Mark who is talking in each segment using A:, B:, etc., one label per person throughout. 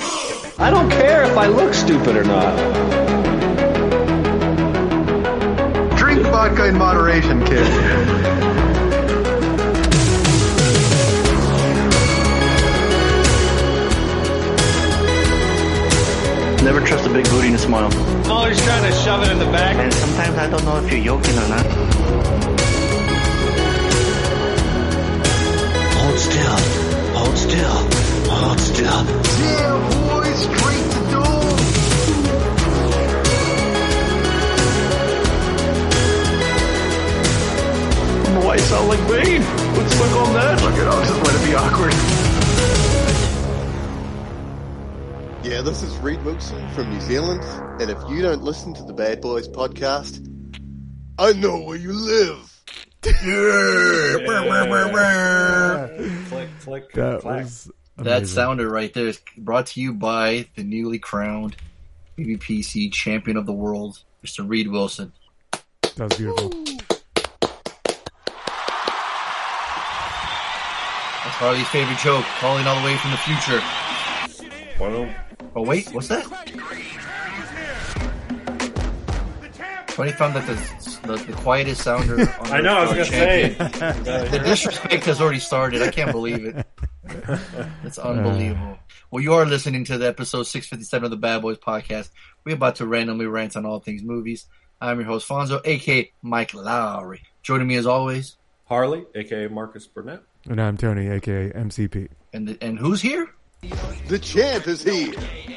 A: I don't care if I look stupid or not.
B: Drink vodka in moderation, kid.
C: Never trust a big booty to smile.
A: Oh, he's trying to shove it in the back.
C: And sometimes I don't know if you're joking or not. Hold still. Hold still. Hold still.
B: Yeah, boy, straight to doom.
A: Why sound like Bane? What's look on that?
B: Look at all, just let it be awkward.
D: Yeah, this is Reed Wilson from New Zealand, and if you don't listen to the Bad Boys podcast, I know where you live.
A: Click, click,
E: That
A: clack.
E: was
F: That
E: amazing.
F: sounder right there is brought to you by the newly crowned BBPC champion of the world, Mr. Reed Wilson.
E: That was beautiful.
F: That's Harley's favorite joke, calling all the way from the future. Oh wait, what's that? Funny found that the, the, the quietest sounder on
G: I know, I was
F: Earth got
G: gonna say.
F: champion. The disrespect has already started. I can't believe it.
G: Uh.
F: That's unbelievable. Well, you are listening to the episode 657 of the Bad Boys podcast. We're about to randomly rant on all things movies. I'm your host, Fonzo, aka Mike Lowry. Joining me as always,
G: Harley, aka Marcus Burnett.
E: And I'm Tony, aka MCP.
F: and the, and who's here?
D: The champ is here.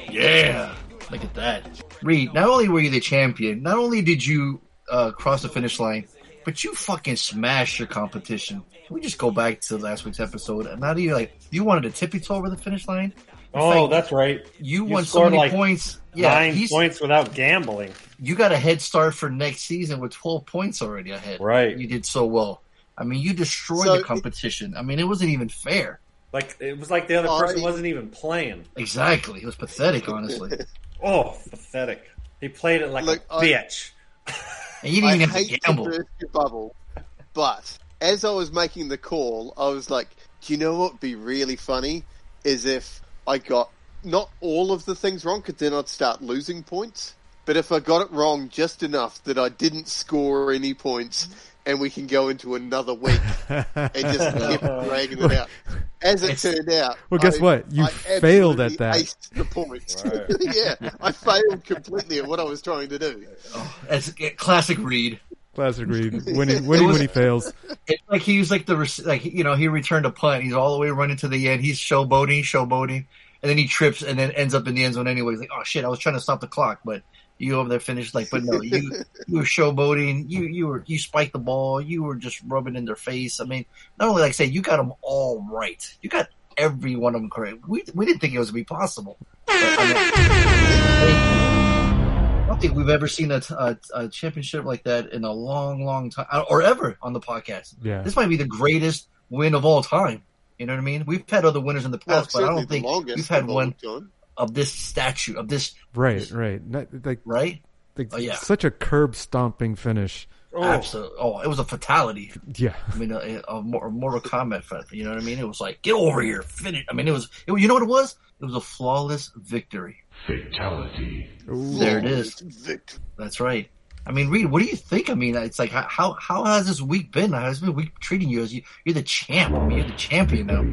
F: Yeah, look at that, Reed. Not only were you the champion, not only did you uh, cross the finish line, but you fucking smashed your competition. Can we just go back to last week's episode? And how do you like? You wanted to tippy toe over the finish line.
G: Oh,
F: like-
G: that's right.
F: You,
G: You
F: won so
G: scored
F: many
G: like
F: points. Yeah,
G: Nine
F: he's-
G: points without gambling.
F: you got a head start for next season with 12 points already ahead.
G: Right.
F: You did so well. I mean, you destroyed
D: So
F: the
D: it-
F: competition. I mean, it wasn't even fair.
G: Like it was like the other person
D: Alright.
G: wasn't even playing.
F: Exactly. It was pathetic, honestly.
G: Oh, pathetic. He played it like
D: Look,
G: a
D: I-
G: bitch.
F: And you
D: I
F: didn't even have to
D: hate
F: gamble.
D: burst your bubble, but as I was making the call, I was like, "Do you know what would be really funny? Is if I got not all of the things wrong, because then I'd start losing points. But if I got it wrong just enough that I didn't score any points, and we can go into another week and just keep dragging it out." As it turned out,
E: Well, guess
D: I-
E: what? You
D: I
E: failed at
D: absolutely
E: that.
D: aced the point. yeah, I failed completely at what I was trying to do.
F: That's a classic Reed.
E: Classic Reed. Winning, winning when he fails.
F: It's like he was like the rec- like you know he returned a punt. He's all the way running to the end. He's showboating, showboating, and then he trips and then ends up in the end zone anyway. He's like, oh shit, I was trying to stop the clock, but you over there finished like, but no, you you were showboating. You you were you spiked the ball. You were just rubbing in their face. I mean, not only like I say you got them all right. You got every one of them correct. We we didn't think it was gonna be possible. But, I, mean, I don't think we've ever seen a, t- a- a championship like that in a long, long time, or ever on the podcast.
E: Yeah.
F: This might be the greatest win of all time. You know what I mean? We've had other winners in the
D: Well,
F: past, but I
D: certainly
F: don't
D: the
F: think
D: longest
F: we've had
D: of all
F: one
D: time.
F: of this statue, of this,
E: Right, right. Not, like,
F: right?
E: like
F: Oh, yeah.
E: such a curb stomping finish.
G: Oh,
F: Absolutely. Oh, it was a fatality.
E: Yeah.
F: I mean, a, a, mor- a Mortal Kombat fight. You know what I mean? It was like, get over here, finish. I mean, it was, it, you know what it was? It was a flawless victory.
H: Fatality.
F: There it is.
D: Victory.
F: That's right. I mean, Reed, what do you think? I mean, it's like, how- how how has this week been? How has been week treating you as you, you're the champ? I mean, you're the champion now.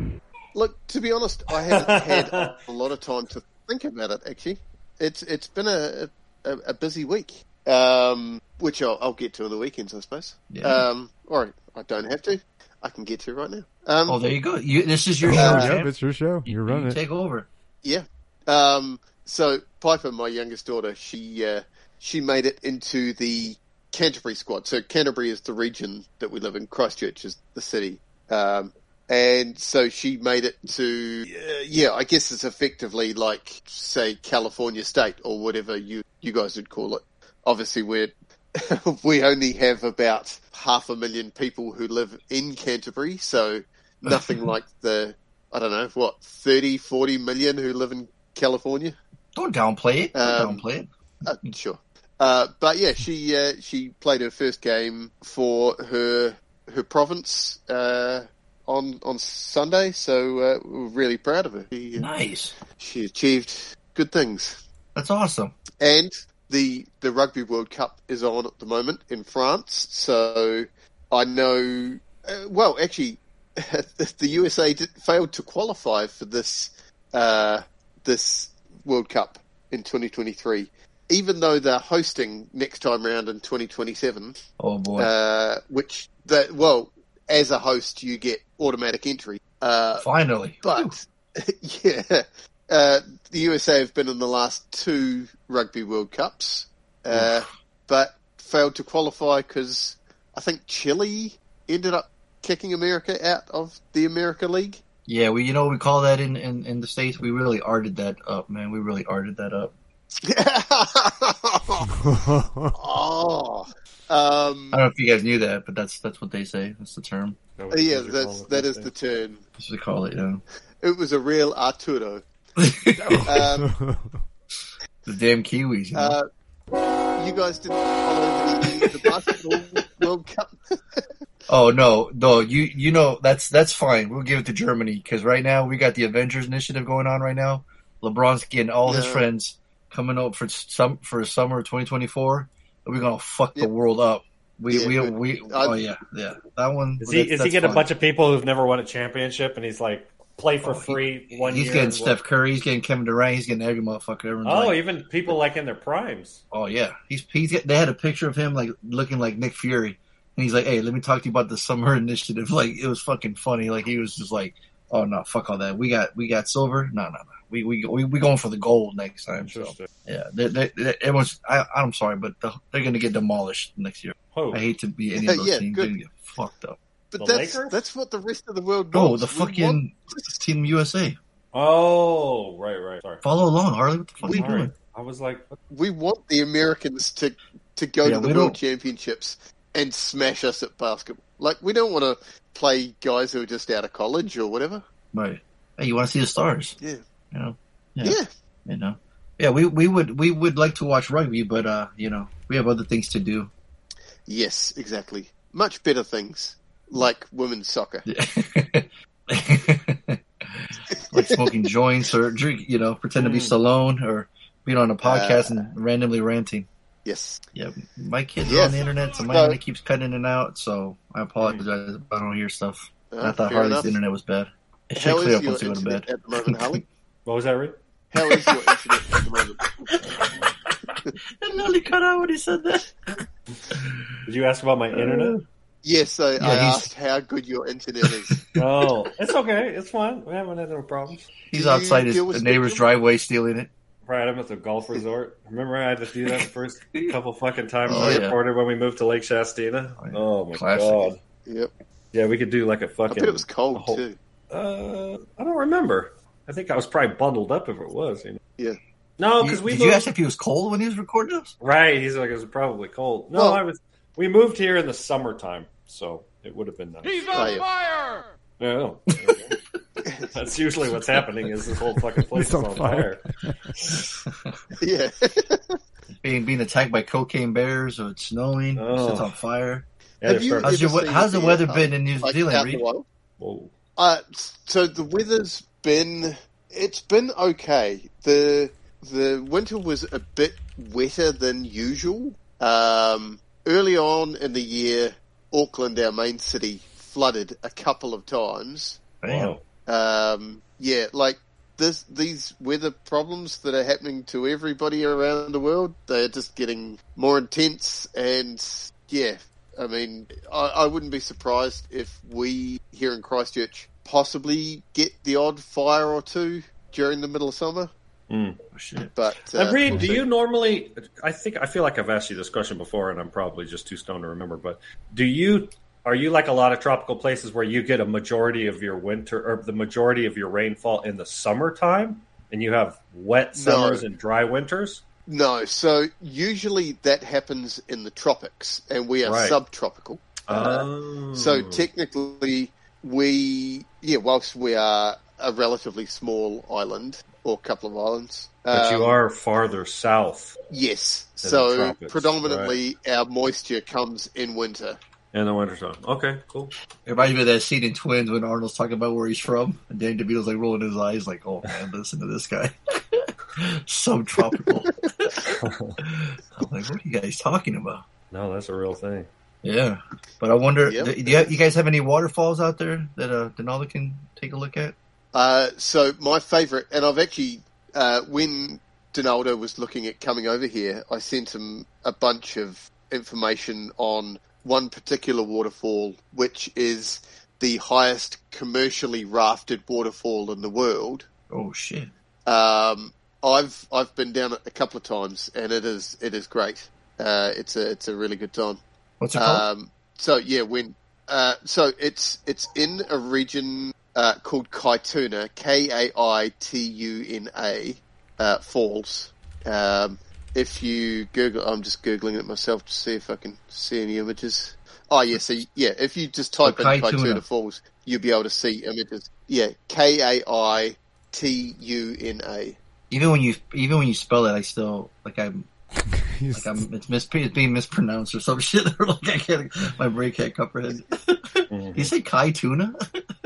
D: Look, to be honest, I haven't had a lot of time to think about it. Actually, it's it's been a a, a busy week, um, which I'll, I'll get to on the weekends, I suppose.
F: Yeah.
D: Um, or I don't have to. I can get to right now. Um,
F: Oh, there you go. You, this is your show,
D: Uh, Yeah.
E: Yep,
F: champ.
E: it's your show. You're running
F: You
E: it.
F: take over.
D: Yeah. Um, so Piper, my youngest daughter, she uh, she made it into the Canterbury squad. So Canterbury is the region that we live in. Christchurch is the city, um, and so she made it to uh, yeah. I guess it's effectively like say California State or whatever you you guys would call it. Obviously, we're we only have about half a million people who live in Canterbury, so nothing like the I don't know what 30, 40 million who live in California.
F: Don't downplay it. Don't
D: Um,
F: downplay it.
D: Uh, sure, uh, but yeah, she uh, she played her first game for her her province uh, on on Sunday, so uh, we're really proud of her. She, uh,
F: Nice.
D: she achieved good things.
F: That's awesome.
D: And the the Rugby World Cup is on at the moment in France. So I know. Uh, well, actually, the USA did, failed to qualify for this uh, this World Cup in 2023, even though they're hosting next time round in 2027.
F: Oh boy.
D: Uh, which that well, as a host, you get automatic entry. Uh,
F: Finally.
D: but yeah, uh, the USA have been in the last two Rugby World Cups, uh, but failed to qualify because I think Chile ended up kicking America out of the America League.
F: Yeah, we you know what we call that in, in, in the States? We really arted that up, man. We really arted that up.
D: Um, oh, um,
F: I don't know if you guys knew that, but that's that's what they say. That's the term.
G: No,
D: yeah,
G: those are
D: that's
G: called-
D: that is the turn.
F: That's what they call it, yeah.
D: It was a real Arturo.
E: Oh.
D: Um,
F: The damn Kiwis, you know?
D: Uh, you guys didn't follow the, the basketball World Cup.
F: Oh no, no, you you know that's that's fine. We'll give it to Germany because right now we got the Avengers initiative going on right now. LeBron's getting all his
D: Yeah.
F: friends coming up for some for summer of 2024. and We're gonna fuck
D: Yeah.
F: the world up. We
D: Yeah,
F: we
D: but
F: we.
D: I-
F: oh yeah, yeah. That one.
G: Is he
F: that's-
G: is he
F: that's
G: getting a
F: fine.
G: bunch of people who've never won a championship and he's like play for
F: Oh, he-
G: free one
F: He's
G: year?
F: getting
G: and
F: Steph Curry. He's getting Kevin Durant. He's getting every motherfucker.
G: what-
F: Everyone's
G: Oh,
F: like,
G: even people like in their primes.
F: oh yeah. He's he's. Get, they had a picture of him like looking like Nick Fury, and he's like, "Hey, let me talk to you about the summer initiative." Like it was fucking funny. Like he was just like, "Oh no, fuck all that. We got we got silver. No, no, no. We we we, we going for the gold next time." So
G: Interesting.
F: yeah, they, they, they, everyone's. I, I'm sorry, but the, they're gonna get demolished next year.
G: Who?
F: I hate to be any of those
D: Yeah,
F: teams.
D: good.
F: They're gonna get fucked up.
D: But
G: The
D: that's
G: Lakers?
D: that's what the rest of the world.
F: Oh,
D: wants.
F: the
D: We want-
F: fucking Team USA.
G: Oh, right, right. Sorry.
F: Follow along, Harley. What the fuck are
D: We-
F: you
G: All right.
F: doing?
G: I was like,
D: we want the Americans to to go
F: Yeah,
D: to the
F: we
D: World
F: don't-
D: Championships and smash us at basketball. Like we don't want to play guys who are just out of college or whatever.
F: Right. Hey, you want to see the stars?
D: Yeah.
F: You know.
D: Yeah,
F: Yeah. you know. Yeah, we, we would we would like to watch rugby, but uh, you know, we have other things to do.
D: yes, exactly. Much better things like women's soccer.
F: like smoking joints or drink, you know, pretend to be
D: Hmm.
F: Stallone or being
D: Uh,
F: on a podcast and randomly ranting.
D: Yes,
F: Yeah, my kids
D: Yeah.
F: are on the internet, so my
D: So-
F: internet keeps cutting in and out. So I apologize if I don't hear stuff.
D: Uh,
F: I thought
D: Hmm. fair
F: Harley's
D: enough.
F: internet was bad. It should
D: How
F: clear
D: is
F: up
D: your
F: once you go to
D: internet
F: bed.
D: at the moment, Harley?
G: what was that, Reed?
D: How is your internet at the moment?
F: And Harley cut out when he said that.
G: Did you ask about
F: Uh,
G: my internet?
D: Yes, I, I
F: he's-
D: asked how good your internet is.
G: Oh, it's okay. It's fine. We haven't had no problems.
F: He's
D: Do you
F: outside his
D: deal with
F: the neighbor's
D: Spectrum?
F: driveway stealing it.
G: Right, I'm at the golf resort. Remember, I had to do that the first couple fucking times
F: Oh,
G: I
F: yeah.
G: recorded when we moved to Lake Shastina.
F: Oh, yeah.
G: Oh my
F: Classic.
G: god!
D: Yep,
G: Yeah, we could do like a
D: I
G: fucking.
D: bet it was cold
G: whole-
D: too.
G: Uh, I don't remember. I think I was probably bundled up if it was. You know?
D: Yeah.
G: No,
D: Oh,
F: You-
G: because we
F: Did
G: moved.
F: you ask if he was cold when he was recording us?
G: right, he's like it was probably cold. No,
D: Well-
G: I was. We moved here in the summertime, so it would have been nice.
D: Oh, yeah.
G: Yeah. That's usually what's happening. Is this whole fucking place
E: It's
G: is
E: on
G: on fire?
D: Yeah.
F: being being attacked by cocaine bears or it's snowing,
G: Oh.
F: shit's on fire.
G: Yeah,
D: Have you-
G: they're starting-
F: How's your
D: just
F: we-
D: so you
F: how's the
D: see it,
F: weather
D: huh?
F: been in New
D: Like,
F: Zealand?
D: out in the
F: Reed?
D: wild?
G: Whoa.
D: Uh, so the weather's been it's been okay. the The winter was a bit wetter than usual. Um, early on in the year, Auckland, our main city, flooded a couple of times.
F: Damn.
G: Wow.
D: Um, yeah, like this, these weather problems that are happening to everybody around the world, they're just getting more intense. And yeah, I mean, I, I wouldn't be surprised if we here in Christchurch possibly get the odd fire or two during the middle of summer.
F: Oh, shit.
D: But
G: Uh,
D: uh,
G: Reed, do you normally? I think I feel like I've asked you this question before, and I'm probably just too stoned to remember. But do you? Are you like a lot of tropical places where you get a majority of your winter or the majority of your rainfall in the summertime, and you have wet
D: No.
G: summers and dry winters?
D: no, so usually that happens in the tropics, and we are
G: Right.
D: subtropical.
G: Oh.
D: Uh, So technically, we yeah, whilst we are a relatively small island or couple of islands,
G: but you
D: um,
G: are farther south
D: yes.
G: in the
D: So
G: tropics,
D: predominantly, our moisture comes in winter.
G: in the wintertime. Okay, cool.
F: It reminds me of that scene in Twins when Arnold's talking about where he's from, and Danny DeVito's like rolling his eyes, like, "Oh man, listen to this guy." Subtropical. I'm like, what are you guys talking about?
G: No, that's a real thing.
F: Yeah, but I wonder,
D: Yep.
F: do, do you, you guys have any waterfalls out there that uh, Denali can take a look at?
D: Uh, so my favourite, and I've actually uh, when Donaldo was looking at coming over here, I sent him a bunch of information on one particular waterfall, which is the highest commercially rafted waterfall in the world.
F: Oh shit!
D: Um, I've I've been down it a couple of times, and it is it is great. Uh, it's a it's a really good time.
F: What's it called?
D: Um, so yeah, when uh, so it's it's in a region uh, called Kaituna, K A I T U N A uh, Falls. Um, if you Google, I'm just googling it myself to see if I can see any images. Oh yeah, so yeah, if you just type in
F: Kaituna.
D: Kaituna Falls, you'll be able to see images. Yeah, K A I T U N A.
F: even when you even when you spell it, I still like I'm
E: He's-
F: like I'm it's, mis- it's being mispronounced or some shit. like I can't, my brain can't comprehend.
G: Mm-hmm.
F: you say Kai tuna,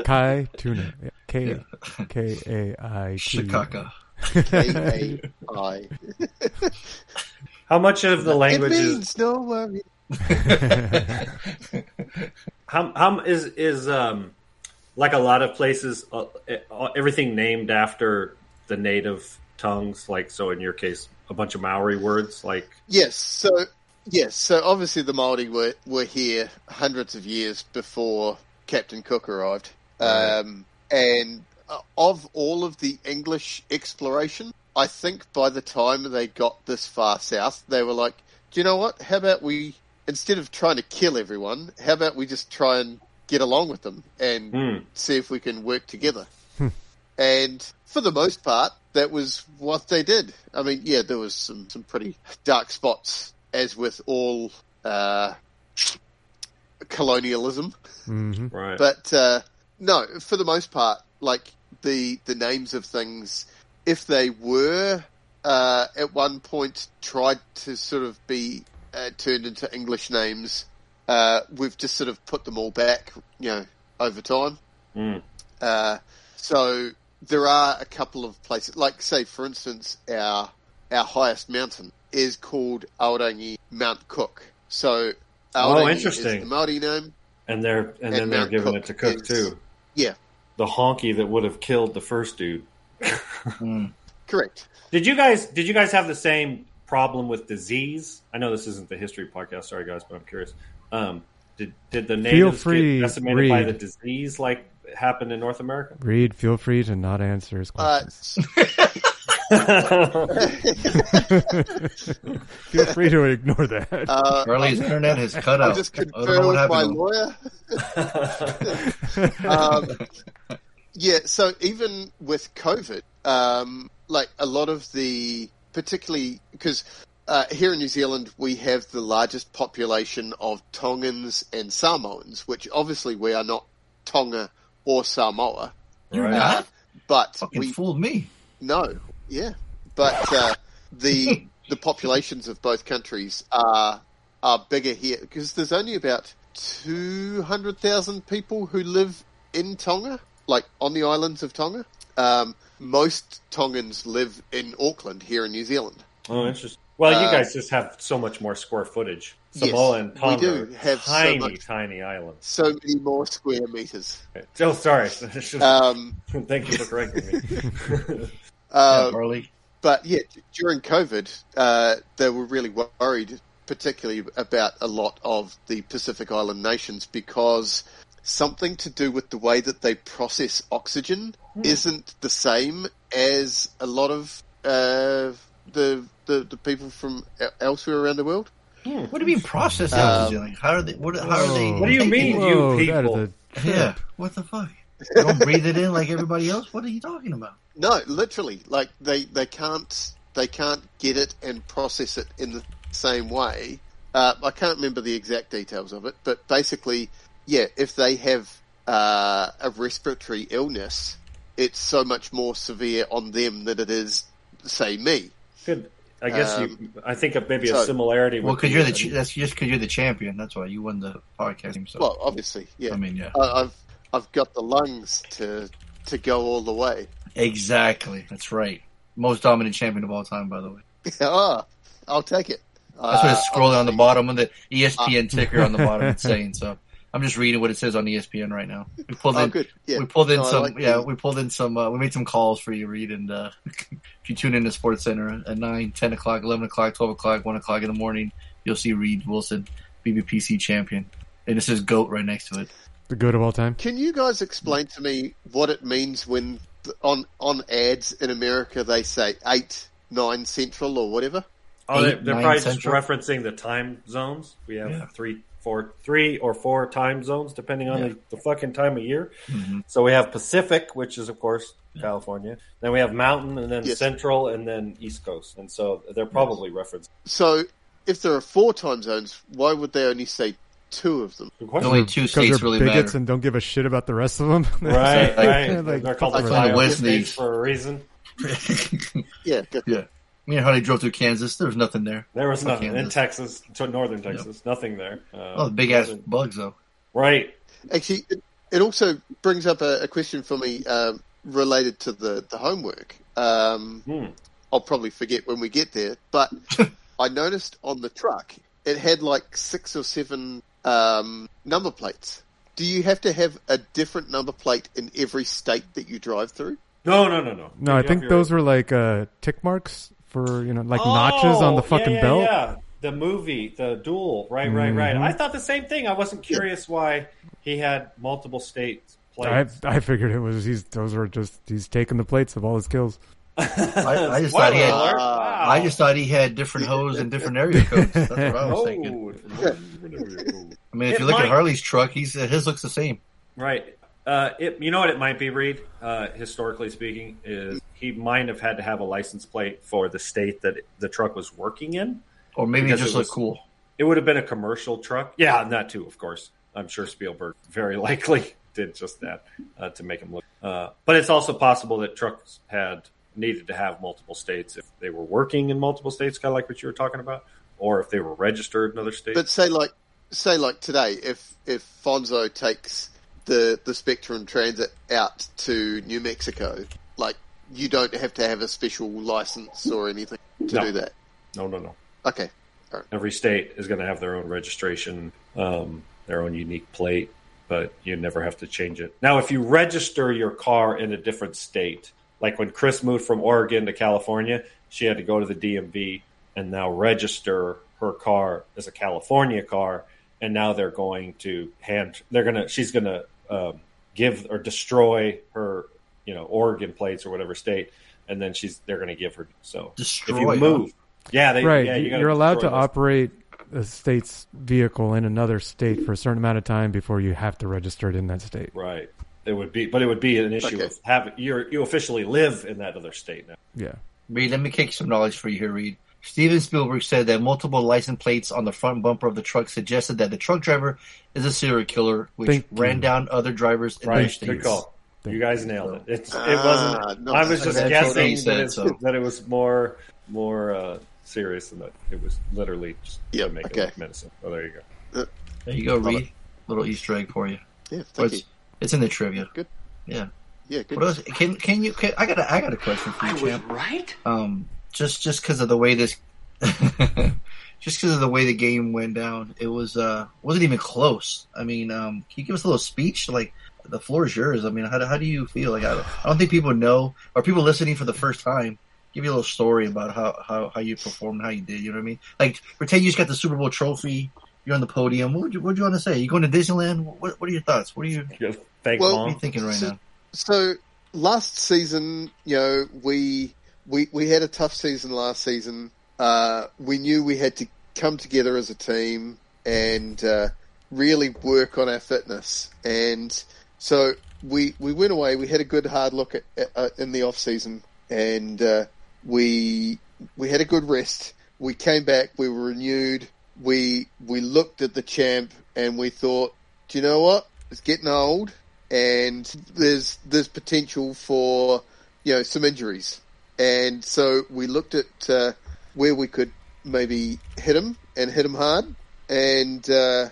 E: Kai Tuna. Yeah, K K A I T.
F: Shikaka.
D: K A I.
G: How much of the
D: It
G: language is
D: means no worries.
G: how, how is is um like a lot of places uh, uh, everything named after the native tongues like so in your case a bunch of maori words like
D: Yes, so yes, so obviously the Maori were were here hundreds of years before Captain Cook arrived, um, and uh, of all of the English exploration, I think by the time they got this far south, they were like, "Do you know what? How about we instead of trying to kill everyone, how about we just try and get along with them and
G: hmm,
D: see if we can work together. and for the most part, that was what they did. I mean, yeah, there was some, some pretty dark spots, as with all uh, colonialism.
E: hmm
G: right
D: But uh, no, for the most part, like the the names of things, if they were uh, at one point tried to sort of be uh, turned into English names, uh, we've just sort of put them all back, you know, over time.
G: Mm.
D: Uh, so there are a couple of places, like say, for instance, our our highest mountain is called Aorangi Mount Cook. So Aorangi
G: interesting.
D: is the Maori name.
G: and they're and, then
D: And
G: they're
D: Mount
G: giving
D: Cook
G: it to cook
D: is-
G: too
D: Yeah,
G: the honky that would have killed the first dude
D: correct.
G: Did you guys did you guys have the same problem with disease? I know this isn't the history podcast, sorry guys, but I'm curious. Um, did did the natives
E: free,
G: get decimated by
E: read.
G: the disease like happened in North America?
E: Reed, feel free to not answer his
D: Uh,
E: questions.
D: s-
E: feel free to ignore that.
D: uh,
F: Charlie's internet has cut
D: I'll
F: out.
D: just
F: I don't
D: confer
F: know what
D: with my
F: happened.
D: lawyer. um, yeah, so even with COVID, um, like a lot of the, particularly because uh, here in New Zealand, we have the largest population of Tongans and Samoans, which obviously we are not Tonga or Samoa,
G: Right.
D: uh, but
F: Fucking
D: we
F: fooled me.
D: no, yeah, but uh, the the populations of both countries are are bigger here because there's only about two hundred thousand people who live in Tonga, like on the islands of Tonga. Um, most Tongans live in Auckland here in New Zealand.
G: Oh, interesting. Well, you
D: Uh,
G: guys just have so much more square footage.
D: Yes,
G: Samoa and
D: we
G: Tonga
D: do
G: are
D: have so
G: tiny,
D: much-
G: tiny islands.
D: So many more square meters.
G: Oh, sorry.
D: Um,
G: Thank you for correcting me.
D: uh,
F: yeah, Charlie.
D: but yeah, d- during COVID, uh, they were really worried, particularly about a lot of the Pacific Island nations because something to do with the way that they process oxygen isn't the same as a lot of uh, the, the the people from e- elsewhere around the world.
F: What do you mean process
D: Um,
F: oxygen? How are they? What, how are they?
E: Whoa.
G: Oh. What do you mean, you
E: Whoa, that
G: people?
E: is a trip.
F: Yeah. What the fuck? They don't breathe it in like everybody else. What are you talking about?
D: No, literally, like they, they can't they can't get it and process it in the same way. Uh, I can't remember the exact details of it, but basically, yeah, if they have uh, a respiratory illness, it's so much more severe on them than it is, say, me.
G: Good. I guess
D: Um,
G: you. I think of maybe
D: so-
G: a similarity.
F: Well,
G: with
F: because you're the
G: the-
F: ch- that's just because you're the champion. That's why you won the podcast. Game, so
D: Well, obviously, yeah,
F: I mean, yeah,
D: I, I've I've got the lungs to to go all the way.
F: exactly. That's right. most dominant champion of all time, by the way.
D: oh, I'll take it.
F: That's what
D: Uh,
F: it's scrolling on the bottom of the E ESPN ticker on the bottom. It's saying so. I'm just reading what it says on E ESPN right now. We pulled
D: Oh,
F: in,
D: good. Yeah.
F: we pulled in
D: No, I
F: some,
D: like
F: yeah,
D: the-
F: we pulled in some. Uh, we made some calls for you, Reed. And uh, if you tune in to Sports Center at 9, 10 o'clock, eleven o'clock, twelve o'clock, one o'clock in the morning, you'll see Reed Wilson, BBPC champion, and it says goat right next to it.
E: The good of all time.
D: Can you guys explain to me what it means when th- on on ads in America they say eight nine central or whatever?
G: Oh, they,
F: Eight,
G: they're
F: nine
G: probably just
F: central.
G: referencing the time zones. We have
F: Yeah.
G: three, four, three or four time zones, depending on
F: Yeah. Mm-hmm.
G: the, the fucking time of year. So we have Pacific, which is of course California. Then we have Mountain, and then
D: Yes.
G: Central, and then East Coast. And so they're probably referencing.
D: So if there are four time zones, why would they only say two of them?
G: Good
F: The
G: question.
F: only two states really
E: bigots
F: matter.
E: and don't give a shit about the rest of them.
G: Right, right.
E: Like,
G: they're called
E: like
G: the
E: the
G: Coyote
F: West
G: States
F: Indies.
G: for a reason.
D: Yeah, good.
F: You know how they drove through Kansas? There was nothing there.
G: There was
F: Fuck
G: nothing in
F: Kansas.
G: Texas, to northern Texas, nothing there. Uh,
F: Oh, the big ass bugs though.
G: Right.
D: Actually, it, it also brings up a, a question for me um, related to the the homework. Um,
G: Hmm.
D: I'll probably forget when we get there, but I noticed on the truck it had like six or seven um, number plates. Do you have to have a different number plate in every state that you drive through?
G: No, no, no, no.
E: No, I think those were like uh, tick marks for you know, like notches on the
G: Oh,
E: fucking
G: yeah, yeah,
E: belt.
G: Yeah, the movie, the duel. Right, right, right.
E: Mhm.
G: I thought the same thing. I wasn't curious why he had multiple state
E: I
G: plates.
E: I figured it was he's those were just he's taking the plates of all his kills.
F: I- I just thought he had-
G: Spoiler alert.
D: Ah.
G: Wow.
F: I just thought he had different hose and different area codes. That's what I was
G: Oh,
F: thinking.
G: different-
F: I mean, if
G: It
F: you look
G: might-
F: at Harley's truck, he's uh, his looks the same.
G: Right. Uh, it, you know what it might be, Reed. Uh, historically speaking, is he might have had to have a license plate for the state that the truck was working in.
F: Or maybe
G: Because
F: it just
G: it was-
F: looked cool.
G: It would have been a commercial truck. Yeah, not too, of course. I'm sure Spielberg very likely did just that uh, to make him look. Uh, but it's also possible that trucks had needed to have multiple states if they were working in multiple states, kind of like what you were talking about, or if they were registered in other states.
D: But say like say like today, if if Fonzo takes the the Spectrum Transit out to New Mexico, like you don't have to have a special license or anything to
G: No.
D: do that.
G: no, no, no.
D: Okay,
G: every state is going to have their own registration, um, their own unique plate, but you never have to change it. Now, if you register your car in a different state, like when Chris moved from Oregon to California, she had to go to the DMV and now register her car as a California car. And now they're going to hand, they're going to, she's going to um, give or destroy her, you know, Oregon plates or whatever state. And then she's, they're going to give her. So if
F: Destroy.
G: you move, yeah, they,
E: right,
G: yeah, you gotta
E: you're allowed
G: destroy
E: to
G: those.
E: operate a state's vehicle in another state for a certain amount of time before you have to register it in that state.
G: Right. It would be, but it would be an issue
D: Okay.
G: of having you you officially live in that other state now.
E: Yeah,
F: Reed, let me kick some knowledge for you here, Reed. Steven Spielberg said that multiple license plates on the front bumper of the truck suggested that the truck driver is a serial killer, which
E: Thank
F: ran
E: you.
F: down other drivers in their states.
G: Good call.
E: Thank
G: you guys nailed it. It's, it
D: Ah,
G: wasn't.
D: no,
G: I was
D: I
F: that's
G: just
F: what he
G: guessing
F: said,
G: that, it's,
F: so.
G: that it was more more uh, serious than that. It was literally just
D: Yeah,
G: to make it
D: okay.
G: like medicine. Oh, there you go.
F: There you go, Reed. Little Easter egg for you.
D: yeah,
F: Or
D: thank you.
F: It's, it's in the trivia.
D: Good.
F: Yeah.
D: Yeah, good.
F: What else? Can can you? Can, I got a, I got a question for you, champ.
C: right?
F: um, just just because of the way this, just because of the way the game went down, it was uh wasn't even close. I mean, um, can you give us a little speech? Like the floor is yours. I mean, how do, how do you feel? Like I, I don't think people know or people listening for the first time. Give you a little story about how how how you performed, how you did. You know what I mean? Like pretend you just got the Super Bowl trophy. You're on the podium. What would you, what would you want to say? You going to Disneyland? What, what are your thoughts? What are you,
G: You gotta Thank
D: Well-
F: what are you
G: mom.
F: thinking right now?
D: So last season, you know, we we we had a tough season last season. Uh, we knew we had to come together as a team and uh, really work on our fitness. And so we we went away. We had a good hard look at, at, uh, in the off season, and uh, we we had a good rest. We came back. We were renewed. We we looked at the champ and we thought, do you know what? It's getting old and there's there's potential for you know some injuries, and so we looked at uh, where we could maybe hit him and hit him hard, and uh,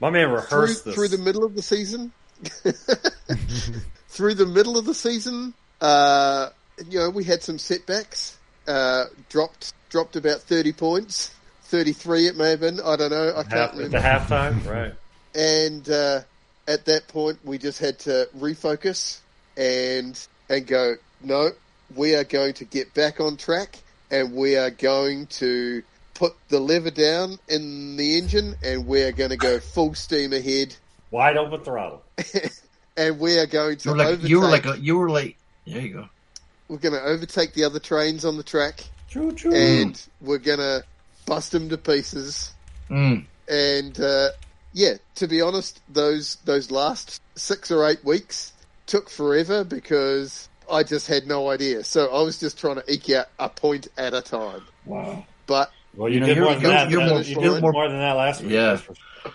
G: My man
D: through,
G: rehearsed this.
D: through the middle of the season, through the middle of the season, uh, you know, we had some setbacks. Uh, dropped dropped about thirty points, thirty three it may have been. I don't know. I can't
G: Half, at the
D: remember.
G: halftime, right?
D: And uh, at that point, we just had to refocus and and go. No, we are going to get back on track, and we are going to put the lever down in the engine, and we are going to go full steam ahead,
G: Wide open throttle.
D: and we are going to
F: You were like you were
D: overtake-
F: like a, you were like there you go.
D: we're going to overtake the other trains on the track
G: Choo choo.
D: and we're going to bust them to pieces.
F: Mm.
D: And uh, yeah, to be honest, those those last six or eight weeks took forever because I just had no idea. So I was just trying to eke out a point at a time.
F: Wow.
D: But
G: Well, you,
F: You know,
G: did
F: you're-
G: more than
F: you're-
G: that.
D: you're
G: that-
D: more-
G: you
D: you're
G: did
F: more-
G: more than that last week.
F: Yeah.
G: that's for sure.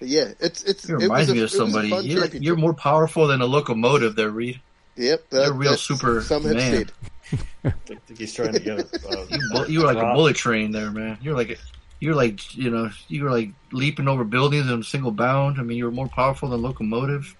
D: yeah, it's it's
F: You
D: it
F: remind
D: was a-
F: me
D: it
F: of
D: was a
F: somebody.
D: fun
F: You're,
D: championship.
F: you're more powerful than a locomotive. There, Reed.
D: yep,
F: you're a
D: that-
F: real
D: that's-
F: super
D: Some have
F: man.
D: said
G: I think- think he's trying to get. Uh,
F: You, bu- you were like a
G: Wow.
F: bullet train there, man. You're like a, you're like you know you were like leaping over buildings in a single bound. I mean, you were more powerful than locomotive.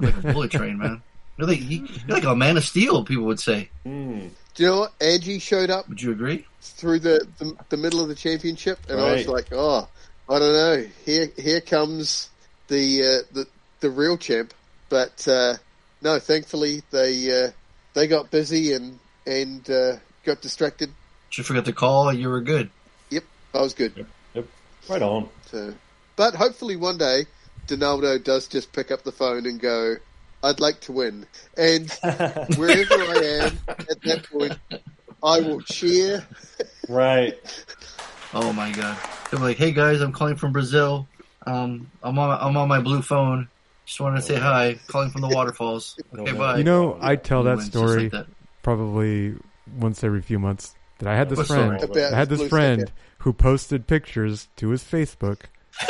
F: You're like a bullet train, man. You're like you- you're like a man of steel. People would say.
G: Hmm.
D: Do you know what? Angie showed up
F: Would you agree?
D: through the, the the middle of the championship, and I was
G: Right.
D: like, oh, I don't know. Here here comes the uh, the the real champ. But uh, no, thankfully they uh, they got busy and and uh, got distracted.
F: Did you forget to call? You were good.
D: Yep, I was good.
G: Right on.
D: So, but hopefully one day, Donaldo does just pick up the phone and go, "I'd like to win," and wherever I am at that point, I will cheer.
G: Right.
F: Oh my god! They're like, hey guys, I'm calling from Brazil. Um, I'm on I'm on my blue phone. Just wanted to say hi. Calling from the waterfalls. Okay,
G: No, no.
F: bye.
E: You know, I tell that
F: Wins just like
E: story
F: that.
E: probably once every few months. That I had this
F: What's the
E: friend.
F: rate?
D: About
E: I had this
D: Blue
E: friend who posted pictures to his Facebook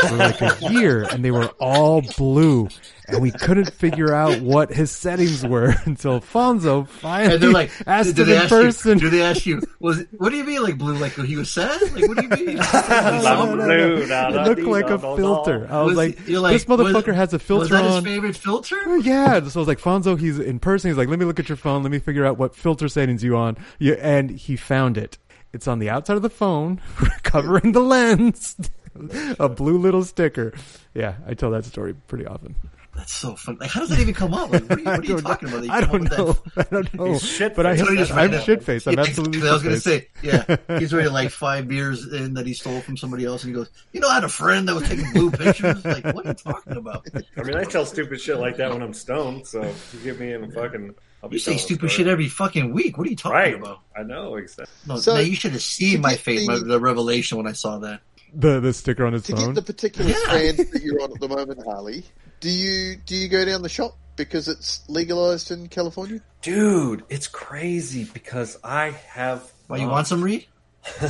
E: for like a year, and they were all blue, and we couldn't figure out what his settings were until Fonzo finally
F: And they're like,
E: asked
F: do
E: him
F: they
E: in
F: ask
E: person.
F: You, do they ask you? Was it, what do you mean, like blue? Like he was sad? Like what do you mean?
G: No, no, no.
E: It looked like a filter. I was like,
F: you're
E: this motherfucker
F: was-
E: has a
F: Was
E: filter
F: that his
E: on.
F: favorite filter?
E: Oh, yeah. So I was like, Fonzo, he's in person. He's like, let me look at your phone. Let me figure out what filter settings you on. Yeah, and he found it. It's on the outside of the phone, covering the lens. a blue little sticker. Yeah, I tell that story pretty often.
F: That's so fun. Like, how does that even come up? Like, what are you, what are you
E: don't know.
F: talking about? that you
E: I
F: come up
E: don't
F: with that
E: know. I don't know.
G: He's shit-faced.
E: But I,
F: Tony just
E: I'm
F: ran out.
E: shit faced. I'm
F: Yeah,
E: absolutely.
F: exactly. I was going to
E: shit-faced.
F: say, yeah, he's already like five beers in that he stole from somebody else, and he goes, "You know, I had a friend that was taking blue pictures." Like, what are you talking about?
G: I mean, I tell stupid shit like that when I'm stoned. So you give me a fucking. I'll be
F: You say
G: telling
F: stupid
G: story.
F: shit every fucking week. What are you talking
G: Right.
F: about?
G: I know exactly.
F: No,
D: So-
F: man, you should have seen my
D: Did you
F: face, my,
D: see-
F: the revelation when I saw that.
E: the the sticker on his
D: to get
E: phone.
D: the particular brand that you're on at the moment, Harley, do you do you go down the shop because it's legalized in California?
G: Dude, it's crazy because I have.
F: Why you want some read?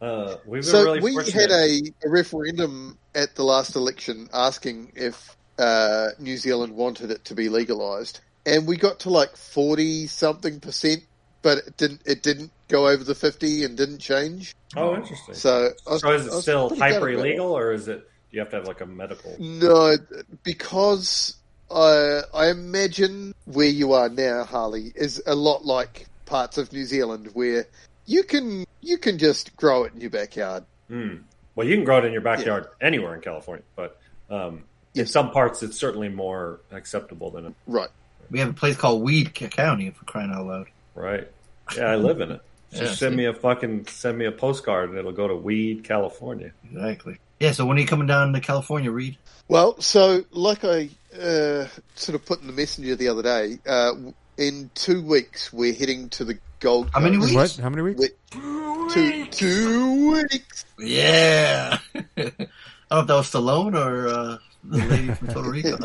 G: uh, we've been
D: so
G: really
D: we
G: fortunate.
D: had a, a referendum at the last election asking if uh, New Zealand wanted it to be legalized, and we got to like forty something percent, but it didn't it didn't go over the fifty and didn't change.
G: Oh, interesting. So,
D: So, I was-
G: is
D: I
G: it
D: was
G: still
D: pretty glad about
G: hyper
D: it.
G: illegal, or is it? Do you have to have like a medical?
D: No, because I I imagine where you are now, Harley, is a lot like parts of New Zealand where you can you can just grow it in your backyard.
G: Hmm. Well, you can grow it in your backyard anywhere in California, but um, in
D: Yes.
G: some parts, it's certainly more acceptable than in-
D: Right.
F: We have a place called Weed C- County, for crying out loud.
G: right. Yeah, I live in it. Just
F: Yeah.
G: send me a fucking send me a postcard, and it'll go to Weed, California.
F: Exactly. Yeah. So when are you coming down to California, Reed?
D: Well, so like I uh, sort of put in the messenger the other day, uh, in two weeks we're heading to the Gold Coast.
F: How many weeks?
E: what? How many weeks?
D: Wait, Two, two weeks.
F: Yeah. I don't know if that was Stallone or uh, the lady from Puerto Rico.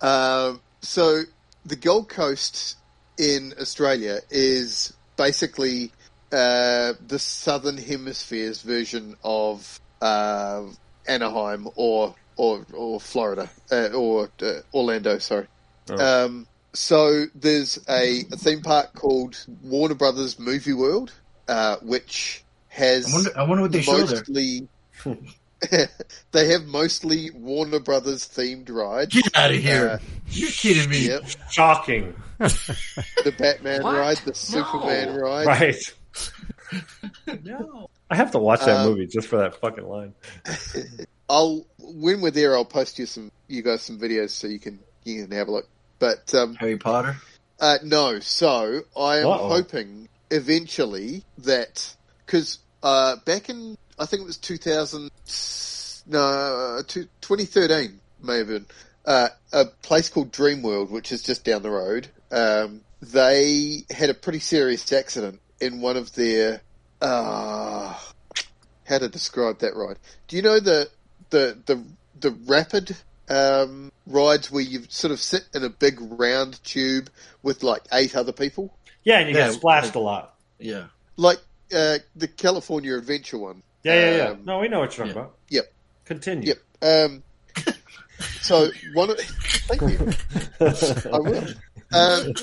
D: Um, so the Gold Coast in Australia is basically uh, the Southern Hemisphere's version of uh, Anaheim or or or Florida uh, or uh, Orlando. Sorry.
G: Oh.
D: Um, so there's a, a theme park called Warner Brothers Movie World, uh, which has
F: I wonder, I wonder what they show there.
D: mostly they have mostly Warner Brothers themed rides.
F: Get out of here.
D: Uh,
F: You're kidding me.
D: Yep,
G: Shocking,
D: the Batman
H: What?
D: ride, the Superman ride.
G: right?
H: No.
G: I have to watch that
D: Um,
G: movie just for that fucking line.
D: I'll when we're there, I'll post you some you guys some videos so you can you can have a look. But um,
F: Harry Potter.
D: Uh, no, so I am
G: Uh-oh.
D: hoping eventually that because uh, back in I think it was 2000, no, two- 2013 may have been uh, a place called Dreamworld, which is just down the road. Um, they had a pretty serious accident in one of their uh, how to describe that ride. Do you know the the the the rapid um, rides where you sort of sit in a big round tube with like eight other people,
G: Yeah, and you
F: Yeah,
G: get splashed a lot.
F: Yeah.
D: like uh, the California Adventure one.
G: Yeah, yeah, yeah.
D: Um,
G: no, we know what you're talking
F: yeah.
G: about.
D: Yep.
G: Continue.
D: Yep. Um, so one of thank you. I will. Um,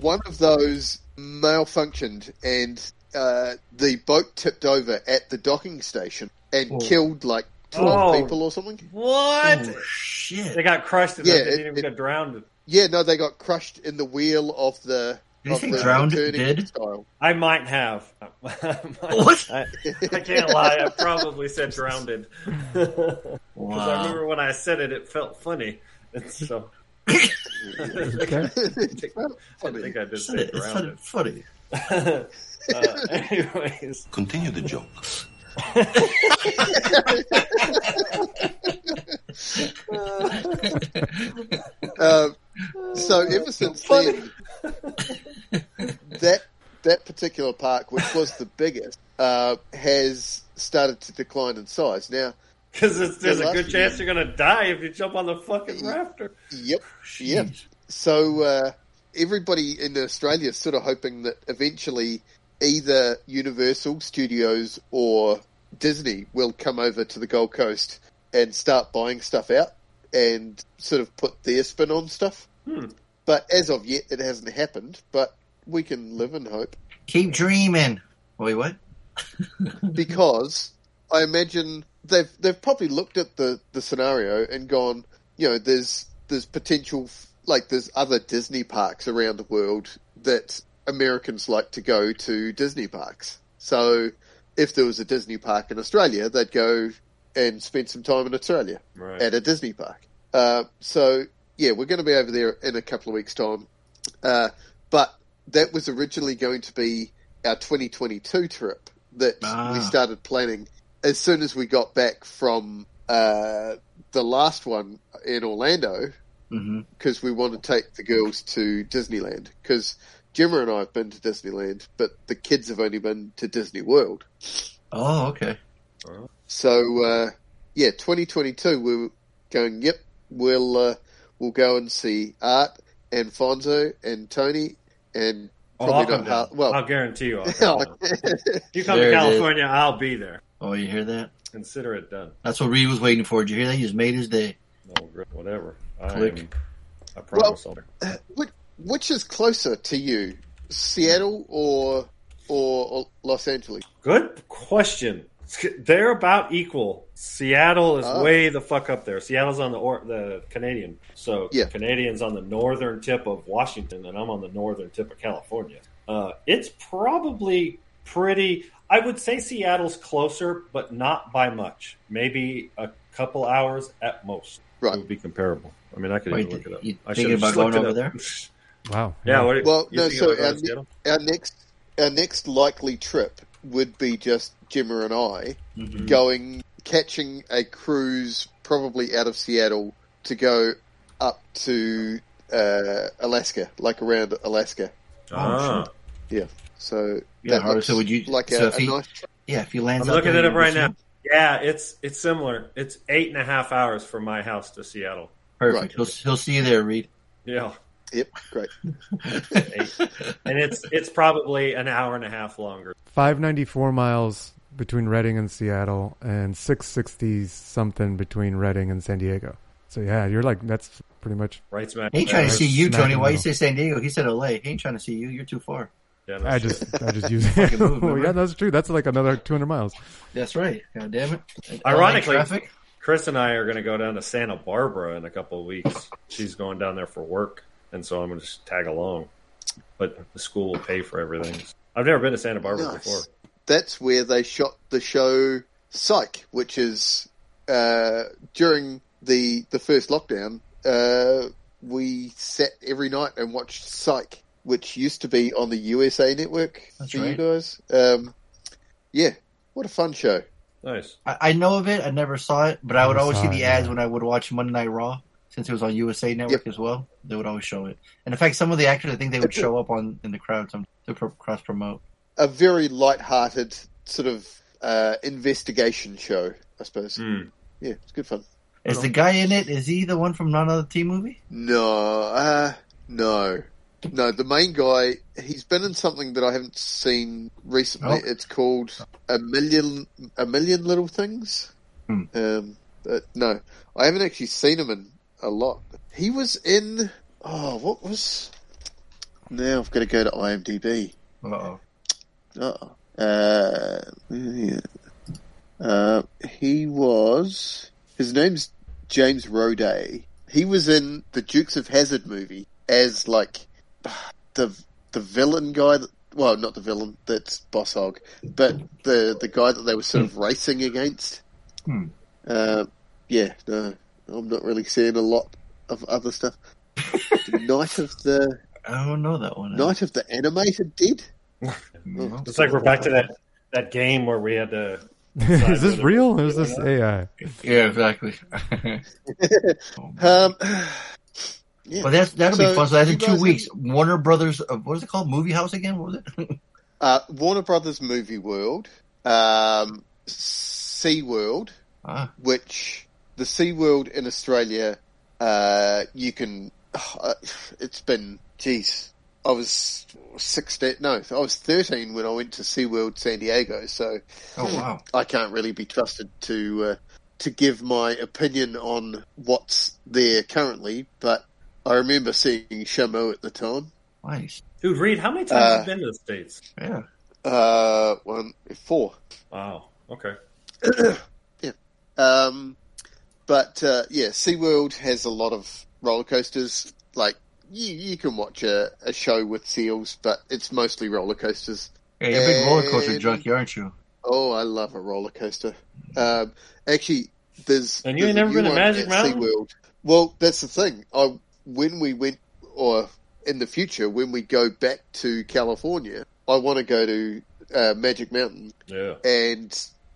D: one of those malfunctioned, and uh, the boat tipped over at the docking station and
F: Oh.
D: killed like twelve
G: Oh.
D: people or something.
G: What?
F: Oh, shit.
G: Mm-hmm. They got crushed. And
D: Yeah,
G: they didn't
D: it-
G: even
D: it-
G: get drowned.
D: Yeah, no, they got crushed in the wheel of the.
F: Did he
D: of
F: say
D: the
F: drowned
D: turning
F: dead?
D: style.
G: I might have. I,
F: What?
G: I, I can't lie. I probably said drowned. Because I
F: Wow.
G: remember when I said it, it felt funny. And so
E: Okay.
D: It's not
G: I
D: funny.
G: think I did
F: It's not-
G: say
F: it's not
G: drowned.
F: funny.
G: uh, anyways,
C: Continue the joke.
D: Um, so ever since then, that that particular park, which was the biggest, uh, has started to decline in size. Now,
G: because there's a
D: lucky.
G: good chance you're gonna die if you jump on the fucking rafter.
D: yep, yeah. So uh, everybody in Australia is sort of hoping that eventually either Universal Studios or Disney will come over to the Gold Coast and start buying stuff out and sort of put their spin on stuff.
G: Hmm.
D: But as of yet, it hasn't happened. But we can live in hope.
F: Keep dreaming. Wait, what?
D: because I imagine they've they've probably looked at the, the scenario and gone, you know, there's there's potential f- like there's other Disney parks around the world that Americans like to go to Disney parks. So if there was a Disney park in Australia, they'd go and spend some time in Australia
G: Right.
D: at a Disney park. Uh, so yeah, we're going to be over there in a couple of weeks' time. Uh, but that was originally going to be our 2022 trip that
F: Ah.
D: we started planning as soon as we got back from uh, the last one in Orlando
F: hmm
D: because we want to take the girls to Disneyland because Gemma and I have been to Disneyland, but the kids have only been to Disney World.
F: Oh, okay.
D: So uh, yeah, 2022 we were going. Yep, we'll uh, we'll go and see Art and Fonzo and Tony and
F: Oh,
D: probably
F: I'll come
D: not Har-
F: down.
D: well.
G: I'll guarantee you. I'll come down. you come
F: There it
G: to
F: is.
G: California, I'll be there.
F: Oh, you hear that?
G: Consider it done.
F: That's what Reed was waiting for. Did you hear that? He just made his day.
G: No, whatever. I,
F: Click.
G: am- I promise. I'll
D: Which, which is closer to you, Seattle or or Los Angeles?
G: Good question. They're about equal. Seattle is
D: Oh.
G: way the fuck up there. Seattle's on the or, the Canadian, so
D: Yeah.
G: Canadian's on the northern tip of Washington, and I'm on the northern tip of California. Uh, it's probably pretty. I would say Seattle's closer, but not by much. Maybe a couple hours at most.
D: Right.
G: It would be comparable. I mean, I could
F: Wait,
G: even look it up.
F: you
G: I
F: thinking
G: should've
F: about
G: just looked
F: going
G: it
F: over
G: up.
E: Wow.
G: Yeah. What,
D: Well,
G: you
D: no,
G: thinking
D: so uh,
G: about going
D: our
G: to
D: ne-
G: Seattle?
D: Our next our next likely trip would be just Gemma and I
F: Mhm.
D: going catching a cruise probably out of Seattle to go up to uh, Alaska, like around Alaska.
G: Ah.
D: So
F: Yeah,
D: that
F: Haru,
D: looks
F: so would you-
D: like
F: so
D: a,
F: if
D: a
F: he-
D: nice trip.
F: Yeah, if he lands.
G: I'm
F: out
G: looking
F: there,
G: it up
F: you
G: right
F: see him.
G: now. Yeah, it's it's similar. It's eight and a half hours from my house to Seattle.
F: Perfect.
D: Right.
F: He'll, he'll see you there, Reed.
G: Yeah,
D: Yep, great.
G: and it's it's probably an hour and a half longer.
E: Five ninety four miles between Reading and Seattle, and six sixty something between Reading and San Diego. So yeah, you're like that's pretty much
G: Right smack.
F: He ain't trying to
E: Right
F: see you,
E: smack
F: Tony.
E: in the
F: Why you
E: middle.
F: say San Diego? He said LA. He ain't trying to see you. You're too far.
G: Yeah,
E: I
G: that's true.
E: just I just use it.
F: move, remember?
E: yeah, that's true. That's like another 200 miles.
F: That's right. God damn it. Online
G: Ironically-
F: traffic.
G: Chris and I are going to go down to Santa Barbara in a couple of weeks. She's going down there for work, and so I'm going to just tag along. But the school will pay for everything. I've never been to Santa Barbara
D: Nice.
G: before.
D: That's where they shot the show Psych, which is uh, during the the first lockdown. Uh, we sat every night and watched Psych, which used to be on the USA Network
F: That's
D: for you
F: right.
D: guys. Um, yeah, what a fun show!
G: Nice.
F: I, I know of it. I never saw it, but I would
E: Never
F: always
E: saw
F: see
E: it,
F: the ads
E: yeah.
F: when I would watch Monday Night Raw, since it was on USA Network as well. They would always show it. And in fact, some of the actors, I think they would show up on in the crowd some, to pro- cross promote.
D: A very light-hearted sort of uh, investigation show, I suppose.
G: Mm.
D: Yeah, it's good fun.
E: Oh.
F: Is the guy in it? Is he the one from None Other T movie?
D: No, uh, no, no. The main guy, he's been in something that I haven't seen recently.
F: Oh.
D: It's called a million, a million little things.
F: Hmm.
D: Um, uh, no, I haven't actually seen him in a lot. He was in. Oh, what was? Now I've got to go to IMDb.
F: Uh oh.
D: Uh-oh. Uh, yeah. uh, he was. His name's James Roday. He was in the Dukes of Hazard movie as like the the villain guy. That, well, not the villain. That's Boss Hog, but the the guy that they were sort of racing against.
F: Hmm.
D: Uh, yeah, no, I'm not really seeing a lot of other stuff. The Night of the
F: I don't know that one.
D: Night of the Animated Dead.
F: No.
G: It's like we're back to that, that game where we had to.
E: is this real or is this AI?
F: Yeah, exactly.
D: Um, yeah.
F: Well, that's that'll
D: So,
F: be fun. So that's in
D: you
F: two
D: guys-
F: weeks. Warner Brothers. Uh, what is it called? Movie House again? What was it?
D: Uh, Warner Brothers Movie World, um, Sea World,
F: ah,
D: which the Sea World in Australia, uh, you can. Uh, it's been, geez, I was 16, no, I was 13 when I went to SeaWorld San Diego, so
F: oh wow.
D: I can't really be trusted to uh, to give my opinion on what's there currently, but I remember seeing Shamu at the time.
F: Nice.
G: Dude, Reed, how many times have
D: Uh,
G: you been to the States?
F: Yeah.
D: Uh, one, four.
G: Wow. Okay.
D: Um, but uh, yeah, SeaWorld has a lot of roller coasters. Like you, you can watch a, a show with seals, but it's mostly roller coasters.
F: Hey, you're a big roller coaster
D: And-
F: junkie, aren't you?
D: Oh, I love a roller coaster. Um, actually, there's
G: And you ain't
D: there's a
G: never been
D: new one
G: to Magic
D: at
G: Mountain?
D: SeaWorld. Well, that's the thing. I when we went, or in the future when we go back to California, I want to go to uh, Magic Mountain
G: Yeah.
D: and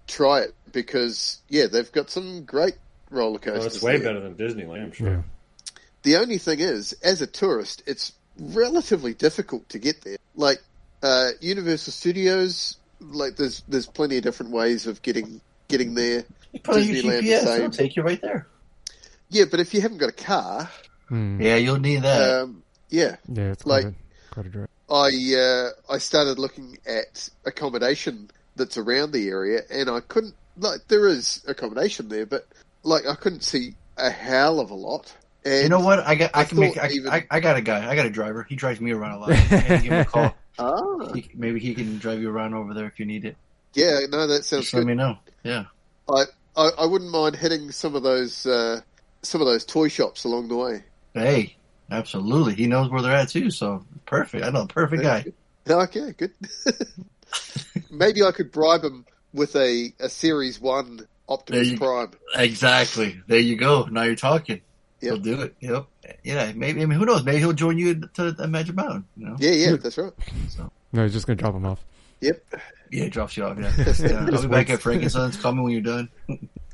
D: try it because yeah, they've got some great roller coasters.
G: Well, it's way
D: there.
G: better than Disneyland, I'm sure.
E: Yeah.
D: The only thing is, as a tourist, it's relatively difficult to get there. Like uh, Universal Studios, like there's there's plenty of different ways of getting getting there.
F: You probably use
D: Disneyland the
F: GPS.
D: same.
F: It'll take you right there.
D: Yeah, but if you haven't got a car,
E: Hmm.
F: Yeah, you'll need that.
D: um, yeah,
E: Yeah, it's
D: like-
E: quite, a, quite a drive.
D: I uh, I started looking at accommodation that's around the area, and I couldn't like there is accommodation there, but like I couldn't see a hell of a lot. And
F: you know what? I got. I,
D: I
F: can make.
D: thought
F: I,
D: even-
F: I, I got a guy. I got a driver. He drives me around a lot. Maybe give him a call.
D: Ah,
F: He, maybe he can drive you around over there if you need it.
D: yeah, no, that sounds
F: Just
D: good.
F: let me know. Yeah.
D: I, I, I wouldn't mind hitting some of those uh, some of those toy shops along the way.
F: Hey, absolutely. He knows where they're at too. So perfect. I know, perfect guy.
D: Okay, good. Maybe I could bribe him with a, a Series One Optimus
F: There you-
D: Prime.
F: Exactly. There you go. Now you're talking.
D: Yep.
F: He'll do it. Yep. Yeah. Maybe. I mean, who knows? Maybe he'll join you to the Magic Mountain. You know.
D: Yeah, yeah, that's right.
E: No, he's just gonna drop him off.
D: Yep.
F: Yeah. Drops you off. Yeah. yeah. I'll be back
E: waits.
F: at Frankenstein's. Call me when you're done.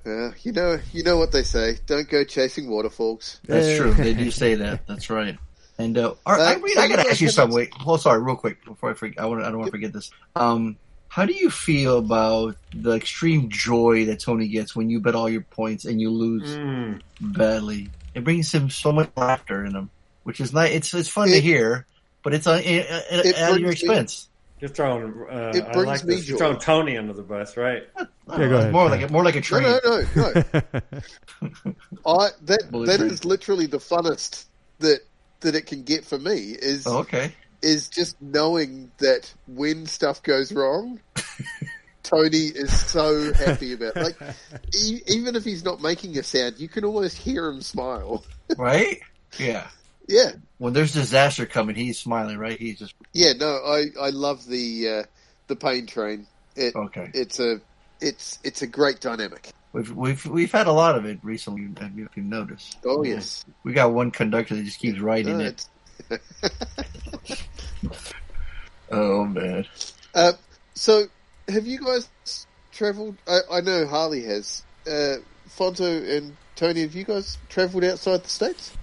D: Uh, you know, you know what they say: don't go chasing waterfalls.
F: That's
E: Yeah.
F: true. They do say that. That's right. And uh, all right,
D: Uh,
F: I, mean,
D: so
F: I gotta
D: you
F: ask you
D: guys-
F: something. Wait, oh, sorry, real quick before I forget. I want. I don't want to forget this. Um, how do you feel about the extreme joy that Tony gets when you bet all your points and you lose
D: Hmm.
G: Mm.
F: badly? It brings him so much laughter in him, which is nice. It's it's fun to
D: It-
F: hear, but it's on, it, uh,
D: it
F: at your
D: brings me-
F: expense.
G: You're throwing. Uh,
D: It
G: I
D: brings
G: like
D: me
G: this. You're
D: joy.
G: throwing Tony under the bus, right?
F: I
E: Yeah,
F: don't
E: go
F: know,
E: ahead.
F: more like a, more like a
D: No,
F: train.
D: no, no, no. I that
F: Bullet
D: that
F: train.
D: is literally the funnest that that it can get for me. Is
F: Oh, okay.
D: is just knowing that when stuff goes wrong, Tony is so happy about. Like, e- even if he's not making a sound, you can almost hear him smile.
F: right? Yeah.
D: Yeah,
F: When there's disaster coming, he's smiling, right? He's just
D: yeah. No, I I love the uh, the pain train. It
F: okay.
D: it's a it's it's a great dynamic.
F: We've we've we've had a lot of it recently. If you- if you've noticed,
D: Oh yes,
F: we got one conductor that just keeps riding
D: No,
F: it.
D: it's-
F: Oh man.
D: Uh, so, have you guys travelled? I, I know Harley has. Uh, Fonto and Tony, have you guys travelled outside the states?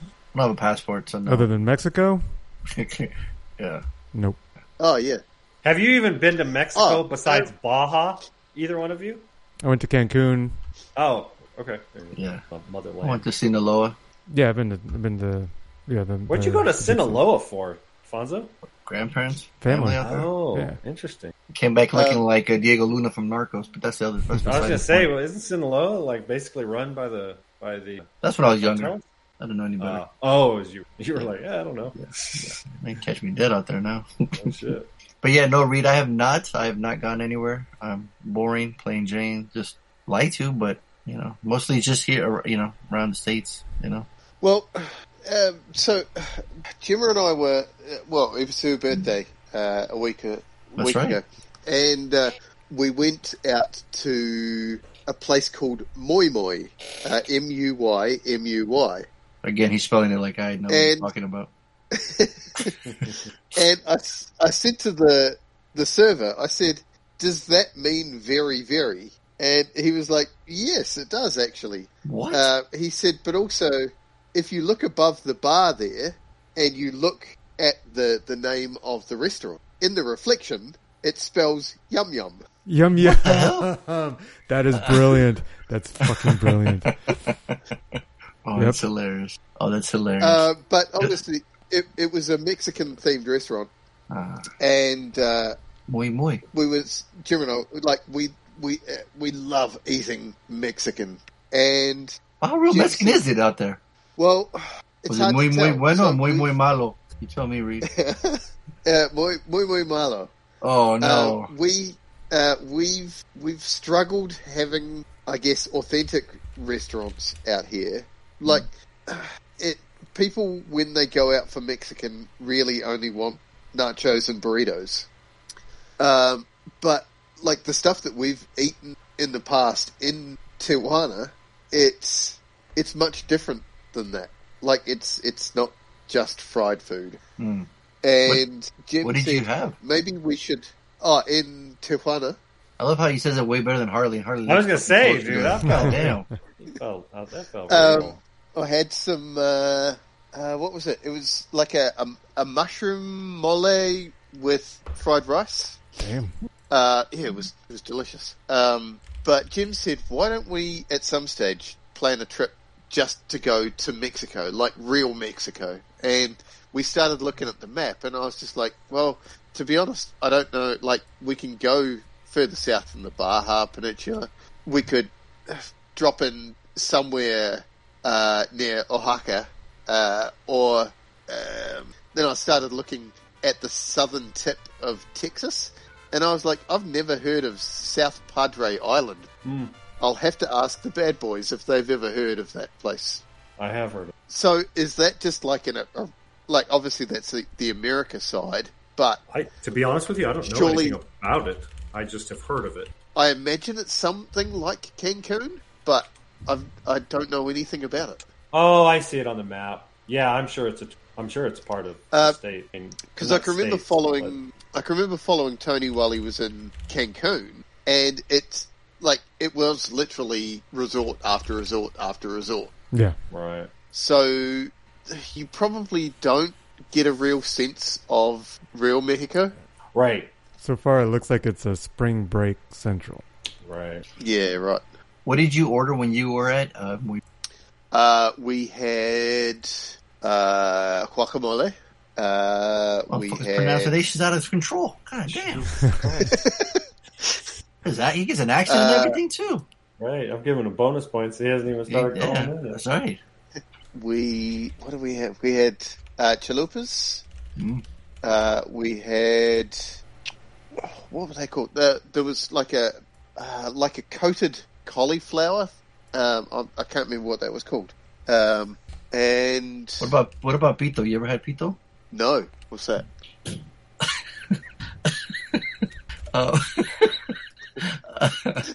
F: I don't have a passport, so no.
E: Other than Mexico,
F: yeah.
E: nope.
D: Oh yeah,
G: Have you even been to Mexico
D: Oh,
G: besides Baja? Either one of you?
E: I went to Cancun.
G: Oh, okay.
F: Yeah. I
G: Oh,
F: went
G: Motherland.
F: to Sinaloa,
E: Yeah, I've been to I've been to yeah. The,
G: Where'd you
E: the-
G: go to Sinaloa for, Fonzo?
F: grandparents,
E: Family.
F: out there.
G: Oh,
E: Yeah.
G: interesting.
F: Came back looking
D: Uh,
F: like uh, Diego Luna from Narcos, but that's the other. That's
G: I was
F: beside
G: gonna
F: the
G: say,
F: point.
G: well, isn't Sinaloa like basically run by the by the?
F: that's when I was younger.
G: cartels?
F: I didn't know any better.
G: Uh, oh, is you you were like, yeah, I don't know.
F: They catch me dead out there now.
G: Oh, shit.
F: But yeah, no, Reed, I have not. I have not gone anywhere. I'm boring, plain Jane, just lie to, but you know, mostly just here, you know, around the states, you know.
D: Well, um, so Jimmer and I were uh, well. It was her birthday uh, a week a
F: That's
D: week
F: right.
D: ago, and uh, we went out to a place called Moi Moi, uh, M U Y M U Y,
F: Again, he's spelling it like I know what he's
D: And-
F: talking about.
D: and I, s- I said to the the server, I said, "Does that mean very very?" And he was like, "Yes, it does actually."
F: What?
D: Uh, he said, but also, if you look above the bar there and you look at the, the name of the restaurant, in the reflection, it spells Yum Yum.
E: Yum yum. that is brilliant. That's fucking brilliant.
F: oh,
E: yep.
F: that's hilarious. Oh, that's hilarious.
D: Uh, but honestly, it, it was a Mexican themed restaurant,
F: ah,
D: and uh,
F: muy muy.
D: we was Jim and I, like we we uh, we love eating Mexican, and
F: How real
D: Yes.
F: Mexican is it out there?
D: well, it's
F: Was it
D: hard
F: muy
D: to
F: muy
D: tell.
F: bueno or
D: So
F: muy
D: we-
F: muy malo? You tell me, Reed.
D: uh, muy muy muy malo.
F: Oh
D: Uh,
F: no.
D: we uh, we've we've struggled having, I guess, authentic restaurants out here.
F: Mm.
D: Like it, people when they go out for Mexican really only want nachos and burritos. Um, but like the stuff that we've eaten in the past in Tijuana, it's it's much different than that. Like it's it's not just fried food.
F: Hmm.
D: And Jim
F: What did
D: said,
F: you have?
D: Maybe we should. Oh, in Tijuana.
F: I love how he says it way better than Harley. Harley.
G: I was gonna say,
F: looks
G: dude,
F: good.
G: that
F: God
G: felt,
F: damn.
G: that felt, uh, that felt
D: Um,
G: real.
D: I had some. Uh, uh, what was it? It was like a a, a mushroom mole with fried rice.
E: Damn.
D: Uh, yeah, it was it was delicious. Um, but Jim said, "Why don't we at some stage plan a trip just to go to Mexico, like real Mexico?" And we started looking at the map, and I was just like, "Well, to be honest, I don't know. Like, we can go further south in the Baja Peninsula. We could drop in somewhere uh, near Oaxaca, uh, or um, then I started looking at the southern tip of Texas, and I was like, I've never heard of South Padre Island. I'll have to ask the bad boys if they've ever heard of that place.
G: I have heard. Of it.
D: So is that just like an, a, like obviously that's the, the America side, but
G: I, to be honest with you, I don't know
D: Surely-
G: anything about it. I just have heard of it.
D: I imagine it's something like Cancun, but I've, I don't know anything about it.
G: Oh, I see it on the map. Yeah, I'm sure it's a. I'm sure it's part of the
D: Uh,
G: state. Because
D: because I can remember following I can remember following Tony while he was in Cancun, and it's like it was literally resort after resort after resort.
E: Yeah.
G: right.
D: So you probably don't get a real sense of real Mexico.
G: Right.
E: So far, it looks like it's a spring break central.
G: Right.
D: Yeah, right.
F: What did you order when you were at uh, muy
D: Uh, we had uh, guacamole. Uh,
F: Well,
D: we
F: Oh, fuck, his
D: had
F: pronunciation's out of his control. God damn. Is that he gets an accent and
D: Uh,
F: everything too?
G: Right. I'm giving him bonus points. He hasn't even started
F: yeah,
G: calling in.
F: that's right.
D: we what did we have? We had uh, chalupas.
F: Mm.
D: Uh, we had what were they called? The, there was like a uh, like a coated cauliflower. Um, I, I can't remember what that was called. Um, and
F: What about what about pito? You ever had pito?
D: no, what's that?
F: Mm. Uh,
D: Oh.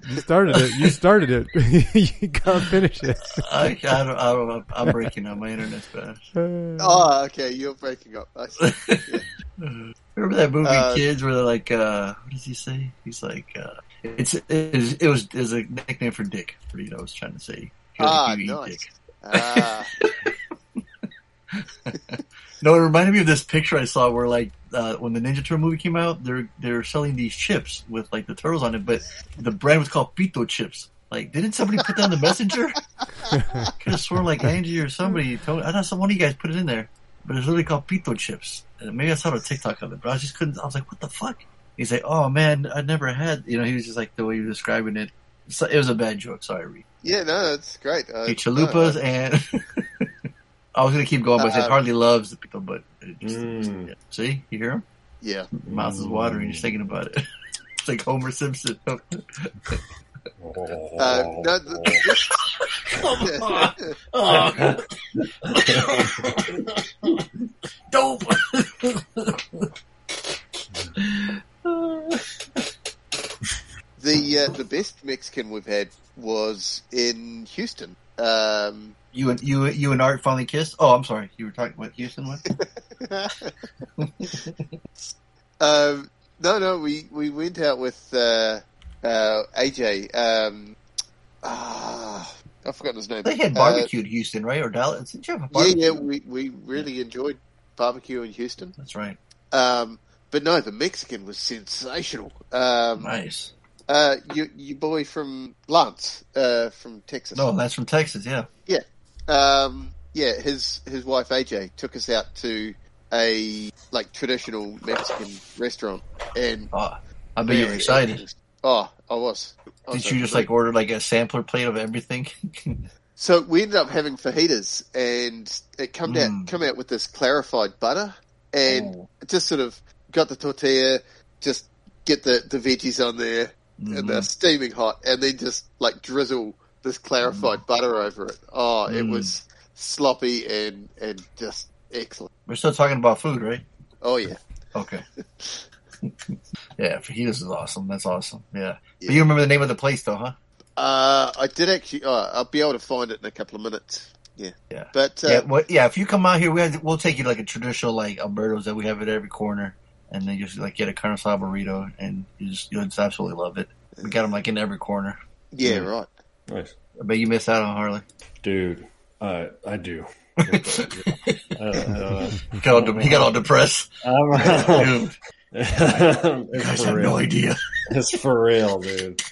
E: You started it. You started it. you can't finish it.
F: I, I don't, I don't, I'm breaking up. My internet's bad.
D: Oh, okay, you're breaking up. I see.
F: Remember that movie
D: Uh,
F: Kids where they're like, uh, what does he say? He's like, uh, it's it, is- it was it was a nickname for Dick. For you know, I was trying to say. He was
D: Ah,
F: like, "You eat
D: nice. Ah,
F: No, it reminded me of this picture I saw where like uh, when the Ninja Turtle movie came out, they're they're selling these chips with like the turtles on it, but the brand was called Pito Chips. Like, didn't somebody put that in the messenger? Could have sworn like Angie or somebody told. I thought some one of you guys put it in there, but it's literally called Pito Chips. And maybe I saw it on TikTok of it, but I just couldn't. I was like, what the fuck? He's like, oh man, I never had. You know, he was just like the way you were describing it. So it was a bad joke. Sorry, Reed.
D: yeah, no, that's great. Uh,
F: Hey, chalupas
D: no,
F: and I was gonna keep going, but I said
D: Uh, Hmm.
F: hardly loves the people. But it just,
G: Mm.
F: yeah. see, you hear him?
D: yeah,
F: Your mouth is watering
D: Hmm.
F: just thinking about it. it's like Homer Simpson. Oh,
D: uh, no, th-
F: Dope.
D: the uh, the best Mexican we've had was in Houston. Um,
F: you and you you and Art finally kissed. Oh, I'm sorry. You were talking about Houston one.
D: um, no, no, we, we went out with uh, uh, AJ. Um, ah, I've forgotten his name.
F: They had barbecued Houston, right? Or Dallas? Did you have a
D: Uh, yeah,
F: barbecue?
D: yeah, we, we really enjoyed barbecue in Houston.
F: That's right.
D: Um, but no, the Mexican was sensational. Um,
F: Nice.
D: uh, you, you boy from Lance, uh, from Texas.
F: No, that's from Texas. Yeah.
D: Um, yeah, his his wife AJ took us out to a like traditional Mexican restaurant, and
F: Oh, I bet you were excited.
D: Oh, I was. I was
F: Did you just like order like a sampler plate of everything?
D: So we ended up having fajitas, and it come
F: Mm.
D: out come out with this clarified butter, and
F: Oh.
D: just sort of got the tortilla, just get the the veggies on there,
F: Mm-hmm.
D: and they're steaming hot, and then just like drizzle this clarified butter over it. Oh, it
F: Mm-hmm. Mm.
D: was sloppy and and just excellent.
F: We're still talking about food, right?
D: Oh yeah,
F: Okay. yeah, fajitas is awesome. That's awesome. Yeah.
D: Yeah.
F: But you remember the name of the place, though, huh?
D: uh, I did actually. Uh, I'll be able to find it in a couple of minutes. Yeah,
F: Yeah.
D: but uh,
F: yeah. What, yeah. If you come out here, we had, we'll take you to, like a traditional like Alberto's that we have at every corner, and then just like get a carne asada burrito, and you just you'll just absolutely love it. We got them like in every corner.
D: yeah, right.
G: Nice.
F: I bet you miss out on Harley.
G: Dude, uh, I do. Uh,
F: He got all, de- he got all depressed.
G: uh,
F: Dude,
G: I'm-
F: you guys
G: it's,
F: have
G: for
F: no
G: real.
F: idea.
G: it's for real, dude.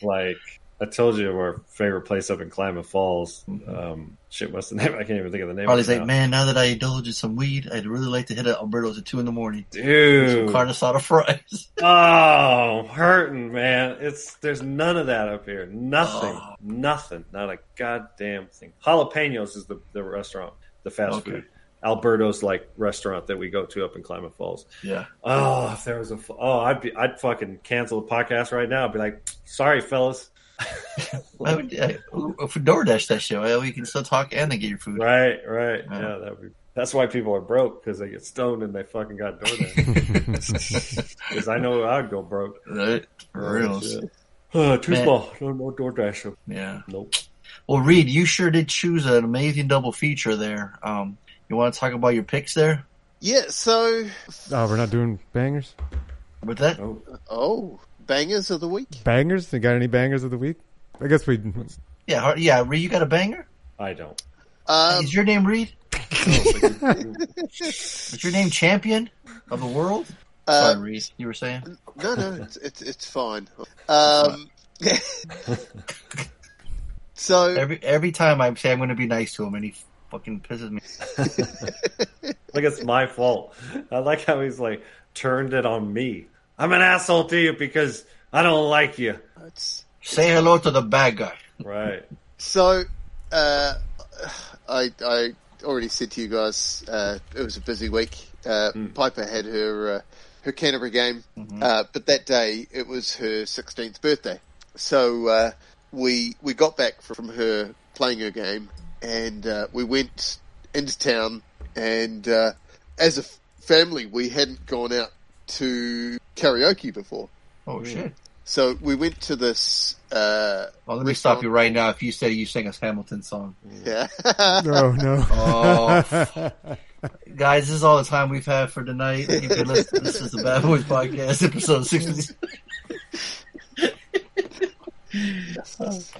G: Like, I told you our favorite place up in Klamath Falls. Um, shit, what's the name? I can't even think of the name.
F: Harley's
G: right
F: like,
G: now.
F: man, now that I indulge in some weed, I'd really like to hit at Alberto's at two in the morning. Some
G: dude.
F: carne asada fries.
G: Oh, I'm hurting, man. It's there's none of that up here. Nothing.
F: Oh.
G: Nothing. Not a goddamn thing. Jalapenos is the, the restaurant, the fast
F: Okay.
G: food. Alberto's like restaurant that we go to up in Klamath Falls.
F: yeah.
G: Oh, if there was a f- oh, I'd be I'd fucking cancel the podcast right now. I'd be like, sorry, fellas.
F: I would, I, if we DoorDash that shit, well, you can still talk and then get your food.
G: Right, right.
F: Yeah.
G: Yeah, that would be. That's why people are broke because they get stoned and they fucking got DoorDash. Because I know I'd go broke.
F: Right? For reals.
G: Shit. Uh, too
F: Man.
G: small. No, no DoorDash.
F: Yeah.
G: Nope.
F: Well, Reed, you sure did choose an amazing double feature there. Um, you want to talk about your picks there
D: Yeah, so
E: Oh, we're not doing bangers.
F: with that?
G: Oh,
D: oh, bangers of the week.
E: Bangers? You got any bangers of the week? I guess we.
F: Yeah, Har- yeah. Reed, you got a banger?
G: I don't.
D: Um,
F: Is your name Reed?
G: No,
F: Is your name Champion of the World?
D: uh,
F: Sorry, Reed. You were saying?
D: no, no, it's it's, it's fine. Um, so
F: Every every time I say I'm going to be nice to him, and he fucking pisses me.
G: like it's my fault. I like how he's like turned it on me. I'm an asshole to you because I don't like you.
D: it's-
F: Say hello to the bad guy.
G: Right.
D: so uh, I I already said to you guys uh, it was a busy week. Uh, Piper had her uh, her Canterbury game, uh, but that day it was her 16th birthday. So uh, we we got back from her playing her game, and uh, we went into town. And uh, as a f- family, we hadn't gone out to karaoke before.
F: Oh shit!
D: So we went to this. Uh,
F: Well, let me stop you right now. If you said you sang a Hamilton song,
D: yeah.
E: No, no.
F: Oh. guys, this is all the time we've had for tonight. You can listen. this is the Bad Boys Podcast, episode sixty.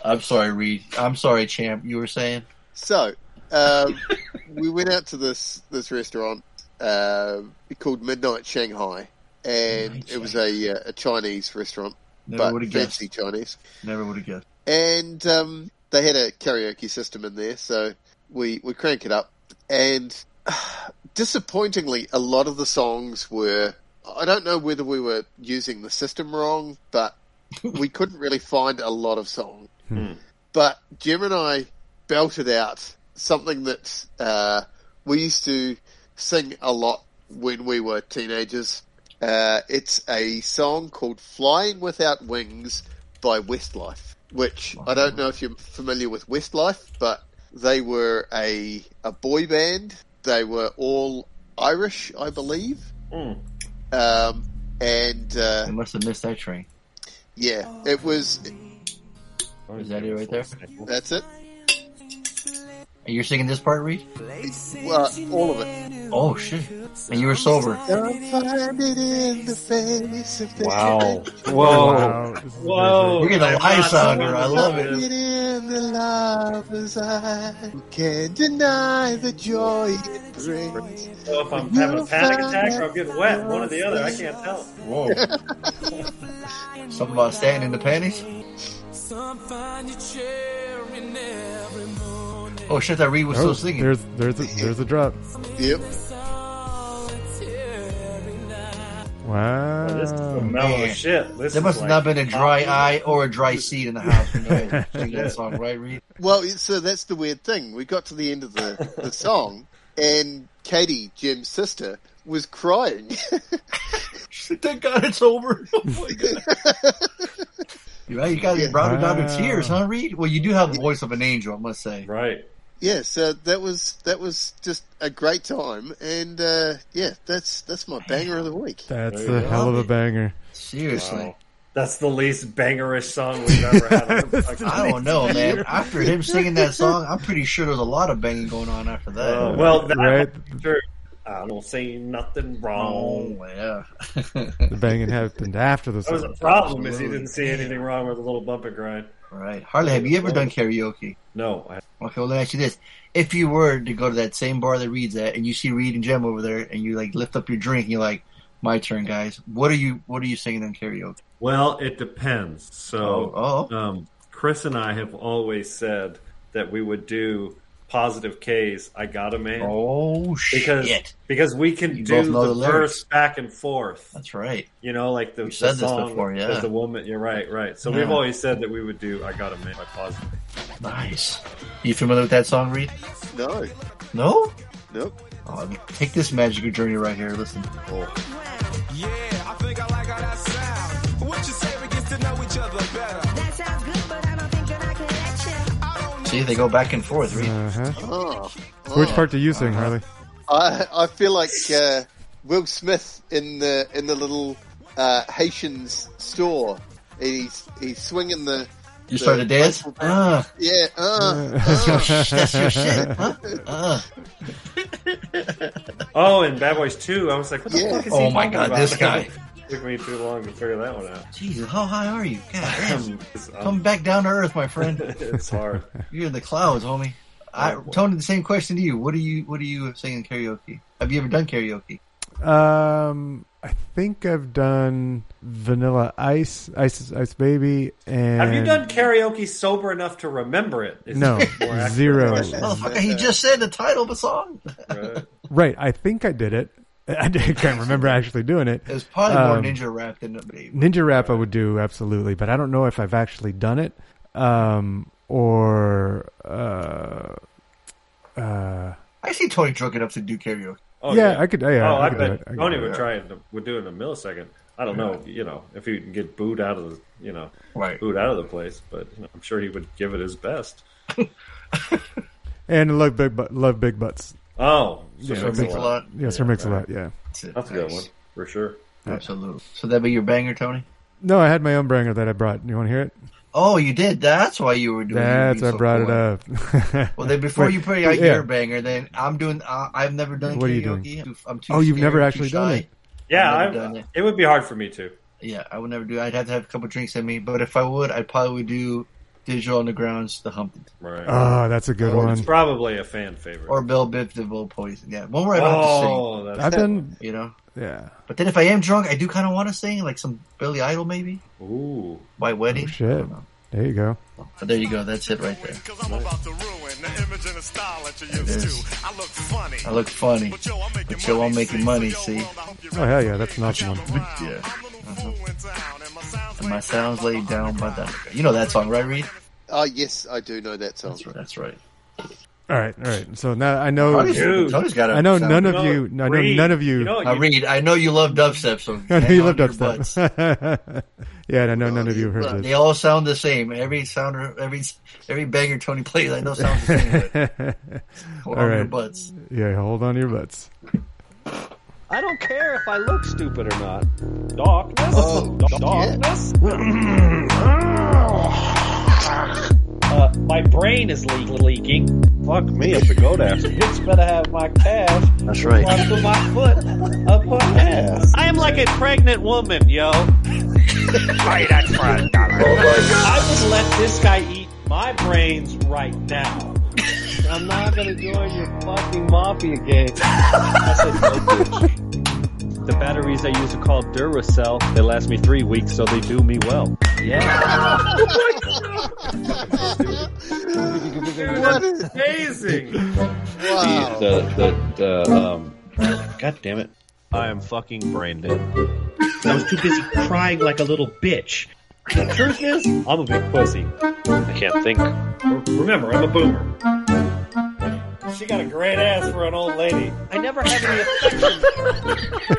F: I'm sorry, Reed. I'm sorry, champ. You were saying
D: So, um, we went out to this this restaurant uh, called Midnight Shanghai, and
F: Midnight
D: it was a uh, a Chinese restaurant,
F: never would
D: but
F: have guessed.
D: fancy Chinese.
F: Never would have guessed.
D: And um, they had a karaoke system in there, so we we crank it up, and disappointingly, a lot of the songs were. I don't know whether we were using the system wrong, but we couldn't really find a lot of songs.
E: Hmm.
D: But Jim and I belted out something that uh, we used to sing a lot when we were teenagers. Uh, it's a song called "Flying Without Wings" by Westlife, which I don't know if you're familiar with Westlife, but they were a a boy band. They were all Irish, I believe,
G: Mm.
D: um, and uh,
F: I must have missed that train.
D: yeah, it was.
F: Is that it right there?
D: That's it.
F: And you're singing this part, Reed?
D: Well, all of it.
F: Oh shit! And you were sober.
D: Don't find it in the face of the
G: Wow. Whoa.
E: Wow, this is
G: Whoa.
F: We're getting a live sounder. I love
D: Find
F: it.
D: it in the lover's eye. You Can't deny the joy it brings.
G: So if I'm having a panic attack or I'm getting wet, one or the other, I can't tell.
F: Whoa! Something about standing in the panties. Oh shit! That Reed was
E: Oh,
F: still singing.
E: there's there's a, there's a drop.
D: Yep.
E: Wow.
G: This is some mellow
F: man.
G: shit. This
F: There
G: is
F: must
G: like,
F: have not been a dry eye or a dry seed in the house when they were singing that song, right, Reed?
D: Well, it- so that's the weird thing. We got to the end of the, the song, and Katie, Jim's sister, was crying.
F: Thank God it's over. Oh my God. You're right, you got you brought her down to
E: Wow.
F: tears, huh, Reed? Well, you do have the voice of an angel, I must say.
G: Right.
D: yeah, so that was that was just a great time, and uh, yeah, that's that's my banger of the week.
E: That's
G: There you
E: a
G: go.
E: hell of a banger.
F: Seriously.
G: Wow. That's the least bangerish song we've ever had.
F: I don't know, man. After him singing that song, I'm pretty sure there's a lot of banging going on after that.
G: Uh, well, that
E: Right.
G: sure, I don't see nothing
F: oh,
G: wrong.
F: yeah.
E: The banging happened after the
G: That was the
E: song.
G: problem is he didn't see anything wrong with a little bump and grind.
F: right. Harley, have you ever done karaoke?
G: No, I,
F: Okay, well, let me ask you this. If you were to go to that same bar that Reed's at and you see Reed and Jem over there and you like lift up your drink and you're like, my turn, guys. What are you, what are you singing on karaoke?
G: Well, it depends. So,
F: Oh, oh.
G: um, Chris and I have always said that we would do positive K's. I got a man
F: Oh,
G: because
F: shit.
G: because we can
F: You both
G: do
F: know
G: the,
F: the lyrics.
G: verse back and forth.
F: That's right.
G: You know, like the, the
F: said this
G: song
F: before, yeah.
G: there's the woman. You're right, right. So we've
F: Yeah.
G: always said that we would do "I Got a Man" by positive.
F: Nice. You familiar with that song, Reed?
D: No,
F: No?
D: nope.
F: Oh, take this magical journey right here. Listen.
I: Yeah, I think I like how that sound. What you say, we get to know each other better.
J: That sounds good, but I don't think that I can let you.
F: See, they go back and forth, Reed.
E: Uh-huh.
D: Oh,
E: Which
D: oh.
E: part do you sing, Harley?
D: I I feel like uh, Will Smith in the in the little uh, Haitian's store. And he's he's swinging the
F: You started to dance? Ah,
D: yeah. Uh, uh.
F: that's your shit, huh? Ah.
G: Oh, and Bad Boys Two. I was like, what the
D: Yeah.
G: fuck is he
F: Oh my
G: talking
F: god,
G: about?
F: this guy.
G: Took me too long to figure that one out. Um,
F: Jesus, how high are you? God damn.
G: It's-
F: Come back down to earth, my friend.
G: it's hard.
F: You're in the clouds, homie. I, Tony, the same question to you. What do you What do you sing in karaoke? Have you ever done karaoke?
E: Um, I think I've done Vanilla Ice, Ice Ice Baby, and
G: Have you done karaoke sober enough to remember it? Is
E: No,
G: the more accurate
E: zero.
G: question.
F: Motherfucker, he just said the title of a song.
G: Right.
E: Right, I think I did it. I did- can't remember actually doing it.
F: It was probably more
E: Um,
F: ninja rap than the
E: Ninja rap I would do absolutely, but I don't know if I've actually done it. Um, or uh, uh,
F: I see Tony drunk enough to do karaoke.
G: Oh,
E: Yeah, I could- yeah,
G: oh,
E: I
G: I,
E: could do
G: bet
E: it. I could
G: Tony
E: do
G: would
E: it.
G: try it. in- Would do it in a millisecond. I don't know. You know, if he can get booed out of the, you know,
F: right.
G: booed out of the place, but you know, I'm sure he would give it his best.
E: And love big, bu- love big butts.
G: Oh, so
E: Yeah,
G: Sir
E: Mix-a-Lot. Yeah, Sir Mix a Lot. Yeah.
G: That's a good one for sure.
F: Absolutely. So that be your banger, Tony?
E: No, I had my own branger that I brought. You want to hear it?
F: Oh, you did. That's why you were doing.
E: That's
F: you
E: I
F: so
E: brought
F: cool.
E: it up.
F: Well, then before
E: Wait,
F: you put out
E: yeah.
F: your banger, then I'm doing. Uh, I've never done
E: What are you
F: karaoke.
E: doing?
F: I'm too- I'm too
E: Oh, you've
F: scared,
E: never
F: too
E: actually done
F: shy.
E: it.
G: Yeah,
F: I've
G: I've
F: never done it.
G: it would be hard for me too.
F: Yeah, I would never do. I'd have to have a couple drinks in me, but if I would, I probably would do Digital Underground's The Humpty
G: Right.
E: Oh, that's a good
G: Or It's
E: one.
G: probably a fan favorite.
F: or Bill Biv DeVoe Poison. Yeah, one where I don't
G: Oh,
F: have to
G: that's-
F: sing.
E: I've been-
F: you know.
E: Yeah.
F: But then if I am drunk, I do kind of want to sing like some Billy Idol, maybe
G: Ooh,
F: White Wedding.
E: Oh, shit. There you go.
F: But there you go. That's it right there.
K: Cause I'm about to ruin the image and the style that you used to. I look funny.
F: I look funny,
K: But yo, I'm making
F: but yo, I'm making money. See,
E: Oh hell yeah, that's an awesome one.
F: yeah. Mhm. And my sounds laid down by that. You know that song, right, Reed?
D: Oh, yes, I do know that song. That's
F: right. That's right.
E: All right, all right. So now I know.
F: Tony's- Dude. Tony's got a
E: I know
F: sound-
E: none of
F: You know,
E: you. I know
F: Reed,
E: none of you.
F: I Reed, I know you love dubstep, so
E: I know
F: hang
E: you
F: on
E: love
F: to your butts.
E: dubstep. yeah, and I know none of you have heard
F: They
E: this.
F: all sound the same. Every sounder, every every banger Tony plays, I know sounds the same. But hold on
E: All
F: to your
E: right.
F: butts.
E: Yeah, hold on to your butts.
A: I don't care if I look stupid or not. Darkness. da- darkness. uh, my brain is le- leaking. Fuck me if it go down. It's better have my cash.
C: That's right.
A: Under my foot. Up my ass. I am like a pregnant woman, yo. Buy that for a dollar. I would let this guy eat my brains right now. I'm not gonna join your fucking mafia gang. I said, no, bitch. The batteries I used to call Duracell, they last me three weeks, so they do me well. Yeah.
G: that's amazing.
D: Wow.
A: The, the, the, um, God damn it. I am fucking brain dead. I was too busy crying like a little bitch. The truth is, I'm a big pussy. I can't think.
G: Remember, I'm a boomer. She got a great ass for an old lady.
A: I never have any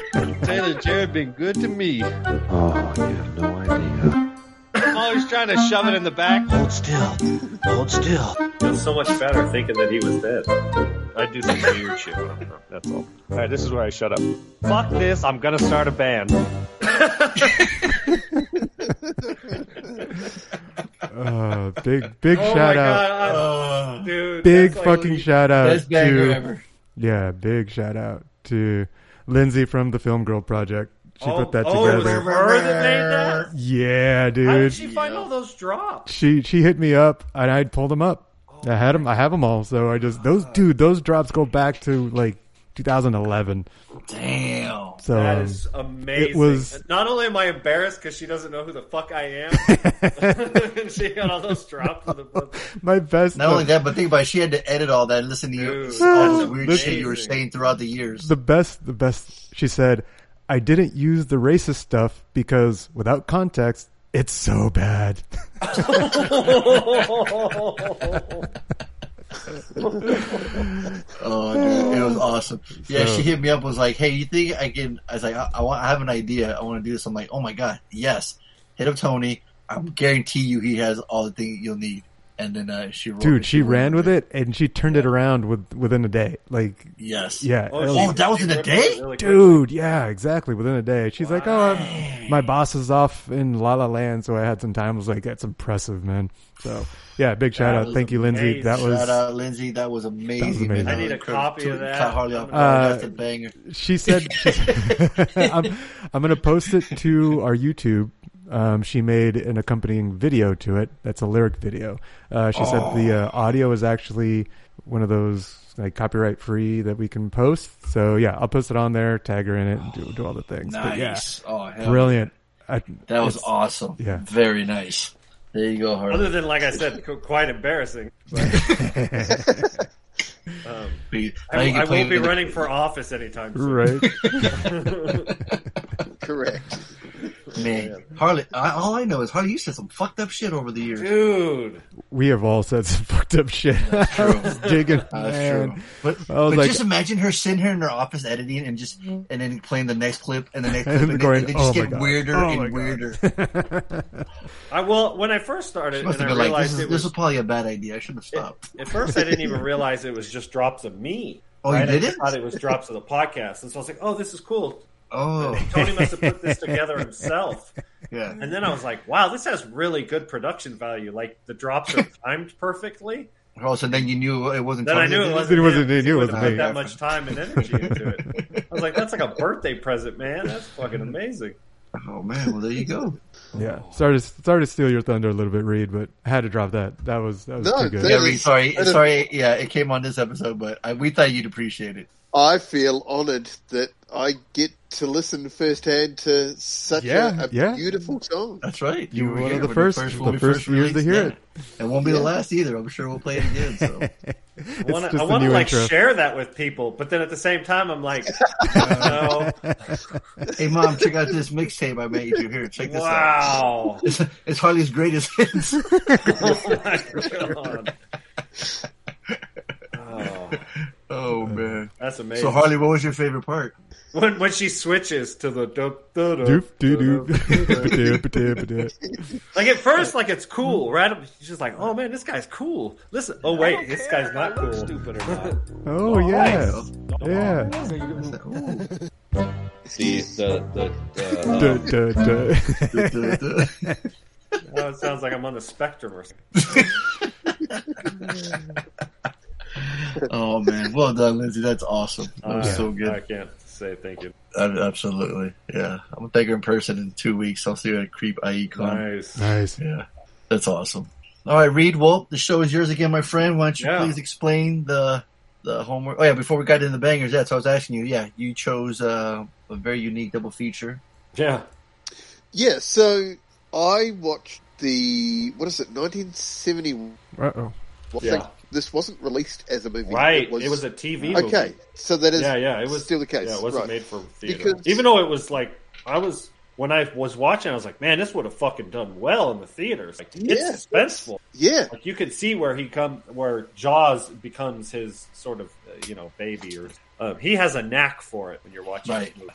A: affection. Taylor Jared been good to me.
C: Oh, you have no idea.
A: I'm always trying to shove it in the back.
C: Hold still. Hold still.
G: Feels so much better thinking that he was dead. I do some weird shit when I'm drunk. That's all. All right, this is where I shut up. Fuck this. I'm gonna start a band.
E: Uh, big big
G: oh my
E: shout out.
G: god, I- Uh, dude!
E: Big
G: that's like-
E: fucking shout out
F: Uh, Best banger
E: to
F: ever.
E: yeah, big shout out to Lindsay from the Film Girl Project. She
G: oh,
E: put that
G: oh, it was
E: together.
G: her that made that.
E: Yeah, dude.
G: How did she find all those drops?
E: she she hit me up and I pulled them up.
F: Oh,
E: I had them. I have them all. So I just those dude. Those drops go back to like 2011.
F: Damn.
E: So
G: That
E: um,
G: is amazing.
E: it was-
G: Not only am I embarrassed because she doesn't know who the fuck I am, she got all those drops of the book.
E: my best.
F: Not only that, but think about it, she had to edit all that and listen to you
G: Dude,
F: all the
G: that's
F: weird
G: amazing.
F: shit you were saying throughout the years.
E: the best. The best. She said, "I didn't use the racist stuff because without context, it's so bad."
F: Oh, dude, it was awesome. Yeah,
E: So-
F: she hit me up was like, "Hey, you think I can?" I was like, "I, I, want, I have an idea. I want to do this." I'm like, "Oh my god, yes!" Hit up Tony. I guarantee you, he has all the things you'll need. And then uh, she, wrote
E: Dude, she ran with it and she turned it around with within a day. Like,
F: Yes.
E: yeah, it was-
F: Oh, that was in a day?
E: dude, yeah, exactly. Within a day, she's like, "Oh, I'm, my boss is off in La La Land, so I had some time." I was like, "That's impressive, man." So, yeah, big shout out.
F: was
E: Thank you, Lindsay.
G: amazing.
E: That was.
F: Shout out, Lindsay. That was amazing.
E: amazing.
F: man.
E: I
G: need a
F: Cur-
G: copy
F: to-
G: of that.
F: Cut Harley off.
E: Uh,
F: That's a banger.
E: She said, she said- "I'm, I'm going to post it to our YouTube." Um, she made an accompanying video to it. That's a lyric video. Uh, she said the uh, audio is actually one of those like copyright free that we can post. So yeah, I'll post it on there, tag her in it, and do, do all the things. But, yeah,
F: Nice. Oh, hell.
E: brilliant. I,
F: That was
E: it's-
F: awesome.
E: yeah.
F: Very nice. There you go, Harley.
G: Other than, like I said, qu- quite embarrassing.
F: Be- now
G: I,
F: you can
G: I
F: play
G: won't
F: it
G: be
F: in the-
G: running for office anytime soon.
E: Right.
D: Correct.
F: Man, Harley. I, all I know is Harley. You said some fucked up shit over the years.
G: Dude,
E: we have all said some fucked up shit. I was digging, man.
F: But,
E: I was
F: but
E: like,
F: just imagine her sitting here in her office editing and just and then playing the next clip and the next
E: And
F: clip and, then-
E: going,
F: and they
E: "Oh
F: just
E: my
F: get
E: God.
F: weirder
E: Oh my
F: and
E: God."
F: weirder.
G: I well, when I first started,
F: She must
G: and I
F: have been like,
G: realized
F: this, is,
G: it
F: this
G: was
F: was probably a bad idea. I should have stopped.
G: At first, I didn't even realize it was just drops of me.
F: Oh, you
G: I just
F: didn't?
G: thought it was drops of the podcast, and so I was like, "Oh, this is cool."
F: Oh.
G: Tony must have put this together himself.
F: Yeah.
G: And then I was like, "Wow, this has really good production value. Like the drops are timed perfectly."
F: Oh, so then you knew it wasn't.
G: Then I
F: Tony
G: knew
F: that
G: it
F: did
G: wasn't.
E: It wasn't-
G: him,
E: they
G: 'cause
E: knew it
G: wouldn't
E: wasn't
G: have
E: me.
G: That much time and energy into it. I was like, "That's like a birthday present, man. That's fucking amazing."
F: Oh man, well there you go.
E: yeah, sorry to sorry to steal your thunder a little bit, Reed, but I had to drop that. That was that was
D: No,
E: too good.
D: that
F: Yeah, we- sorry,
D: That is-
F: sorry. Yeah, it came on this episode, but I, we thought you'd appreciate it.
D: I feel honored that I get to listen firsthand to such
E: Yeah,
D: a, a
E: yeah.
D: beautiful song.
F: That's right.
E: You were one
F: here
E: of the
F: when
E: first-
F: when
E: the
F: we
E: first ears to
F: released
E: hear
F: that. It won't be the last either. I'm sure we'll play it again. So.
E: It's
G: Wanna,
E: just
G: I
E: a
G: want to
E: new
G: like
E: intro.
G: share that with people, but then at the same time, I'm like, "No,
F: hey, mom, check out this mixtape I made you do. Here, check this out.
G: wow,
F: It's, it's Harley's greatest hits.
G: oh my god, oh,
F: oh man.
G: that's amazing."
F: So Harley, what was your favorite part?
G: When when she switches to the dope dope,
E: Doop
G: dope,
E: doo doop.
G: dope, dope.
E: Ba-doop, ba-doop, ba-doop.
G: like at first like it's cool, right? I'm she's just like, oh man, this guy's cool. Listen, oh wait, this guy's not cool. Stupid or not?
E: Oh yeah, yeah.
L: The the the, the
E: Duh,
L: uh,
E: duh, duh.
G: oh, it sounds like I'm on the spectrum or something.
F: oh man, well done, Lindsay. That's awesome. That was
G: Uh,
F: so good.
G: I can't say thank you.
F: Ab- Absolutely. Yeah. I'm gonna thank her in person in two weeks. I'll see you at Creep E IECon.
G: Nice.
E: Nice.
F: Yeah. That's awesome. All right, Reed. Well, the show is yours again, my friend. Why don't you
G: Yeah.
F: please explain the the homework? Oh yeah, before we got into the bangers, yeah. So I was asking you. Yeah, you chose uh, a very unique double feature.
G: Yeah.
D: Yeah, so I watched the what is it, 1970?
E: Uh oh.
D: What
G: Yeah.
D: thing? This wasn't released as a movie.
G: Right. It was, a TV movie.
D: Okay, so that is
G: yeah, yeah, it was
D: still the case.
G: Yeah, it wasn't
D: right.
G: made for theater.
D: Because-
G: Even though it was like I was when I was watching, I was like, man, this would have fucking done well in the theaters. Like
D: Yeah.
G: it's suspenseful.
D: Yeah,
G: Like you can see where he come where Jaws becomes his sort of uh, you know baby or um, he has a knack for it when you're watching
F: Right.
G: this movie.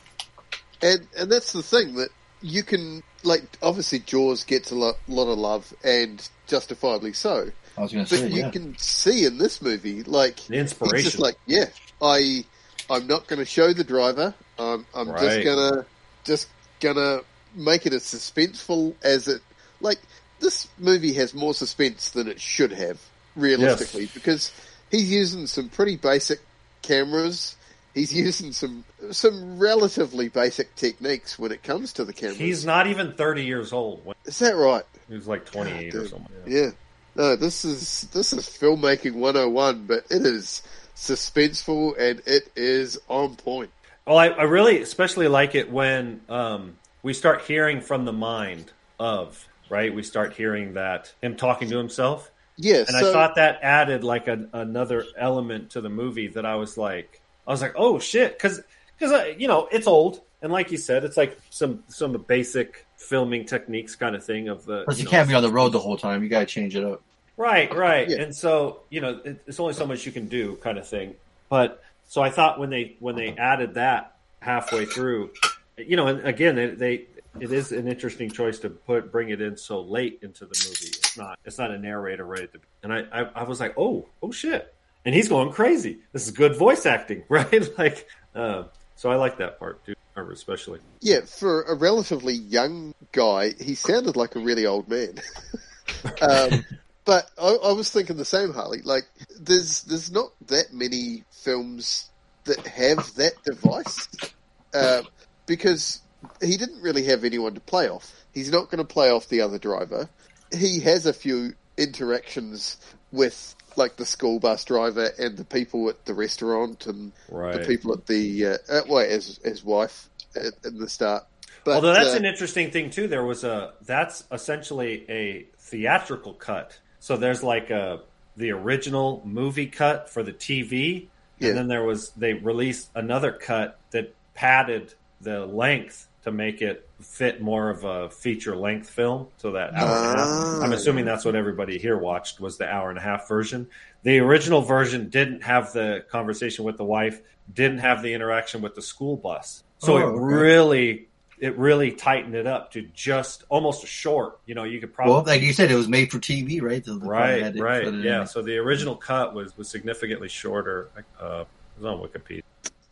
D: and and that's the thing that you can like. Obviously, Jaws gets a lot, lot of love, and justifiably so.
F: I was gonna
D: But
F: say.
D: you
F: Yeah.
D: can see in this movie, like
G: The
D: it's
G: inspiration.
D: just like, yeah, I, I'm not going to show the driver. I'm, I'm just
G: Right.
D: gonna, just gonna make it as suspenseful as it. Like this movie has more suspense than it should have, realistically, because he's using some pretty basic cameras. He's using some some relatively basic techniques when it comes to the cameras.
G: He's not even 30 years old. When
D: Is that right?
G: he was like 28
D: God,
G: or
D: dude.
G: something.
D: Yeah. No, this is this is filmmaking 101, but it is suspenseful and it is on point.
G: Well, I, I really especially like it when um, we start hearing from the mind of right. We start hearing that him talking to himself,
D: Yeah,
G: and
D: so
G: I thought that added like an, another element to the movie that I was like, I was like, oh shit, because because you know it's old, and like you said, it's like some some basic filming techniques kind of thing of the
F: Plus,
G: you
F: you
G: know,
F: can't be on the road the whole time. You gotta change it up.
G: Right, right.
D: Yeah.
G: And so, you know, it, it's only so much you can do kind of thing. But so I thought when they when they added that halfway through, you know, and again, they, they it is an interesting choice to put bring it in so late into the movie. It's not it's not a narrator right at the and I I, I was like, "Oh, oh shit." And he's going crazy. This is good voice acting, right? like um so I like that part too, I remember especially.
D: yeah, for a relatively young guy, he sounded like a really old man. um, but I, I was thinking the same, Harley. Like, there's there's not that many films that have that device uh, because he didn't really have anyone to play off. He's not going to play off the other driver. He has a few interactions with like the school bus driver and the people at the restaurant and the
G: Right.
D: people at the uh, uh, well, his his wife at, in the start. But,
G: Although that's
D: uh,
G: an interesting thing too. There was a that's essentially a theatrical cut. So there's like a the original movie cut for the TV,
D: Yeah.
G: and then there was they released another cut that padded the length to make it fit more of a feature length film. So that hour and a
D: Ah.
G: half. I'm assuming that's what everybody here watched was the hour and a half version. The original version didn't have the conversation with the wife, didn't have the interaction with the school bus. So
M: Oh,
G: it
M: okay.
G: really it really tightened it up to just almost a short. You know, you could probably
F: Well, like you said, it was made for TV, right? The- the-
G: right,
F: had it
G: right,
F: put it in
G: yeah.
F: there.
G: So the original cut was was significantly shorter. Uh, it was on Wikipedia.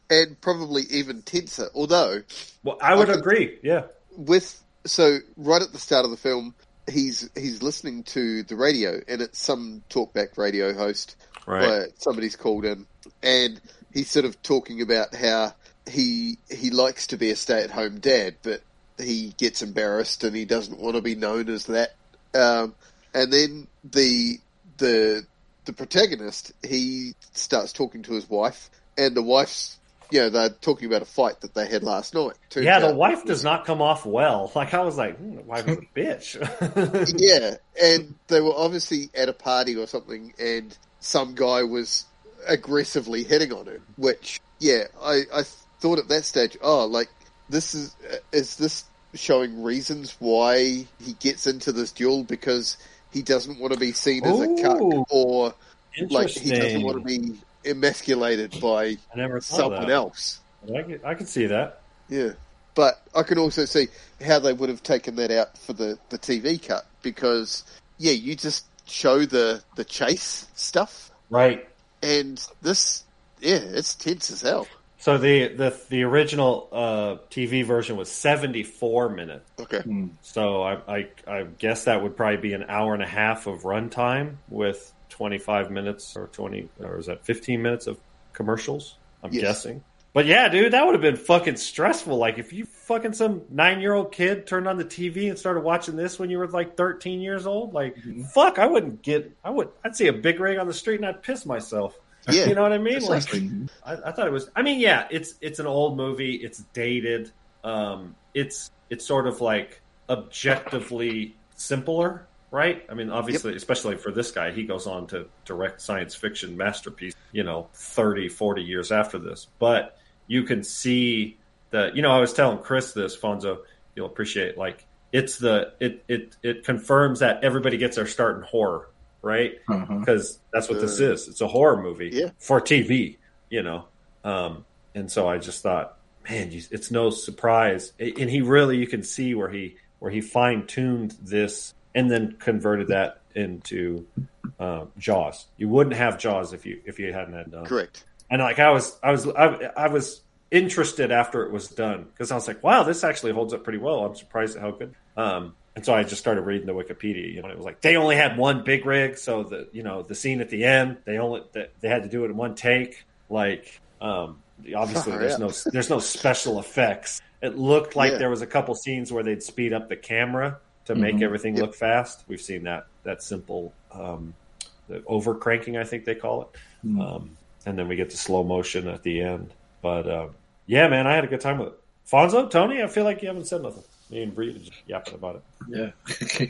D: and probably even tenser. Although,
G: well, I would
D: think
G: agree. Yeah,
D: with so right at the start of the film, he's he's listening to the radio, and it's some talkback radio host.
G: Right.
D: uh, somebody's called in, and he's sort of talking about how he he likes to be a stay at home dad, but he gets embarrassed and he doesn't want to be known as that. Um, and then the the the protagonist he starts talking to his wife, and the wife's you know they're talking about a fight that they had last night. Turns
G: yeah. The
D: out-
G: wife does not come off well. Like I was like, hmm, the wife is a bitch.
D: yeah, and they were obviously at a party or something, and some guy was aggressively hitting on her. Which, yeah, I, I thought at that stage, oh, like this is is this showing reasons why he gets into this duel because he doesn't want to be seen as a cuck or like he doesn't
G: Interesting.
D: want to be emasculated by
G: thought
D: someone
G: that.
D: else.
G: I could, I could see that.
D: Yeah, but I can also see how they would have taken that out for the, the TV cut because yeah, you just show the the chase stuff,
G: right?
D: And this, yeah, it's tense as hell.
G: So the the the original uh, TV version was seventy four minutes.
D: Okay.
G: So I, I I guess that would probably be an hour and a half of runtime with twenty five minutes or twenty or is that fifteen minutes of commercials? I'm
M: Yes.
G: guessing. But yeah, dude, that would have been fucking stressful. Like if you fucking some nine year old kid turned on the TV and started watching this when you were like thirteen years old, like
M: Mm-hmm.
G: fuck, I wouldn't get. I would. I'd see a big rig on the street and I'd piss myself.
M: Yeah.
G: you know what I mean? Like,
M: Precisely.
G: I, I thought it was. I mean, yeah, it's it's an old movie. It's dated. Um, it's it's sort of like objectively simpler, right? I mean, obviously, especially for this guy, he goes on to direct science fiction masterpiece. You know, 30, 40 years after this, but you can see that. You know, I was telling Chris this, Fonzo. You'll appreciate like it's the it it it confirms that everybody gets their start in horror, right?
D: Uh-huh.
G: Because that's what this
M: Uh,
G: is. It's a horror movie
M: Yeah.
G: for TV, you know. Um, and so I just thought, man, you, it's no surprise. A- And he really, you can see where he where he fine tuned this and then converted that into uh, Jaws. You wouldn't have Jaws if you if you hadn't had uh, done
D: correct.
G: And like I was, I was, I, I was interested after it was done because I was like, wow, this actually holds up pretty well. I'm surprised at how good. Um, and so I just started reading the Wikipedia. You know, and it was like they only had one big rig, so the you know the scene at the end they only they, they had to do it in one take. Like um, obviously
M: Far
G: there's
M: out.
G: no there's no special effects. It looked like
M: Yeah.
G: there was a couple scenes where they'd speed up the camera to make
F: Mm-hmm.
M: Mhm.
G: everything look fast. We've seen that that simple um, the over cranking, I think they call it.
F: Mm-hmm.
M: Mhm.
G: Um, and then we get the slow motion at the end. But um, yeah, man, I had a good time with it. Fonzo, Tony, I feel like you haven't said nothing. Me and Bree were just yapping about it.
F: Yeah.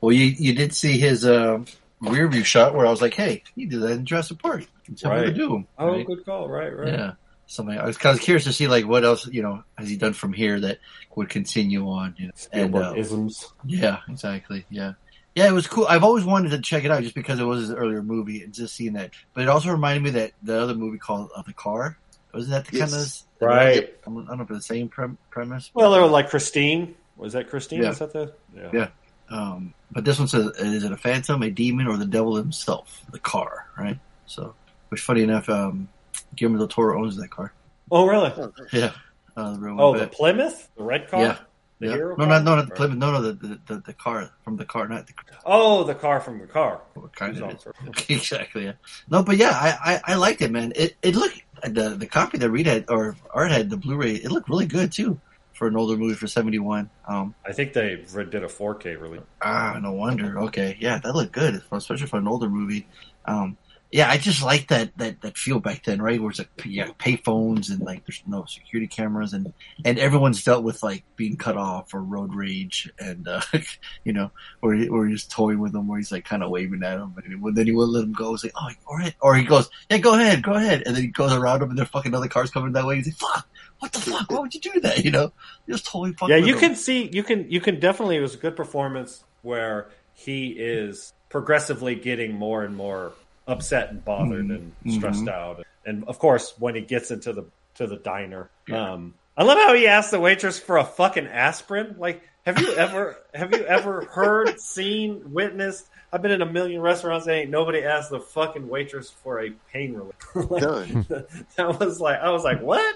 F: Well, you you did see his uh, rear view shot where I was like, "Hey, he did that in Jurassic Park." It's what we
G: Right.
F: do.
G: Oh,
F: right?
G: good call. Right, right.
F: Yeah. Something I was kind of curious to see like what else you know has he done from here that would continue on. You know? And, uh,
G: Spielberg-isms.
F: yeah, exactly. Yeah. Yeah, it was cool. I've always wanted to check it out just because it was his earlier movie and just seeing that. But it also reminded me that the other movie called uh, The Car. Wasn't that the
G: Yes.
F: kind of
G: Right.
F: I don't know if it's the same prem- premise.
G: Well, they were like Christine. Was that Christine?
F: Yeah.
G: Is that the
F: Yeah. Um, but this one says, is it a phantom, a demon, or the devil himself? The car, right? So, which funny enough, um, Guillermo del Toro owns that car.
G: Oh, really?
F: Yeah. Uh, the real one.
G: Oh, the
F: But-
G: Plymouth, the red car,
F: Yeah.
G: the
F: yeah.
G: hero.
F: no,
G: car?
F: not, no, not the
G: Or-
F: Plymouth. No, no, the, the, the, the car from the car, not the
G: Oh, the car from the car.
F: What kind
G: Who's
F: of
G: on
F: it?
G: first?
F: exactly. Yeah. No, but yeah, I, I, I liked it, man. It it looked the the copy that Reed had or Art had the Blu-ray. It looked really good too for an older movie for seventy one. Um,
G: I think they re- did a 4K release.
F: ah, no wonder. Okay, yeah, that looked good, especially for an older movie. Um, yeah, I just like that that that feel back then, right? Where it's like you got payphones and like there's no security cameras and and everyone's dealt with like being cut off or road rage and uh, you know, or or he's toying with him, where he's like kind of waving at him, and then he won't let him go. He's like, oh, all right, or he goes, yeah, go ahead, go ahead, and then he goes around him, and there fucking other cars coming that way. He's like, fuck, What the fuck? Why would you do that? You know, just totally fucking.
G: yeah,
F: with
G: you
F: him.
G: can see you can you can definitely it was a good performance where he is progressively getting more and more upset and bothered and
F: Mhm.
G: stressed out. And of course, when he gets into the to the diner, um, I love how he asked the waitress for a fucking aspirin. Like, have you ever have you ever heard, seen, witnessed? I've been in a million restaurants and ain't nobody asked the fucking waitress for a pain reliever.
D: Done.
G: like, that was like I was like, what?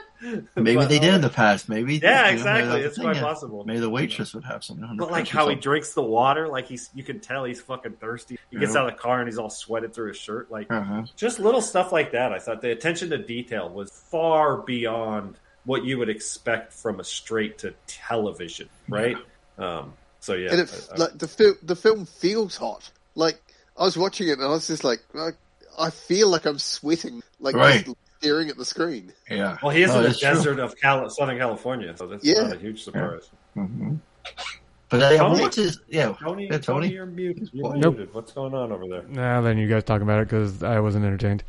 F: Maybe
G: But- uh,
F: they did in the past. Maybe
G: Yeah,
F: maybe
G: exactly.
F: that's the
G: It's
F: thing,
G: quite
F: yeah.
G: possible.
F: Maybe the waitress would have something.
G: But like how he drinks the water, like he's you can tell he's fucking thirsty. He gets
F: Yeah.
G: out of the car and he's all sweated through his shirt. Like
F: Uh-huh.
G: just little stuff like that. I thought the attention to detail was far beyond what you would expect from a straight to television, right? Um, so yeah,
D: and it,
G: I- I-
D: like the film, the film feels hot. Like I was watching it, and I was just like, like, I feel like I'm sweating, like
G: Right.
D: just staring at the screen.
F: Yeah.
G: well, he is
F: No,
G: in the
F: that's true.
G: desert of Cali- Southern California, so that's
D: Yeah.
G: not a huge surprise.
F: Mhm. But I,
G: Tony?
F: what's his? Yeah,
G: Tony,
F: yeah,
G: Tony,
F: Tony.
G: you're muted. You're
E: Nope.
G: muted. What's going on over there?
E: Nah, then you guys talk about it because I wasn't entertained.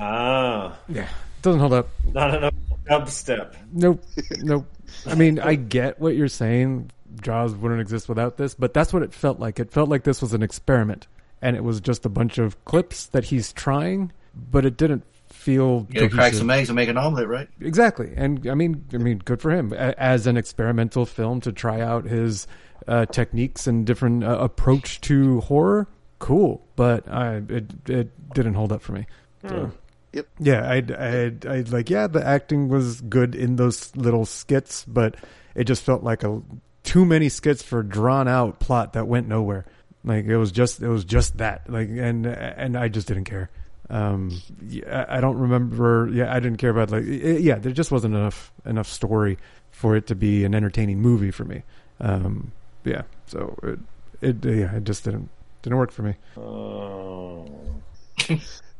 G: Ah,
E: Yeah, doesn't hold up.
G: not enough dubstep.
E: Nope, nope. I mean, I get what you're saying. Jaws wouldn't exist without this, but that's what it felt like. It felt like this was an experiment, and it was just a bunch of clips that he's trying, but it didn't feel.
F: You gotta crack
E: cohesive.
F: some eggs and make an omelet, right?
E: Exactly, and I mean, I mean, good for him A- as an experimental film to try out his uh, techniques and different uh, approach to horror. Cool, but I, it it didn't hold up for me. So.
D: Yep.
E: Yeah, I I I like yeah, the acting was good in those little skits, but it just felt like a too many skits for drawn out plot that went nowhere. Like it was just it was just that. Like and and I just didn't care. Um yeah, I I don't remember yeah, I didn't care about like it, yeah, there just wasn't enough enough story for it to be an entertaining movie for me. Um yeah, so it it yeah, it just didn't didn't work for me.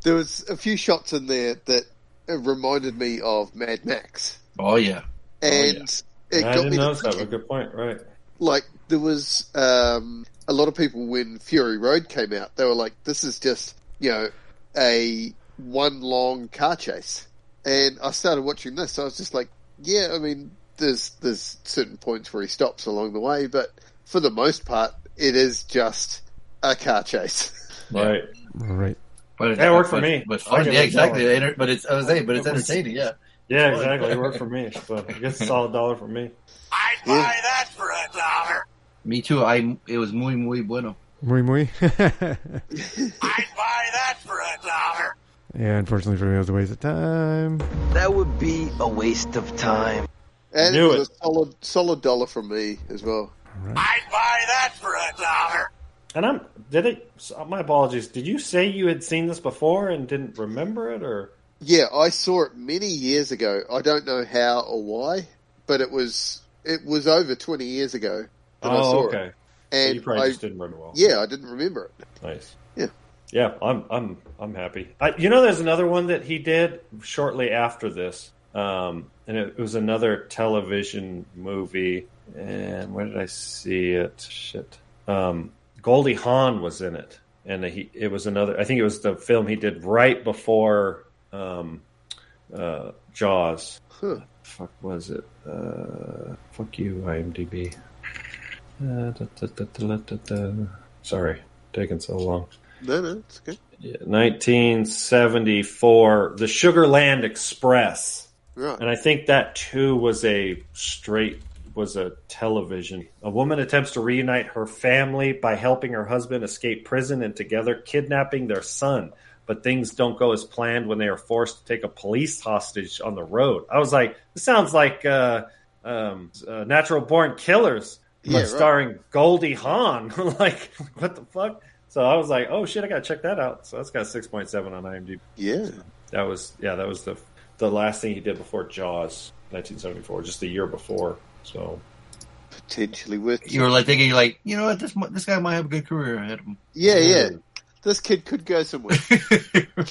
D: There was a few shots in there that uh, reminded me of Mad Max,
F: Oh yeah.
D: and it
G: I
D: got
G: didn't
D: me to
G: notice that.
D: thinking,
G: But good point. Right.
D: like there was um, a lot of people when Fury Road came out, they were like, "This is just you know a one long car chase." And I started watching this, I was just like, "Yeah, I mean, there's there's certain points where he stops along the way, but for the most part, it is just a car chase."
G: Right.
E: Right.
F: But
G: That worked for me.
F: But
G: I
F: fun,
G: give
F: yeah,
G: it a
F: exactly.
G: dollar.
F: Enter- But it's I was saying, but it's
G: It was-
F: entertaining. Yeah.
G: Yeah,
F: It's fun.
G: exactly. It worked for me. So I guess a solid dollar for me.
F: Me too. I it was muy muy bueno.
E: Muy muy. I'd buy that for a dollar. Yeah, unfortunately for me, it was a waste of time.
C: That would be a waste of time.
D: And
G: Knew
D: it was a solid solid dollar from me as well.
G: And I'm did it. so My apologies. Did you say you had seen this before and didn't remember it, or
D: Yeah, I saw it many years ago. I don't know how or why, but it was it was over twenty years ago that I saw it.
G: Oh, So
D: And
G: you probably
D: I-
G: just didn't remember well.
D: Yeah, I didn't remember it.
G: Nice.
D: Yeah.
G: Yeah, I'm I'm I'm happy. I, you know, there's another one that he did shortly after this, um, and it, was another television movie. And where did I see it? Shit. Um, Goldie Hawn was in it, and he it was another. I think it was the film he did right before um, uh, Jaws.
D: Huh.
G: Fuck was it? Uh, fuck you, IMDb. Uh, da, da, da, da, da, da, da. Sorry, taking so long.
D: No, no, it's okay.
G: Yeah, 1974, The Sugarland Express.
D: Right.
G: And I think that too was a straight was a television. A woman attempts to reunite her family by helping her husband escape prison and together kidnapping their son. But things don't go as planned when they are forced to take a police hostage on the road. I was like, this sounds like uh, um, uh, Natural Born Killers, but
D: Yeah, right.
G: starring Goldie Hawn. like, what the fuck? So I was like, oh shit, I gotta check that out. So that's got six point seven on IMDb.
D: Yeah.
G: That was yeah, that was the the last thing he did before Jaws, 1974, just the year before. So
D: Potentially worth
F: You were like thinking, you're like, you know what? This mu- this guy might have a good career ahead of him.
D: Yeah, yeah. This kid could go somewhere.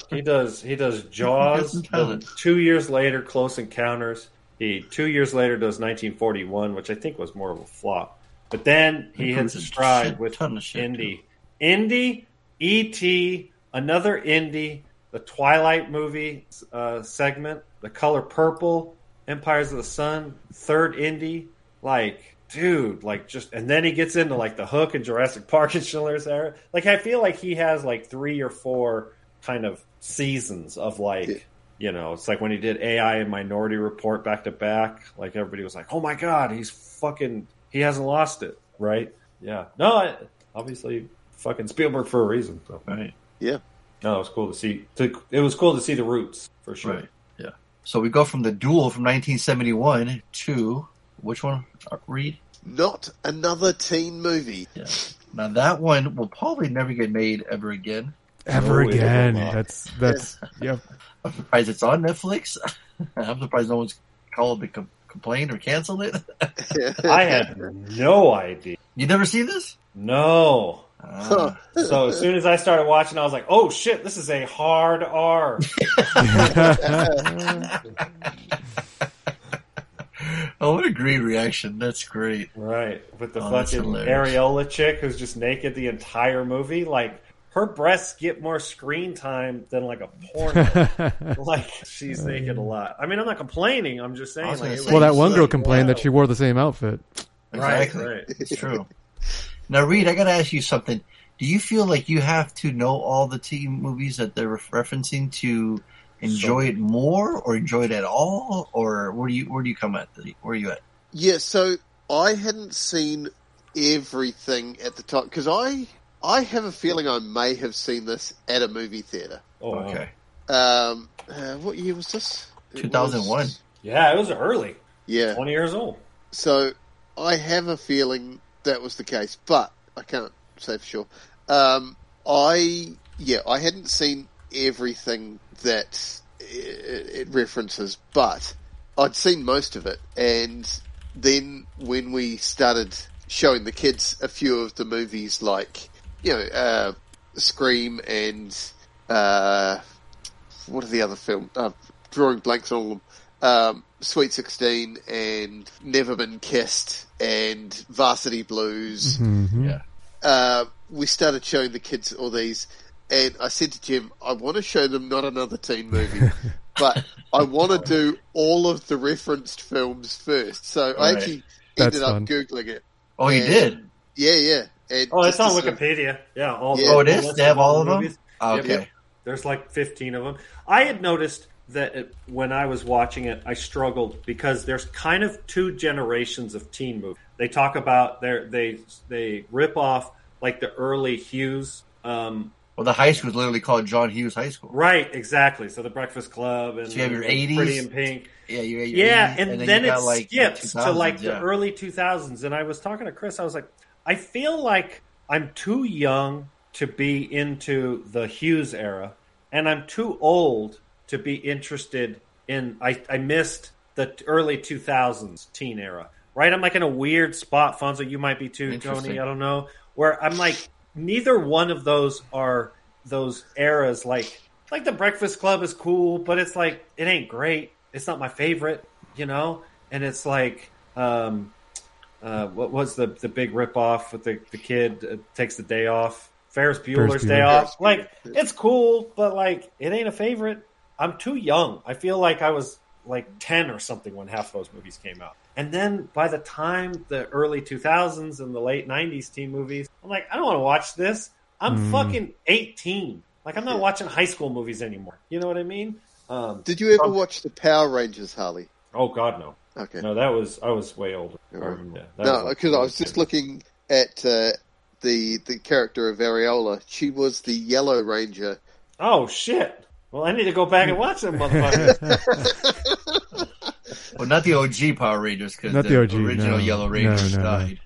G: he does he does Jaws.
F: Got some talent.
G: then two years later, Close Encounters. He two years later does 1941, which I think was more of a flop. But then he hits a
F: Shit,
G: stride with
F: ton of shit,
G: Indy, Indy, E.T., another Indy, the Twilight movie uh, segment, The Color Purple, Empires of the Sun, third indie, like dude, like just and then he gets into like the Hook and Jurassic Park and Schindler's era. Like I feel like he has like three or four kind of seasons of like you know, it's like when he did AI and Minority Report back to back. Like everybody was like, "Oh my god, he's fucking he hasn't lost it." Right? Yeah. No, I, obviously fucking Spielberg for a reason. So. Right.
D: Yeah.
G: No, it was cool to see. To, it was cool to see the roots for sure.
F: Right. Yeah. So we go from the duel from 1971 to which one? Uh, Read.
D: Not another teen movie.
F: Yeah. Now that one will probably never get made ever again.
E: Ever
F: Oh, it
E: again.
F: will not.
E: That's that's yeah.
F: I'm surprised it's on Netflix. I'm surprised no one's called to com- complain or canceled it.
G: I had no idea.
F: You never seen this?
G: No. so as soon as I started watching, I was like, "Oh shit, this is a hard R."
F: Oh, what a great reaction! That's great.
G: Right, with the
F: Oh, that's
G: fucking
F: hilarious.
G: areola chick who's just naked the entire movie. Like her breasts get more screen time than like a porn. like she's naked
F: Um,
G: a lot. I mean, I'm not complaining. I'm just saying. Like, it
E: Well, that
G: was
E: one
G: like,
E: girl complained
G: wow.
E: that she wore the same outfit.
F: Exactly.
G: Right.
F: It's true. Now, Reed, I got to ask you something. Do you feel like you have to know all the teen movies that they're referencing to enjoy it more, or enjoy it at all, or where do you where do you come at? Where are you at?
D: Yeah, so I hadn't seen everything at the time because I I have a feeling I may have seen this at a movie theater.
G: Oh,
F: okay.
D: Um, uh, what year was this? It
F: 2001.
D: was-
G: Yeah, it was early.
D: yeah.
G: Twenty years old.
D: So I have a feeling that was the case, but I can't say for sure. Um, I yeah, I hadn't seen everything that i- it references, but I'd seen most of it, and then when we started showing the kids a few of the movies, like you know, uh, Scream and uh, what are the other film? Uh, drawing blanks on all of them. Um, Sweet Sixteen and Never Been Kissed and Varsity Blues.
E: Mm-hmm.
F: Yeah.
D: Uh, we started showing the kids all these, and I said to Jim, "I want to show them not another teen movie, but I want to do all of the referenced films first. So I
G: Right.
D: actually
E: That's
D: ended
E: fun.
D: up googling it.
F: Oh, you
D: And-
F: did.
D: Yeah, yeah. And
G: Oh, it's
D: just
G: on
D: to sort of-
G: Wikipedia. Yeah, all
D: Yeah.
F: Oh, it is? They have all of them?
G: movies.
F: Oh,
G: Yep.
F: okay.
G: There's like 15 of them. I had noticed that it, when I was watching it, I struggled because there's kind of two generations of teen movies. They talk about their they they rip off like the early Hughes. Um,
F: Well, the high school is literally called John Hughes High School.
G: right, exactly. So the Breakfast Club and
F: So you have your
G: like, Pretty
F: 80s.
G: in Pink.
F: Yeah, you got your
G: Yeah,
F: 80s,
G: and, then,
F: you
G: it
F: got, like, your
G: skips to like
F: 2000s,
G: the
F: yeah.
G: early 2000s. And I was talking to Chris, I was like, I feel like I'm too young to be into the Hughes era, and I'm too old to be interested in. I, I missed the early 2000s teen era, right? I'm like in a weird spot, Fonzo. You might be too,
F: Interesting.
G: Tony. I don't know. Where I'm like, neither one of those are those eras like like the breakfast club is cool but it's like it ain't great it's not my favorite you know and it's like um uh what was the the big rip off with the the kid uh, takes the day off ferris bueller's day
E: Bueller.
D: Ferris
G: off like it's cool but like it ain't a favorite i'm too young i feel like i was like 10 or something when half those movies came out and then by the time the early 2000s and the late 90s teen movies i'm like i don't want to watch this i'm
D: Hmm.
E: Mm.
G: fucking 18 like i'm not watching high school movies anymore you know what i mean um,
D: Did you ever watch the Power Rangers, Harley?
G: oh god no
D: Okay.
G: no that was i was way older I remember that. That
D: No,
G: was like-
D: because I was just looking at uh, the the character of Ariola. She was the Yellow Ranger.
G: oh shit well i need to go back and watch them motherfuckers
F: Well, not the OG Power Rangers because
E: Not
F: the,
E: the OG,
F: original
E: no.
F: Yellow Rangers
E: No, no, no.
F: died.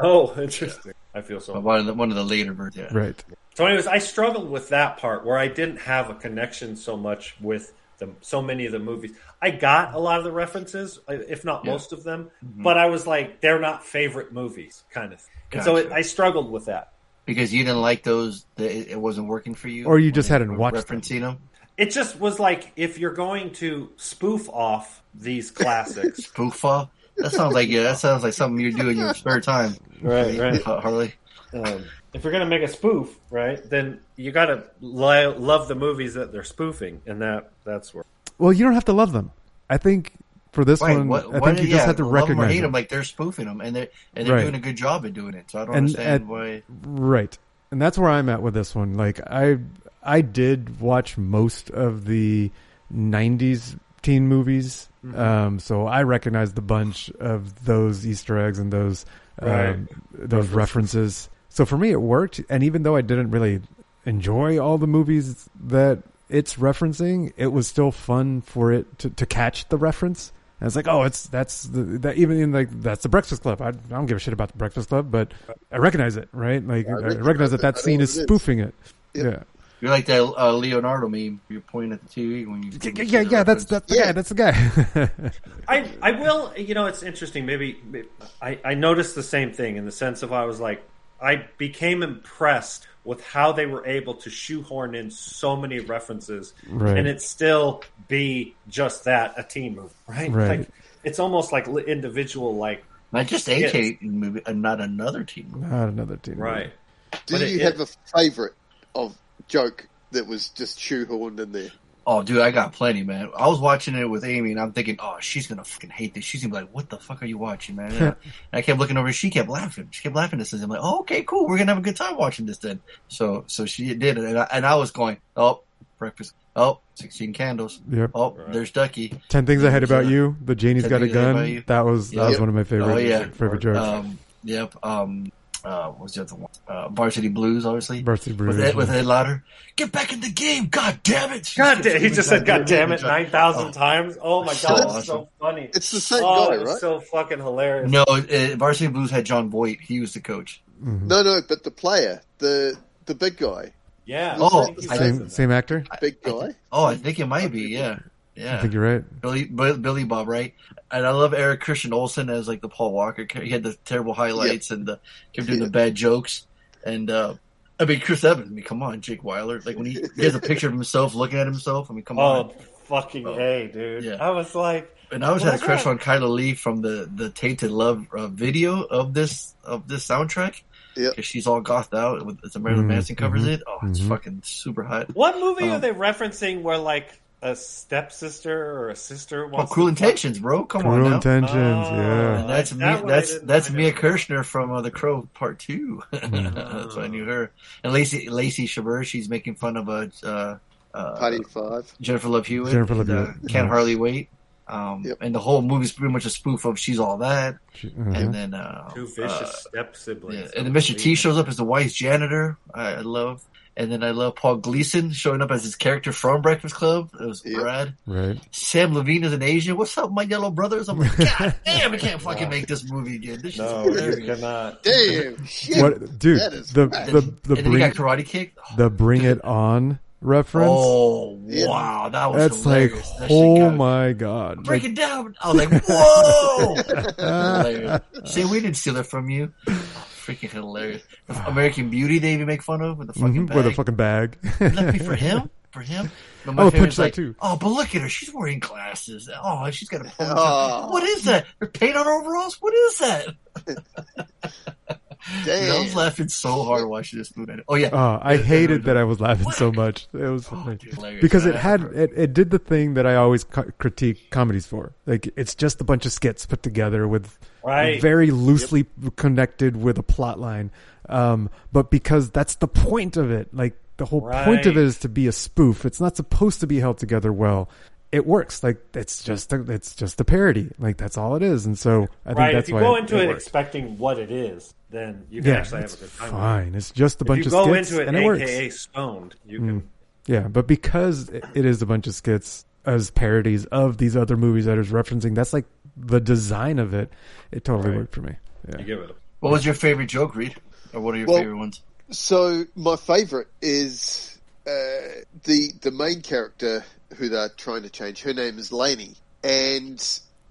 G: oh interesting i feel so
F: But one of the one of the later versions. Yeah.
E: Right.
G: So, anyways, I struggled with that part where I didn't have a connection so much with the, so many of the movies. I got a lot of the references, uh, if not
F: Yeah. Mm-hmm.
G: most of them, but I was like, they're not favorite movies, kind of. And so it,
F: Gotcha.
G: I struggled with that.
F: Because you didn't like those, that it it wasn't working for you,
E: Or you
F: when
E: just
F: they
E: hadn't
F: were
E: watched them.
F: referencing them.
G: It just was like, if you're going to spoof off these classics,
F: Spoofa. That sounds like yeah. That sounds like something you do in your spare time,
G: right,
F: Uh, Harley.
G: um, if you're going to make a spoof, right, then you got to lo- love the movies that they're spoofing, and that that's where.
E: Well, you don't have to love them. I think For this
F: Right,
E: one,
F: what-
E: I
F: why-
E: think you
F: yeah,
E: just had to
F: love 'em or
E: recognize
F: hate
E: it.
F: 'em, like they're spoofing them, and they're and they're
E: Right.
F: doing a good job at doing it. So I don't
E: And
F: understand
E: at-
F: why.
E: Right, and that's where I'm at with this one. Like I, I did watch most of the '90s teen movies,
M: Mhm.
E: um, so I recognized the bunch of those Easter eggs and those
M: Right.
E: um, those references. So for me, it worked. And even though I didn't really enjoy all the movies that it's referencing, it was still fun for it to, to catch the reference. And it's like, oh, it's that's the, that even in like that's the Breakfast Club. I, I don't give a shit about the Breakfast Club, but I recognize it, right? Like
F: I
E: I recognize,
F: recognize
E: that
F: it.
E: that
F: I know
E: scene
F: what
E: is
F: it is.
E: spoofing it. Yeah.
F: You're like that uh, Leonardo meme. You're pointing at the TV when you.
E: Yeah, yeah, yeah, that's that's the guy. That's the guy.
G: I, I will. You know, it's interesting. Maybe I, I noticed the same thing in the sense of I was like, I became impressed with how they were able to shoehorn in so many references
E: Right.
G: and it still be just that a team movie, right?
E: Right.
G: Like it's almost like li- individual, like
F: Not just a
G: skits.
F: Kate movie, and not another team movie.
E: Not another team.
G: right?
D: Do
G: But it-
D: you
G: it-
D: have a favorite of joke that was just shoehorned in there?
F: Oh, dude, I got plenty, man. I was watching it with Amy, and I'm thinking, oh, she's gonna fucking hate this. She's gonna be like, what the fuck are you watching, man? And I kept looking over, she kept laughing. She kept laughing at this. I'm like, oh, okay, cool. We're gonna have a good time watching this then. So, so she did it, and I, and I was going, oh, breakfast. Oh, 16 candles.
E: Yep.
F: Oh, there's Ducky.
E: Ten things I hate about you. The Janie's
F: Ten
E: got a
F: Things I Hate About
E: gun.
F: You.
E: That was that was
F: Yep.
E: one of my favorite
F: Oh, yeah.
E: favorite jokes.
F: Um, yep. Um, uh, what was the other one? Uh, Varsity Blues, obviously.
E: Varsity Blues,
F: With Ed, with
E: yeah.
F: Ed Lauder. Get back in the game. God damn it.
G: God damn, he just said "God damn it" nine thousand times. Oh my
F: So
G: god,
F: awesome.
G: it's so funny.
D: It's the same
G: oh,
D: guy,
G: it's
D: right?
G: So fucking hilarious.
F: No, uh, Varsity Blues had John Voight. He was the coach.
E: Mm-hmm.
D: No, no, but the player, the the big guy,
G: Yeah.
F: Oh, I
E: same same actor.
D: big guy.
F: Oh, I think it might be. Yeah, yeah.
E: I think you're right.
F: Billy Bi- Billy Bob, right? And I love Eric Christian Olsen as like the Paul Walker. character. He had the terrible highlights and the kept doing the bad jokes. And uh I mean, Chris Evans. I mean, come on, Jake Weiler. Like when he, he has a picture of himself looking at himself. I mean, come
G: Oh,
F: on.
G: fucking hey, dude.
F: Yeah.
G: I was like,
F: And I always
G: Well,
F: had a
G: that's
F: crush
G: not-
F: on Kyla Lee from the the Tainted Love uh, video of this of this soundtrack.
D: Yeah,
F: because she's all gothed out. With, it's a Marilyn
E: Mhm,
F: Manson covers
E: mhm,
F: it. Oh, it's
E: mhm.
F: fucking super hot.
G: What movie are
F: Um,
G: they referencing where like a stepsister or a sister
F: Oh,
G: wants
F: Cruel
G: to-
F: Intentions, bro. Come on
E: Cruel
F: now.
E: Intentions, yeah.
F: And that's
G: That
F: me.
G: one I
F: that's
G: didn't-
F: that's Mia Kirshner from uh, The Crow Part Two.
E: Mm-hmm.
F: that's why I knew her. And Lacey Lacey Chabert, she's making fun of a uh, uh,
D: Party Five.
F: Jennifer Love Hewitt.
E: Jennifer
F: and,
E: Love
F: uh,
E: Hewitt, Mm-hmm.
F: Can't
E: yeah.
F: hardly wait. Um, And the whole movie's pretty much a spoof of She's All That.
E: uh-huh.
F: And then uh,
G: Two vicious
F: uh,
G: step siblings.
F: and then Mr. T shows up as the wise janitor. I, I love. And then I love Paul Gleason showing up as his character from Breakfast Club. It was rad.
E: Right.
F: Sam Levine is an Asian. What's up, my yellow brothers? I'm like, God damn, I can't fucking make this movie again. This
G: No,
F: is
G: you
F: hilarious.
G: cannot.
D: Damn, shit.
E: What, dude?
D: That is
E: The,
D: rad.
E: the the
F: And then he
E: bring
F: got karate kicked.
E: the Bring It On reference.
F: Oh wow, that was
E: That's like,
F: hilarious. That shit
E: oh
F: got-
E: my god!
F: break
E: Like,
F: it down. I was like, whoa. Hilarious. See, we didn't steal that from you. Freaking hilarious. The American Beauty, they even make fun of with the fucking
E: mhm,
F: bag.
E: with a fucking bag.
F: That'd be for him. For him. But my
E: I would
F: favorite's
E: pitch that
F: like,
E: too.
F: Oh, but look at her. She's wearing glasses. Oh, she's got a ponytail.
D: Oh.
F: What is that? Her paint on her overalls? What is that? Dude, I
D: Damn.
F: was laughing so hard watching this movie. Oh, yeah.
E: Oh, I hated that I was laughing so much. It was
G: Oh,
F: hilarious.
E: because it
F: I-
E: had it, it did the thing that I always co- critique comedies for. Like it's just a bunch of skits put together with
G: Right.
E: very loosely connected with a plot line. Um, but because that's the point of it. Like the whole point of it
G: Right.
E: is to be a spoof. It's not supposed to be held together well. It works. Like it's just a, it's just a parody. Like that's all it is. And so I think
G: right.
E: that's
G: if you
E: why
G: go
E: it,
G: into
E: it
G: it,
E: works.
G: expecting what it is, then you can
E: Yeah,
G: actually have
E: it's
G: a good time.
E: fine. It's just a bunch
G: if
E: of
G: you go
E: skits,
G: into it,
E: and it works.
G: aka stoned. You can.
E: Mm. Yeah, but because it it is a bunch of skits as parodies of these other movies that it's referencing, that's like the design of it. It totally worked for me. Yeah.
G: You give it.
F: What was your favorite joke, Reed? Or what are your
D: Well-
F: favorite ones?
D: So my favourite is uh, the the main character who they're trying to change. Her name is Lainey, and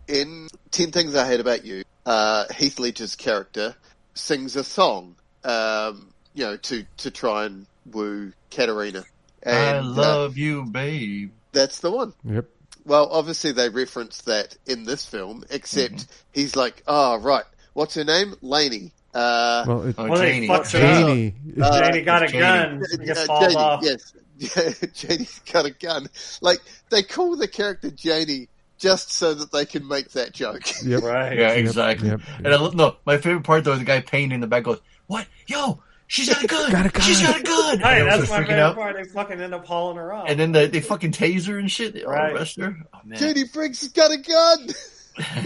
D: in Ten Things I Hate About You, uh, Heath Ledger's character sings a song, um, you know, to to try and woo Katerina. And,
F: I
D: uh,
F: love you, babe.
D: that's the one.
E: Yep.
D: Well, obviously they reference that in this film, except
F: Mm-hmm.
D: he's like, oh right, what's her name? Lainey. Uh,
E: Well, it-
F: Oh, Janie.
G: fucks it up.
E: Janie.
D: Uh,
G: Janie got a
F: Janie.
G: gun.
D: Yeah,
G: It gets
D: uh,
G: hauled
D: Janie,
G: off.
D: Yes, Janie's got a gun. Like they call the character Janie just so that they can make that joke.
E: Yep.
F: Right. Yeah, exactly. And I, lo- no, my favorite part though is the guy painting in the back goes, "What? Yo, she's got a gun.
E: Got a gun.
F: She's got a gun."
G: Hey,
F: And I
G: that's
F: was
G: my
F: freaking
G: favorite
F: out.
G: part. They fucking end up hauling her up.
F: And then they, they fucking taser her and shit. They all
G: Right.
F: arrest her. Oh, man.
D: Judy Briggs has got a gun.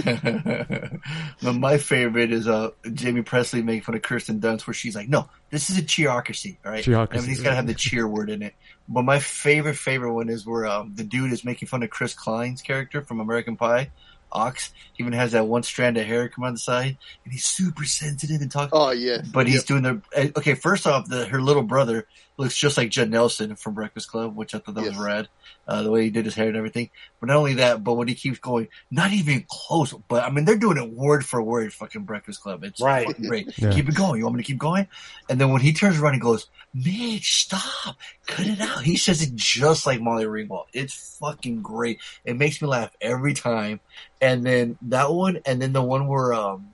F: No, my favorite is uh Jamie Presley making fun of Kirsten Dunst, where she's like, "No, this is a cheerocracy, all right?
E: Cheerocracy.
F: Everything's got to have the cheer word in it." But my favorite, favorite one is where um, the dude is making fun of Chris Klein's character from American Pie, Ox. He even has that one strand of hair come on the side, and he's super sensitive and talking.
D: Oh yeah,
F: But he's doing the eh, okay. First off, the, her little brother looks just like Judd Nelson from Breakfast Club, which I thought that was rad. Uh, the way he did his hair and everything. But not only that, but when he keeps going, not even close. But I mean, they're doing it word for word, fucking Breakfast Club. It's
G: Right.
F: fucking great.
E: Yeah.
F: Keep it going. You want me to keep going? And then when he turns around and goes, Mitch, stop, cut it out. He says it just like Molly Ringwald. It's fucking great. It makes me laugh every time. And then that one, and then the one where um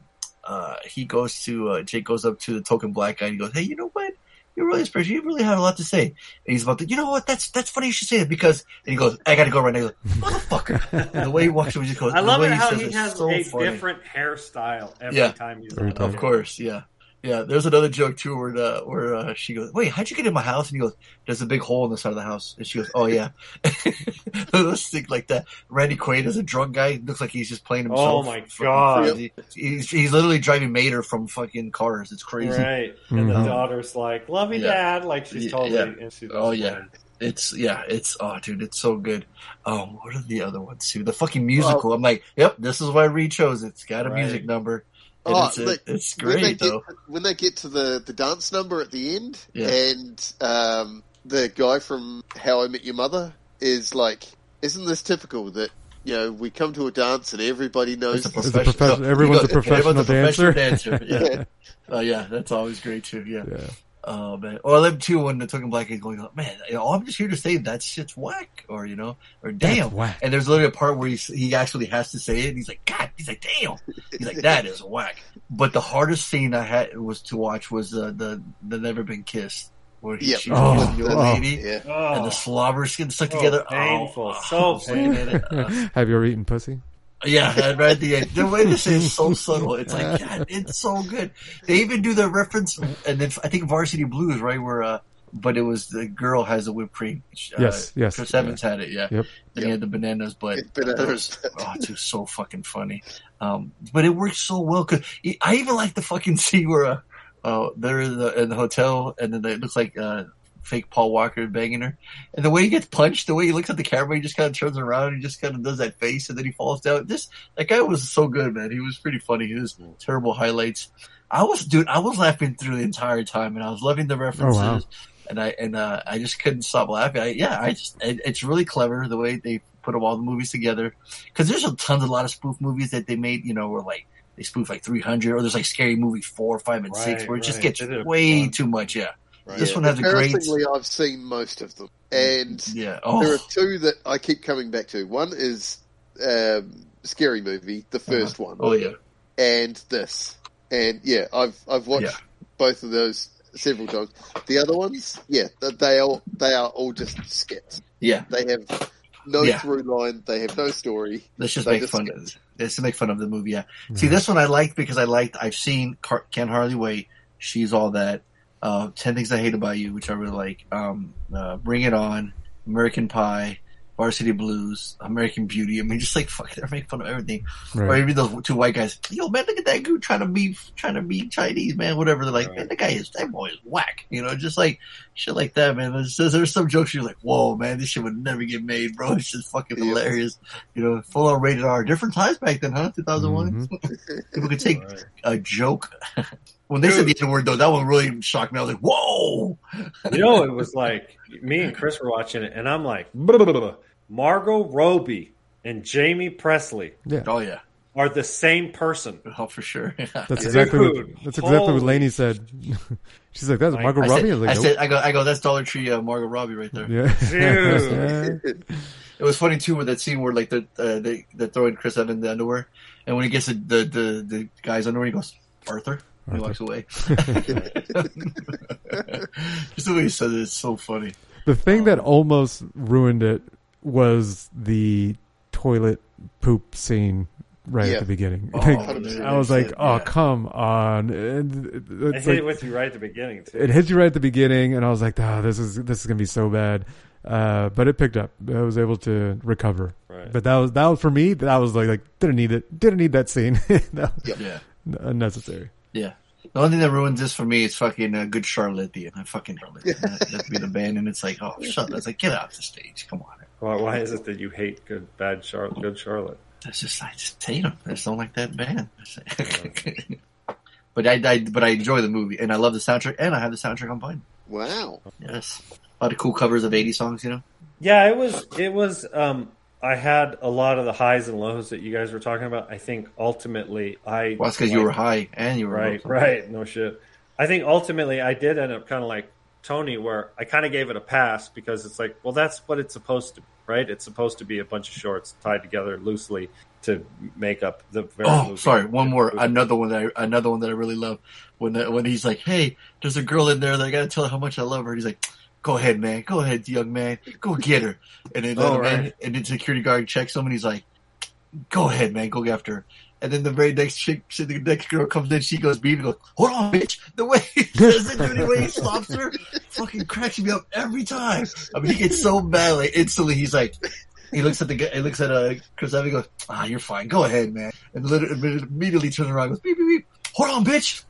F: uh he goes to uh, Jake goes up to the token black guy and he goes, Hey, you know what? You're really special. You really had a lot to say. And he's about to, you know what? That's that's funny you should say that because. And he goes, I gotta go right now. He goes, Motherfucker! and the way he walks away, he just goes.
G: I
F: the
G: love
F: way
G: it how
F: says
G: he
F: it's
G: has
F: so
G: a
F: funny.
G: different hairstyle every
F: Yeah.
G: time he's
E: Every
G: on.
E: time.
F: Of course, yeah, yeah. There's another joke too where uh, where uh, she goes, "Wait, how'd you get in my house?" And he goes, "There's a big hole in the side of the house." And she goes, "Oh yeah." Let's think like that. Randy Quaid is a drunk guy. Looks like he's just playing
G: Oh
F: himself.
G: my
F: Fucking
G: god!
F: crazy. He's, he's literally driving Mater from fucking cars. It's crazy.
G: Right,
E: Mm-hmm.
G: and the
F: Mhm.
G: daughter's like, "Love you,
F: Yeah.
G: Dad." Like she's
F: Yeah,
G: totally.
F: yeah.
G: And she
F: Oh yeah. It's yeah, it's oh dude, it's so good. Um, what are the other ones too? The fucking musical. I'm like, yep, this is why Reed chose it. It's got a
G: Right.
F: music number. And
D: Oh,
F: it's,
D: look,
F: it's
D: when they
F: great
D: get,
F: though.
D: When they get to the, the dance number at the end,
F: Yeah.
D: and um, the guy from How I Met Your Mother is like, "Isn't this typical that you know we come to a dance and everybody knows?"
E: It's a profession-
F: No,
E: everyone's a
F: you go-
E: professional
F: everyone's a
E: dancer.
F: professional dancer, Yeah. Oh yeah, that's always great too. Yeah. Oh man. Or I love too when the token black is going, man, you know, I'm just here to say that shit's whack, or you know, or damn.
E: whack.
F: And there's literally a part where he's, he actually has to say it, and he's like, God, he's like, damn. He's like, that is whack. But the hardest scene I had was to watch was uh, the the Never Been Kissed, where he
D: Yep.
F: shoots
E: Oh,
F: the old
E: oh.
F: lady,
D: Yeah.
F: and the slobber skin stuck
G: Oh,
F: together.
G: painful.
F: Oh,
G: So
F: I was looking at it. uh,
E: Have you ever eaten pussy?
F: Yeah, that right at the end. The way this is so subtle. It's like, God, it's so good. They even do the reference, and then I think Varsity Blues, right? Where, uh, but it was the girl has the whipped cream. Uh,
E: Yes, yes,
F: Chris Evans had it, yeah.
E: Yep.
F: And he had the bananas, but
D: It's bananas.
F: oh, it's just so fucking funny. Um, but it works so well because I even like the fucking scene where uh, uh, they're in the, in the hotel, and then they- it looks like uh, fake Paul Walker banging her, and the way he gets punched, the way he looks at the camera, he just kind of turns around, and he just kind of does that face, and then he falls down. This that guy was so good, man. He was pretty funny. He was terrible highlights. I was, dude, I was laughing through the entire time, and I was loving the references
E: wow.
F: and I and uh, I just couldn't stop laughing. I, yeah, I just it, it's really clever the way they put all the movies together because there's a tons a lot of spoof movies that they made. You know, where like they spoof like 300 or there's like scary movie four, five, and six
G: Right,
F: where it just
G: right.
F: gets
G: They did a
F: way
G: bunch.
F: too much. Yeah,
D: Right.
F: this one has a great
D: Embarrassingly, I've seen most of them, and
F: yeah. Oh,
D: there are two that I keep coming back to. One is um, Scary Movie, the 1st one.
F: oh yeah.
D: and this. And yeah, I've I've watched
F: Yeah.
D: both of those several times. The other ones, yeah, th- they all they are all just skits.
F: Yeah.
D: They have no
F: Yeah.
D: through line. They have no story.
F: Let's just
D: They
F: make fun.
D: skip.
F: Of, let's make fun of the movie. Yeah. See, this one I liked because I liked. I've seen Car- Can't Hardly Wait. She's all that. Uh, Ten Things I Hate About You, which I really like. Um, uh, Bring It On, American Pie, Varsity Blues, American Beauty. I mean, just like fuck, they're making fun of everything. Or
E: Right.
F: even those two white guys. Yo, man, look at that dude trying to be trying to be Chinese, man. Whatever. They're like, man, that guy is that boy is whack. You know, just like shit like that, man. There's, there's some jokes you're like, whoa, man, this shit would never get made, bro. It's just fucking
D: Yeah.
F: hilarious. You know, full on rated R. Different times back then, huh? 2001.
E: Mm-hmm.
F: People could take a joke. when they said the N word, though, that one really shocked me. I was like, whoa.
G: you know, it was like me and Chris were watching it, and I'm like, Margot Robbie and Jamie Presley
E: Yeah.
F: Oh, yeah.
G: are the same person.
F: Oh, for sure.
E: That's exactly what,
G: Dude,
E: that's exactly what
G: holy
E: Lainey said. She's like, "That's Margot
F: I
E: Robbie."
F: said,
E: was like,
F: I,
E: "Nope."
F: said, I go, I go, that's Dollar Tree uh, Margot Robbie right there.
E: yeah,
G: Dude.
F: It was funny too with that scene where like the uh, they they're throwing Chris Evans in the underwear, and when he gets the the the, the guy's underwear, he goes Arthur. and He walks away. Just the way he says it, it's so funny.
E: The thing that almost ruined it was the toilet poop scene right
G: Yeah.
E: at the beginning.
G: Oh,
E: Like,
G: 100%.
E: I was like, oh
G: Yeah.
E: come on! And it-
G: It
E: it's
G: hit
E: like-
G: with you right at the beginning, too.
E: It hit you right at the beginning, and I was like, oh, this is this is gonna be so bad. Uh, but it picked up. I was able to recover.
G: Right.
E: But that was that was for me. That was like like didn't need it. Didn't need that scene. no,
F: Yeah.
E: N- unnecessary.
F: Yeah. The only thing that ruins this for me is fucking uh, Good Charlotte. The I fucking Charlotte. That, that'd be the band, and it's like, oh, shut up. It's like, get off the stage. Come on.
G: Why, why is it that you hate good, bad Charlotte? Good Charlotte.
F: That's just I just hate them. I just don't like that band. but I, I, but I enjoy the movie, and I love the soundtrack, and I have the soundtrack on vinyl.
D: Wow.
F: Yes. A lot of cool covers of 80 songs, you know?
G: Yeah, it was. It was. Um, I had a lot of the highs and lows that you guys were talking about. I think ultimately, I
F: Well, that's 'cause you were high and you were
G: right,
F: low.
G: right. No shit. I think ultimately, I did end up kind of like Tony, where I kind of gave it a pass because it's like, well, that's what it's supposed to, be, right? It's supposed to be a bunch of shorts tied together loosely to make up the. Very
F: Oh,
G: movie.
F: sorry. One more. Another one that I, another one that I really love. When the, when he's like, "Hey, there's a girl in there that I gotta tell her how much I love her." He's like, "Go ahead, man. Go ahead, young man. Go get her." And then the
G: Oh,
F: other man,
G: right.
F: and then security guard checks him, and he's like, "Go ahead, man. Go after her." And then the very next chick, she- the next girl comes in, she goes beat and goes, "Hold on, bitch." The way he does it, dude, the way he stops her, fucking cracks me up every time. I mean, he gets so mad, like instantly, he's like, he looks at the guy, he looks at uh, Chris Evans, goes, ah, you're fine, go ahead, man. And literally, immediately turns around, and goes, beep, beep, beep, hold on, bitch.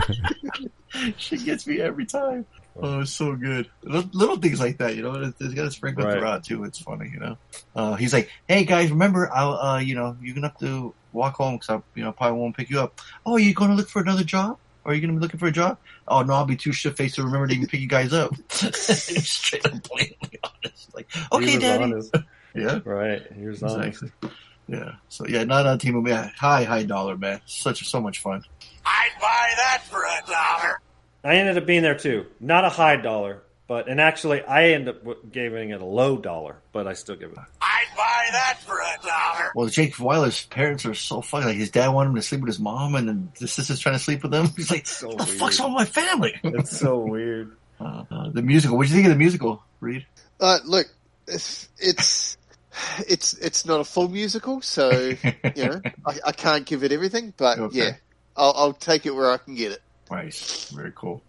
F: she gets me every time. Oh, it's so good. Little, little things like that, you know, it- it's got to sprinkle
G: Right.
F: throughout too. It's funny, you know. Uh, he's like, hey guys, remember, I'll, uh, you know, you're gonna have to walk home because I, you know, probably won't pick you up. Oh, you gonna look for another job? Are you gonna be looking for a job? Oh no, I'll be too shit faced to remember to even pick you guys up. Straight up blatantly honest, like,
G: He
F: okay,
G: was
F: daddy.
G: honest.
F: Yeah.
G: Right. He was honest.
F: Exactly. Yeah. So yeah, not on team of man. High, high dollar, man. Such so much fun.
K: Buy that for a dollar.
G: I ended up being there too. Not a high dollar, but and actually I ended up w- giving it a low dollar, but I still give it.
K: Buy that for a dollar.
F: Well, Jake Weiler's parents are so fucking like his dad wanted him to sleep with his mom, and then the sister's trying to sleep with him. He's like,
G: so
F: "What the fuck's wrong with my family?"
G: It's so weird.
F: Uh, the musical. What do you think of the musical, Reed?
D: Uh, look, it's it's it's it's not a full musical, so you know I, I can't give it everything, but
F: Okay.
D: yeah, I'll, I'll take it where I can get it.
F: Nice, very cool.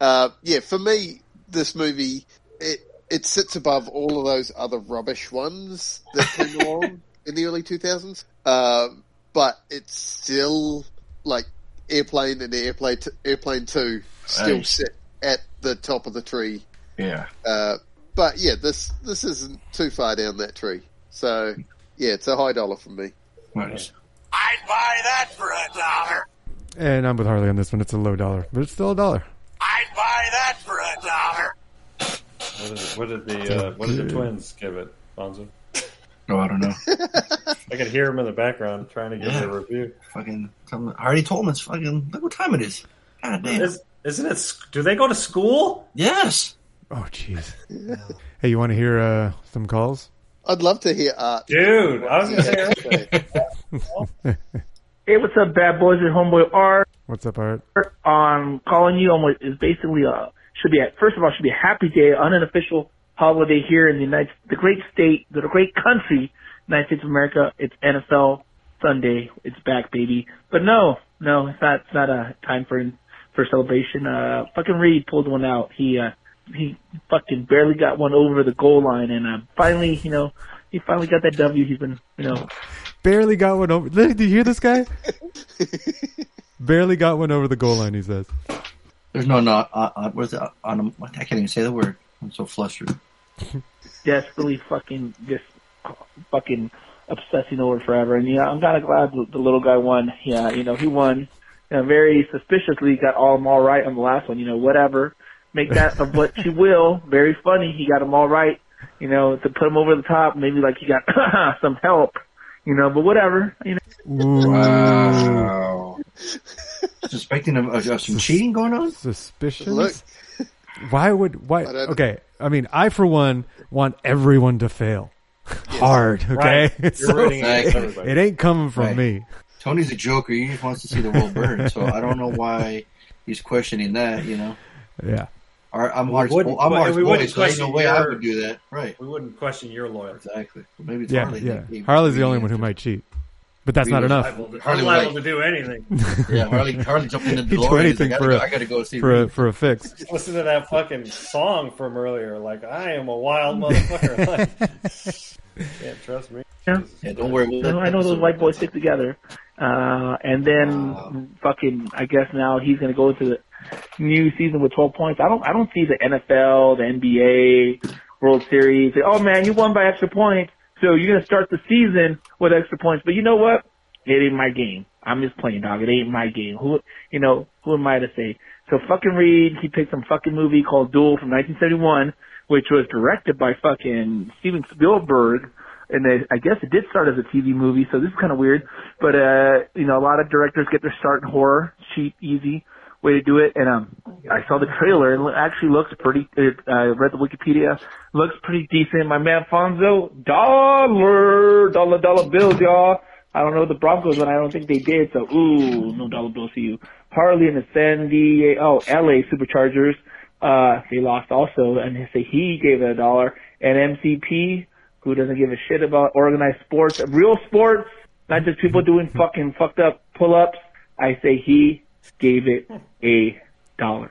D: Uh, yeah, for me, this movie it it sits above all of those other rubbish ones that came along in the early two thousands. Uh, but it's still like Airplane and Airplane t- Airplane Two still
F: Nice.
D: sit at the top of the tree.
F: Yeah.
D: Uh, but yeah, this this isn't too far down that tree. So yeah, it's a high dollar from me.
F: Nice.
K: I'd buy that for a dollar.
E: And I'm with Harley on this one. It's a low dollar, but it's still a dollar.
K: I'd buy that for a dollar.
G: What, is it, what did the uh, what did the twins give it, Bonzo?
F: Oh, I don't know.
G: I could hear him in the background trying to give it a review.
F: fucking some, Hardy Tolman's fucking. Look what time it is. God damn.
G: Is, isn't it? sc- Do they go to school?
F: Yes.
E: Oh, jeez. Hey, you want to hear uh, some calls?
D: I'd love to hear art,
G: dude. I was gonna say
M: Hey, what's up, bad boys? It's homeboy R.
E: What's up, Art?
M: On calling you on what is basically a should be a, first of all should be a happy day, an unofficial holiday here in the United, the great state, the great country, United States of America. It's NFL Sunday. It's back, baby. But no, no, it's not. It's not a time for for celebration. Uh, fucking Reed pulled one out. He uh, he fucking barely got one over the goal line, and uh, finally, you know, he finally got that W. He's been, you know,
E: Barely got one over. Did you hear this guy? Barely got one over the goal line. He says.
F: There's no not. Uh, uh, where's the, uh, on, I can't even say the word. I'm so flustered.
M: desperately fucking just fucking obsessing over it forever. And yeah, I'm kind of glad the, the little guy won. Yeah, you know he won. You know, very suspiciously got all them all right on the last one. You know, whatever. Make that of what you will. Very funny. He got them all right. You know, to put him over the top. Maybe like he got some help. You know, but whatever. You know.
F: Wow.
G: Oh.
F: Suspecting of, of, of some cheating going on?
E: Suspicious.
F: Look.
E: Why would why?
F: But, uh,
E: okay, I mean, I for one want everyone to fail hard. Okay,
F: Right. You're ruining it
E: it,
F: for everybody.
E: it ain't coming from
F: Right.
E: me.
F: Tony's a joker. He just wants to see the world burn. So I don't know why he's questioning that. You know.
E: Yeah.
F: Ar- I'm
G: We
F: Art's,
G: wouldn't-
F: I'm
G: but
F: Art's
G: we
F: boy,
G: wouldn't
F: so there's no
G: question
F: way I
G: your-
F: would do that. Right.
G: We wouldn't question your loyalty.
F: Exactly. Maybe it's
E: yeah,
F: Harley.
E: yeah.
F: Maybe-
E: Harley's the only one who might cheat, but that's
F: Maybe
E: not
F: it's
E: enough.
F: Harley.
G: Harley
F: Harley
G: liable
F: White.
G: to do anything.
F: Yeah, Harley- Harley jumped in the
E: He'd do
F: DeLorean. He's
E: anything
F: like, I
E: for
F: gotta-
E: a-
F: I gotta go see
E: for a,
F: Reed.
E: for a fix.
G: Just Listen to that fucking song from earlier. Like I am a wild motherfucker. Like, can't trust me.
M: Yeah.
F: don't worry. we'll-
M: No, I know those white boys stick together. Uh, and then fucking, I guess now he's going to go into the new season with 12 points. I don't, I don't see the NFL, the NBA, World Series. Oh man, you won by extra points. So you're going to start the season with extra points. But you know what? It ain't my game. I'm just playing, dog. It ain't my game. Who, you know, who am I to say? So fucking Reed, he picked some fucking movie called Duel from 1971, which was directed by fucking Steven Spielberg. And they, I guess it did start as a TV movie, so this is kind of weird. But, uh, you know, a lot of directors get their start in horror, cheap, easy way to do it. And, um, I saw the trailer and it actually looks pretty, it, I read the Wikipedia, looks pretty decent. My man Fonzo, dollar, dollar, dollar bills, y'all. I don't know the Broncos, but I don't think they did. So, ooh, no dollar bills to you. Harley and the San Diego, oh, LA Superchargers, uh, they lost also, and they say he gave it a dollar. And MCP, who doesn't give a shit about organized sports, real sports, not just people doing fucking fucked up pull-ups. I say he gave it a dollar.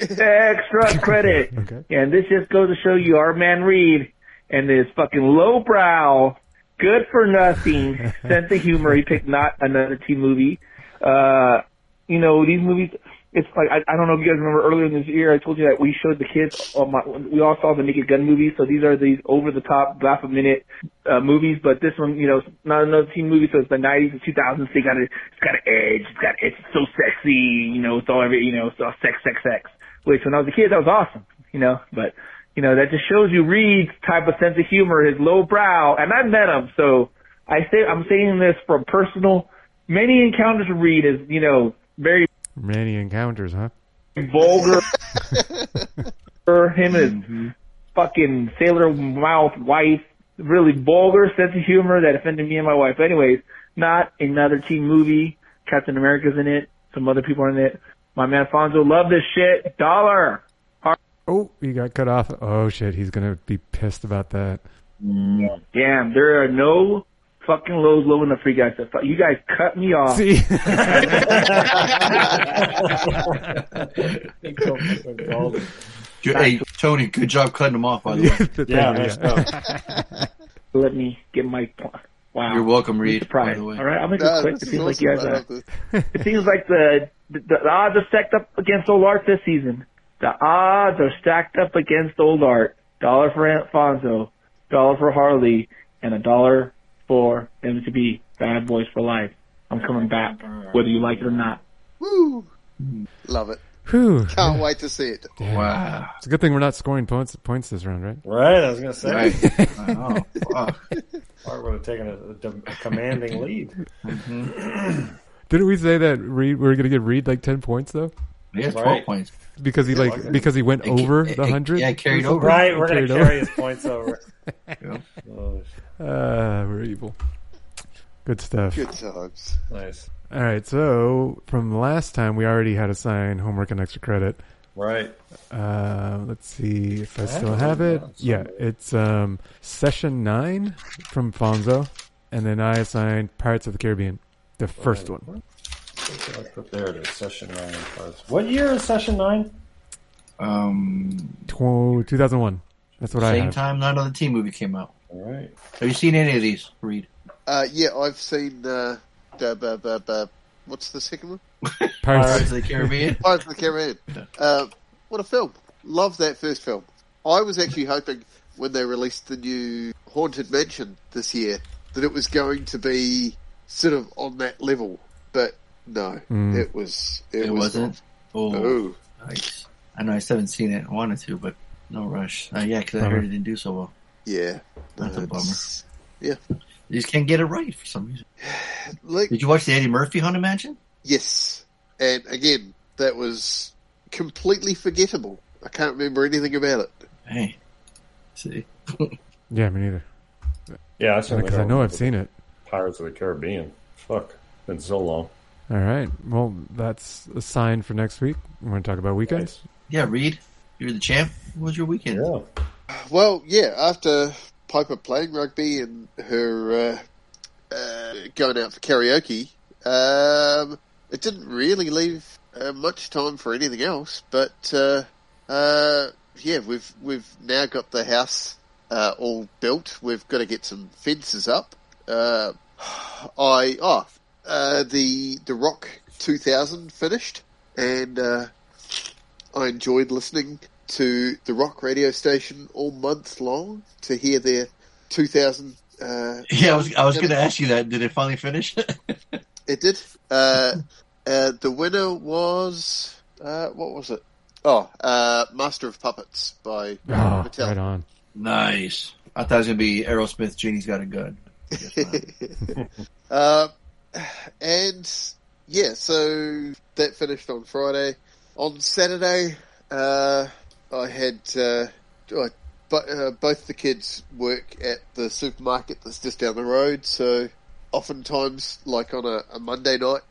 M: Extra credit. And this just goes to show you our man Reed and his fucking lowbrow, good for nothing sense of humor. He picked not another T movie. Uh, you know, these movies, it's like, I, I don't know if you guys remember earlier in this year, I told you that we showed the kids, all my, we all saw the Naked Gun movies, so these are these over the top, laugh a minute, uh, movies, but this one, you know, it's not another teen movie, so it's the 90s and 2000s, they got it, it's got an edge, it's got, it's so sexy, you know, it's all every, you know, it's all sex, sex, sex. Which when I was a kid, that was awesome, you know, but, you know, that just shows you Reed's type of sense of humor, his low brow, and I met him, so I say, I'm saying this from personal, many encounters with Reed is, you know, very
E: Many encounters, huh?
M: vulgar. For him and his fucking sailor mouth wife, really vulgar sense of humor that offended me and my wife. Anyways, not another teen movie. Captain America's in it. Some other people are in it. My man Fonzo love this shit. Dollar.
E: Oh, he got cut off. Oh shit, he's gonna be pissed about that.
M: Damn, there are no fucking lows low enough for you guys. To fuck. You guys cut me off.
E: See?
F: Hey, Tony, good job cutting him off, by the way.
E: Yeah, nice
M: Let me get my. Wow.
F: You're welcome, Reed,
M: I'm surprised.
F: by the way.
M: All right, I'll make
F: No,
M: it quick.
F: this
M: It
F: is
M: seems like you guys.
F: awesome. I
M: Are, it seems like the, the the odds are stacked up against old art this season. The odds are stacked up against old art. Dollar for Alfonso, dollar for Harley, and a dollar for MTB. Bad Boys for Life. I'm coming back, whether you like it or not.
D: Woo! Love it.
E: Whew.
F: Oh.
D: Can't wait to see it.
F: Wow.
E: It's a good thing we're not scoring points points this round, right?
G: Right, I was gonna say.
E: Right.
G: I know. Fuck. Bart would have taken a, a- a commanding lead.
E: Didn't we say that Reed we are gonna give Reed like ten points though?
F: Yeah, 12 points.
E: Because he
F: Yeah,
E: like
F: okay.
E: because he went
F: It-
E: over
F: it-
E: the
F: it-
E: hundred.
F: yeah, it carried over.
G: Right, we're
E: Carried
G: gonna
E: over.
G: carry his points over. Oh,
E: Uh, we're evil. Good stuff.
D: Good times.
G: Nice.
E: All right, so from last time we already had a sign homework and extra credit.
G: Right.
E: Uh, let's see if I
G: I
E: still
G: have
E: have
G: one
E: it.
G: down
E: Yeah, it's um, session nine from Fonzo, and then I assigned Pirates of the Caribbean, the first one.
G: There it is, session nine. What year is session nine?
F: Um,
E: Tw- 2001. That's what I
F: same
E: have.
F: time, not another T movie came out.
G: All right.
F: Have you seen any of these, Reed?
D: Uh, yeah, I've seen. Uh, the, the, the, the, what's the second one?
F: Pirates of the Caribbean.
D: Pirates of the Caribbean. Uh, what a film! Love that first film. I was actually hoping when they released the new Haunted Mansion this year that it was going to be sort of on that level, but no,
M: Hmm.
F: Mm.
D: it was. It,
F: It
D: was
F: wasn't?
D: not.
F: Oh.
D: No.
F: Nice. I know I still haven't seen it. I wanted to, but no rush. Uh, yeah, because I
D: Bummer.
E: Uh-huh.
F: heard it didn't do so well.
D: Yeah.
F: That's a bummer.
D: It's- Yeah.
F: You just can't get it right for some reason.
D: Like-
F: Did you watch the Eddie Murphy Haunted Mansion?
D: Yes, and again, that was completely forgettable. I can't remember anything about it.
F: Hey, see,
E: Yeah, me neither.
G: Yeah, I certainly
E: because I
G: don't
E: know I've
G: remember.
E: seen it.
G: Pirates of the Caribbean. Fuck, been so long.
E: All right, well, that's a sign for next week. We're going to talk about weekends.
F: yeah, Reed. You're the champ. What was your weekend?
D: Well, yeah, after Piper playing rugby and her uh, uh, going out for karaoke, um, it didn't really leave uh, much time for anything else. But uh, uh, yeah, we've we've now got the house uh, all built. We've got to get some fences up. Uh, I oh uh, the the Rock 2000 finished, and uh, I enjoyed listening to the rock radio station all month long to hear their 2000. Uh,
F: Yeah, I was I was going to ask you that. Did it finally finish?
D: It did. Uh, uh, the winner was uh, what was it? Oh, uh, Master of Puppets by Mattel.
E: Ah, on.
F: Nice. I thought it was gonna be Aerosmith. Genie's got a gun.
D: Uh, and yeah, so that finished on Friday. On Saturday, uh, I had uh, I, bo- uh, both the kids work at the supermarket that's just down the road. So oftentimes, like on a, a Monday night,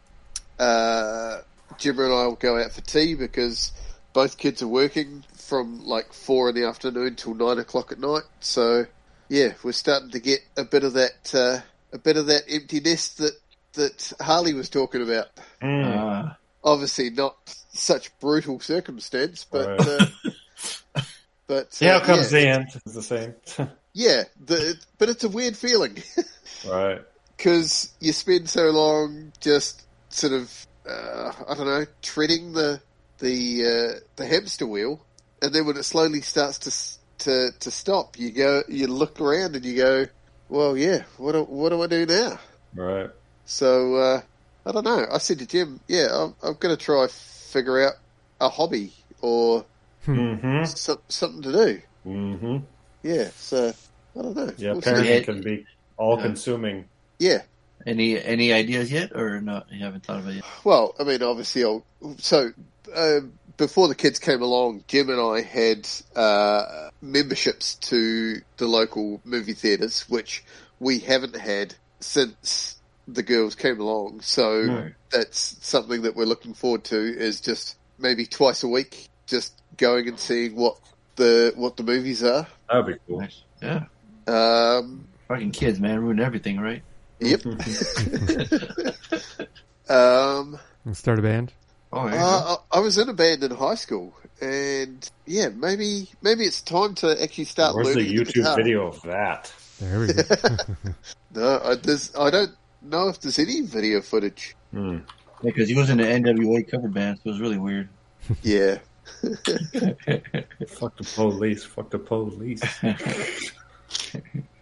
D: uh, Jimmer and I will go out for tea because both kids are working from like four in the afternoon till nine o'clock at night. So yeah, we're starting to get a bit of that uh, a bit of that empty nest that that Harley was talking about.
G: Mm.
E: Uh,
F: Ah.
D: Obviously, not such brutal circumstance, but uh, but
G: Now
D: uh,
G: comes
D: yeah,
G: the end. It's the same.
D: yeah, the, but it's a weird feeling
G: right.
D: because you spend so long just sort of uh, I don't know treading the the uh, the hamster wheel, and then when it slowly starts to s- to to stop, you go you look around and you go, well, yeah, what do, what do I do now?
G: Right.
D: So uh, I don't know. I said to Jim, yeah, I'm, I'm going to try figure out a hobby or
E: Hmm.
G: Mm-hmm.
D: so, something to do.
G: Mm-hmm.
D: Yeah, so I don't know.
G: Yeah,
D: We'll see.
G: parenting can be all-consuming.
D: yeah.
F: Any any ideas yet, or not? You haven't thought of it yet.
D: Well, I mean, obviously, I'll, so uh, before the kids came along, Jim and I had uh, memberships to the local movie theatres, which we haven't had since the girls came along. So
F: No.
D: that's something that we're looking forward to is just maybe twice a week, just going and seeing what the what the movies are.
G: That'd be cool.
F: Yeah,
D: Um,
F: fucking kids, man, ruin everything, right?
D: yep. um,
E: Start a band.
F: Oh, there you go.
D: Uh, I I was in a band in high school, and yeah, maybe maybe it's time to actually start
G: Where's the
D: learning
G: YouTube
D: guitar.
G: video of that?
E: There we go.
D: No, I, there's, I don't know if there's any video footage.
G: Hmm.
F: because he was in the NWA cover band, so it was really weird.
D: Yeah,
G: Fuck the police. Fuck the police.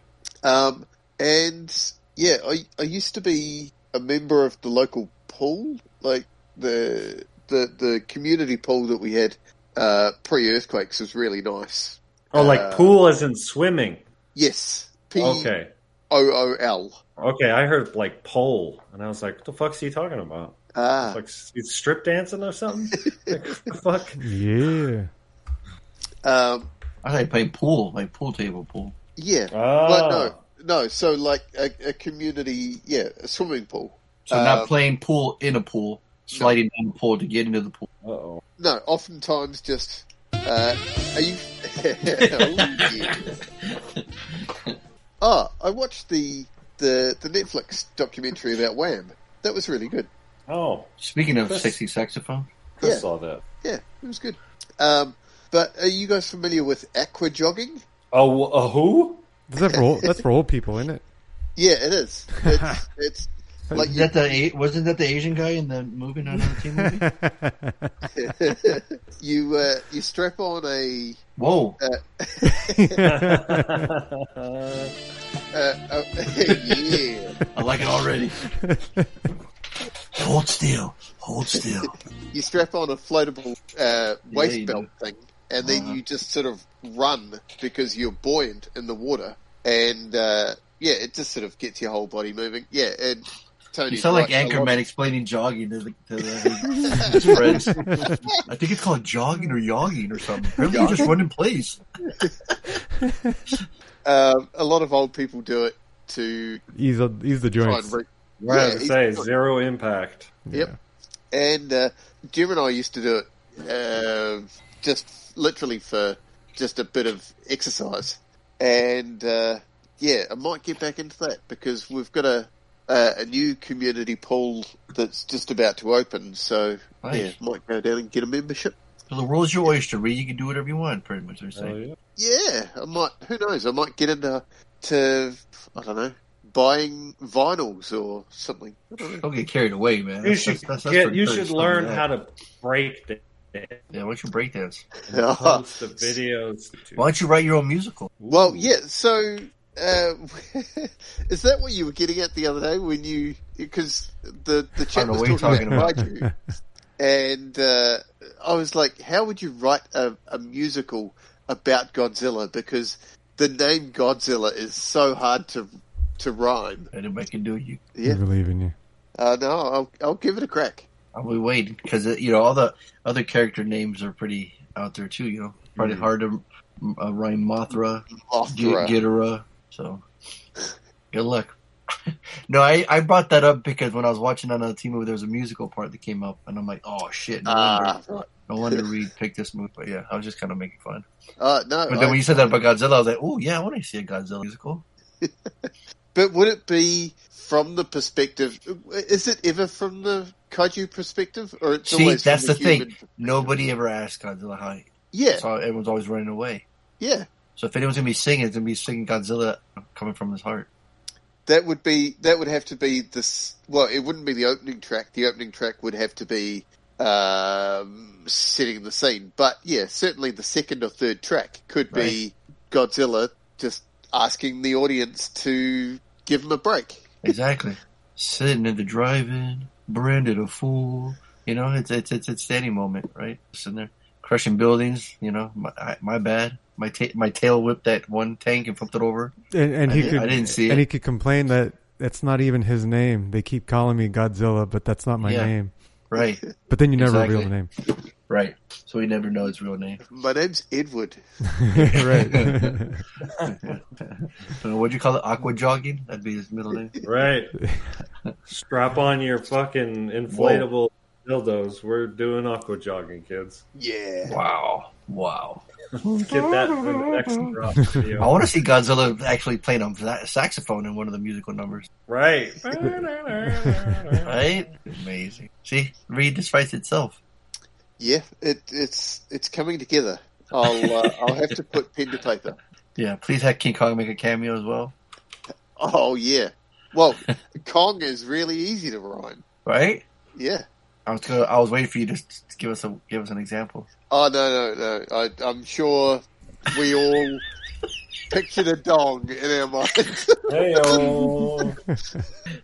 D: um, and yeah, I I used to be a member of the local pool, like the the the community pool that we had uh, pre earthquakes was really nice.
G: Oh, like
D: Uh,
G: pool as in swimming.
D: Yes, P O
G: Okay.
D: O L.
G: Okay, I heard like pole, and I was like, "What the fuck's he talking about?
D: Ah,
G: Like s- he's strip dancing or something? like, what the fuck?
E: yeah.
D: um,
F: I like playing pool, like pool table pool.
D: Yeah.
G: Ah.
D: Well, no, no. So like a, a community, yeah, a swimming pool.
F: So not
D: Um,
F: playing pool in a pool, sliding down the pool to get into the pool.
G: Uh-oh.
D: No, oftentimes just. Uh, are you? oh, yeah. Ah, I watched the the the Netflix documentary about Wham. That was really good.
G: Oh,
F: Speaking of
G: Chris-
F: sexy saxophone,
G: Chris
D: Yeah.
G: saw that.
D: Yeah, it was good. Um, but are you guys familiar with aqua jogging?
G: Oh, wh- uh, who?
E: Is that for old, that's for old people, isn't it?
D: Yeah, it is. It's, it's like
F: Is
D: you,
F: that the A- wasn't that the Asian guy in the movie, not the team movie?
D: you uh, you strap on a
F: Whoa,
D: uh, uh, yeah.
F: I like it already. Hold still, hold still.
D: you strap on a floatable uh, waist
F: you Uh-huh.
D: belt thing, and then you just sort of run because you're buoyant in the water, and uh, yeah, it just sort of gets your whole body moving. Yeah, and Tony,
F: You sound like
D: right, a lot-
F: Anchorman explaining jogging to the, to the his friends. I think it's called jogging or yogging or something. Remember, you just run in place.
D: Um, a lot of old people do it to
E: He's a, he's the
D: try
E: joints.
D: and re-
G: Right,
D: Yeah,
G: I say zero impact.
D: Yep. And uh, Jim and I used to do it uh, just literally for just a bit of exercise. And uh, yeah, I might get back into that because we've got a uh, a new community pool that's just about to open. So
F: Nice.
D: yeah, might go down and get a membership.
F: So the world's your oyster, Reed. You can do whatever you want, pretty much. They're saying.
D: Yeah, I might. Who knows? I might get into to I don't know buying vinyls or something. I don't know.
F: Don't get carried away, man.
G: Oh, You should get, you should learn how to break dance.
F: Yeah, what's your break dance?
D: Oh,
G: And post the videos. to-
F: Why don't you write your own musical?
D: Well, yeah. So, uh, is that what you were getting at the other day when you because the the
F: I don't
D: chat
F: know
D: was
F: what you're
D: talking, about
F: talking
D: kaiju, and uh, I was like, how would you write a, a musical about Godzilla? Because the name Godzilla is so hard to to rhyme.
F: Anybody can do you.
D: Yeah.
E: I believe in you.
D: Uh, no, I'll I'll give it a crack.
F: I'll be waiting because uh, you know all the other character names are pretty out there too. You know, probably hard to uh, rhyme Mothra, G-
D: Mothra.
F: Ghidorah. So good luck. no, I, I brought that up because when I was watching on a TV movie, there was a musical part that came up, and I'm like, oh shit, no
D: Ah.
F: wonder, no wonder Reed picked this movie. But yeah, I was just kind of making fun.
D: Uh, no,
F: But then
D: I-
F: when you said that about Godzilla, I was like, oh yeah, I want to see a Godzilla musical.
D: But would it be from the perspective? Is it ever from the kaiju perspective, or it's
F: See,
D: always from
F: that's the,
D: human-
F: thing. Nobody ever asked Godzilla how.
D: Yeah.
F: So everyone's always running away.
D: Yeah,
F: So if anyone's gonna be singing, it's gonna be singing Godzilla coming from his heart.
D: that would be that would have to be this. Well, it wouldn't be the opening track. The opening track would have to be um, setting the scene. But yeah, certainly the second or third track could be Godzilla just asking the audience to give him a break.
F: Exactly. Sitting in the drive-in, branded a fool. You know, it's it's it's, it's any moment, right? Sitting there, crushing buildings. You know, my I, my bad. My ta- my tail whipped that one tank and flipped it over.
E: And, and
F: I,
E: he
F: did-
E: could,
F: I didn't see
E: and he
F: it.
E: could complain that that's not even his name. They keep calling me Godzilla, but that's not my
F: Yeah.
E: name.
F: Right.
E: But then you never
F: Exactly.
E: reveal the name.
F: Right. So we never know his real name.
D: My name's Edward.
F: So What'd you call it? Aqua jogging? That'd be his middle name.
G: Right. Strap on your fucking inflatable dildos. We're doing aqua jogging, kids.
D: Yeah.
F: Wow. Wow.
G: Get that for the next drop video.
F: I want to see Godzilla actually playing a sa- saxophone in one of the musical numbers.
G: Right.
F: Right? Amazing. See, read this writes itself.
D: Yeah, it, it's it's coming together. I'll uh, I'll have to put pen to paper.
F: Yeah, please have King Kong make a cameo as well.
D: Oh yeah. Well, Kong is really easy to rhyme.
F: Right?
D: Yeah.
F: I was gonna, I was waiting for you to s- s- give us a give us an example.
D: Oh no no no! I, I'm sure we all pictured a dong in our minds.
G: Heyo.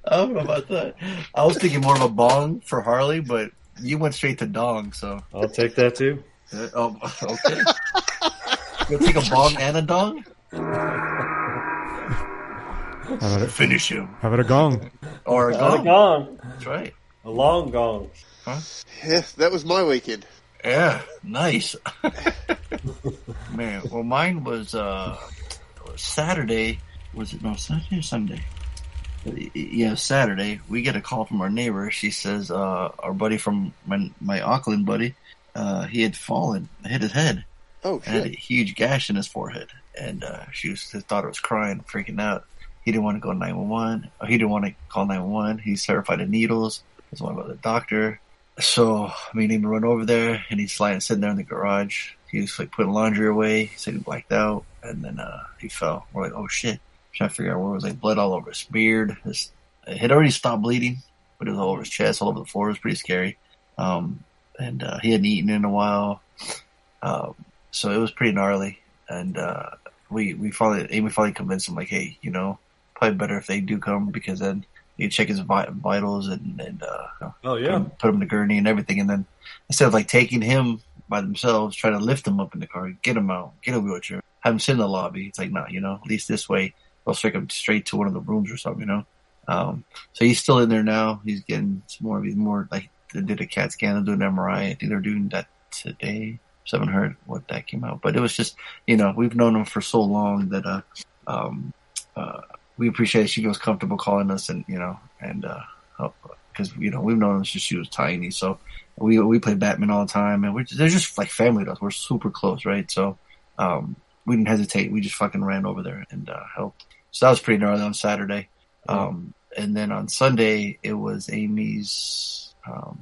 F: I don't know about that. I was thinking more of a bong for Harley, but you went straight to dong. So
G: I'll take that too.
F: Uh, oh, okay. You'll take a bong and a dong.
E: How about a,
F: Finish him
E: How about a gong?
F: or a
E: Oh.
G: Not a
F: gong.
G: gong.
F: That's right.
G: A long gong.
D: yeah, that was my weekend.
F: Yeah, nice. Man, well, mine was uh, Saturday. Was it no Saturday or Sunday? Yeah, Saturday. We get a call from our neighbor. She says uh, our buddy from my my Auckland buddy, uh, he had fallen, hit his head,
D: Oh
F: and had a
D: shit!
F: huge gash in his forehead. And uh, she was, thought it was crying, freaking out. He didn't want to go nine one one. Oh, He didn't want to call nine one one. He's terrified of needles. He's wanted by the doctor. So me and him run over there, and he's lying sitting there in the garage. He was like putting laundry away. He said he blacked out, and then uh, he fell. We're like, oh shit! Trying to figure out where it was like blood all over his beard. His, it had already stopped bleeding, but it was all over his chest, all over the floor. It was pretty scary. Um, and uh, he hadn't eaten in a while, um, so it was pretty gnarly. And uh, we we finally Amy finally convinced him like, hey, you know, probably better if they do come because then you check his vi- vitals and and uh, you know,
G: Oh yeah.
F: put him in the gurney and everything. And then instead of like taking him by themselves, trying to lift him up in the car, get him out, get a wheelchair, have him sit in the lobby. It's like, nah, you know, at least this way, they'll strike him straight to one of the rooms or something, you know? Um, so he's still in there now. He's getting some more, he's more like, they did a CAT scan, they're doing MRI. I think they're doing that today. So I haven't heard what that came out, but it was just, you know, we've known him for so long that, uh, um, uh, we appreciate she feels comfortable calling us and, you know, and, uh, because you know we've known her since she was tiny. So We we play Batman all the time, and we're they're just like family to us. We're super close, right? So um, we didn't hesitate. We just fucking ran over there and uh, helped. So that was pretty gnarly on Saturday. Um, and then on Sunday, it was Amy's, um,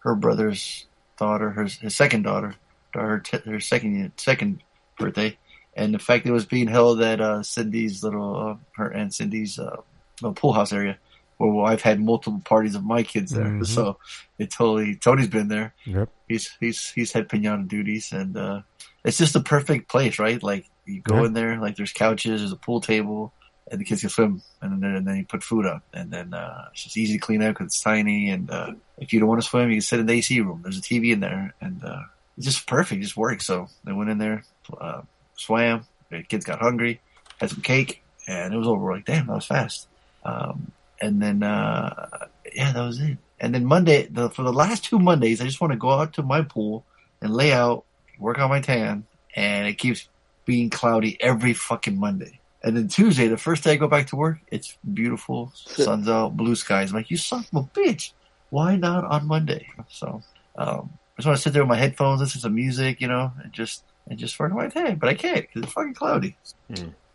F: her brother's daughter, her his second daughter, her t- her second second birthday, and the fact that it was being held at uh, Cindy's little uh, her aunt Cindy's uh, little pool house area, where well, I've had multiple parties of my kids there.
E: Mhm.
F: So it totally Tony's been there.
E: Yep.
F: He's he's he's had pinata duties, and uh, it's just the perfect place, right? Like you go
E: Yeah.
F: in there, like there's couches, there's a pool table, and the kids can swim, and then and then you put food up, and then uh, it's just easy to clean up because it's tiny, and uh, if you don't want to swim, you can sit in the AC room. There's a TV in there, and uh, it's just perfect. It just works. So they went in there, uh, swam. The kids got hungry, had some cake, and it was over. We're like, damn, that was fast. Um, and then, uh, yeah, that was it. And then Monday, the, for the last two Mondays, I just want to go out to my pool and lay out, work on my tan, and it keeps being cloudy every fucking Monday. And then Tuesday, the first day I go back to work, it's beautiful, sun's out, blue skies. I'm like, you son of a bitch. Why not on Monday? So, um, I just want to sit there with my headphones, listen to some music, you know, and just, and just work on my tan, but I can't because it's fucking cloudy.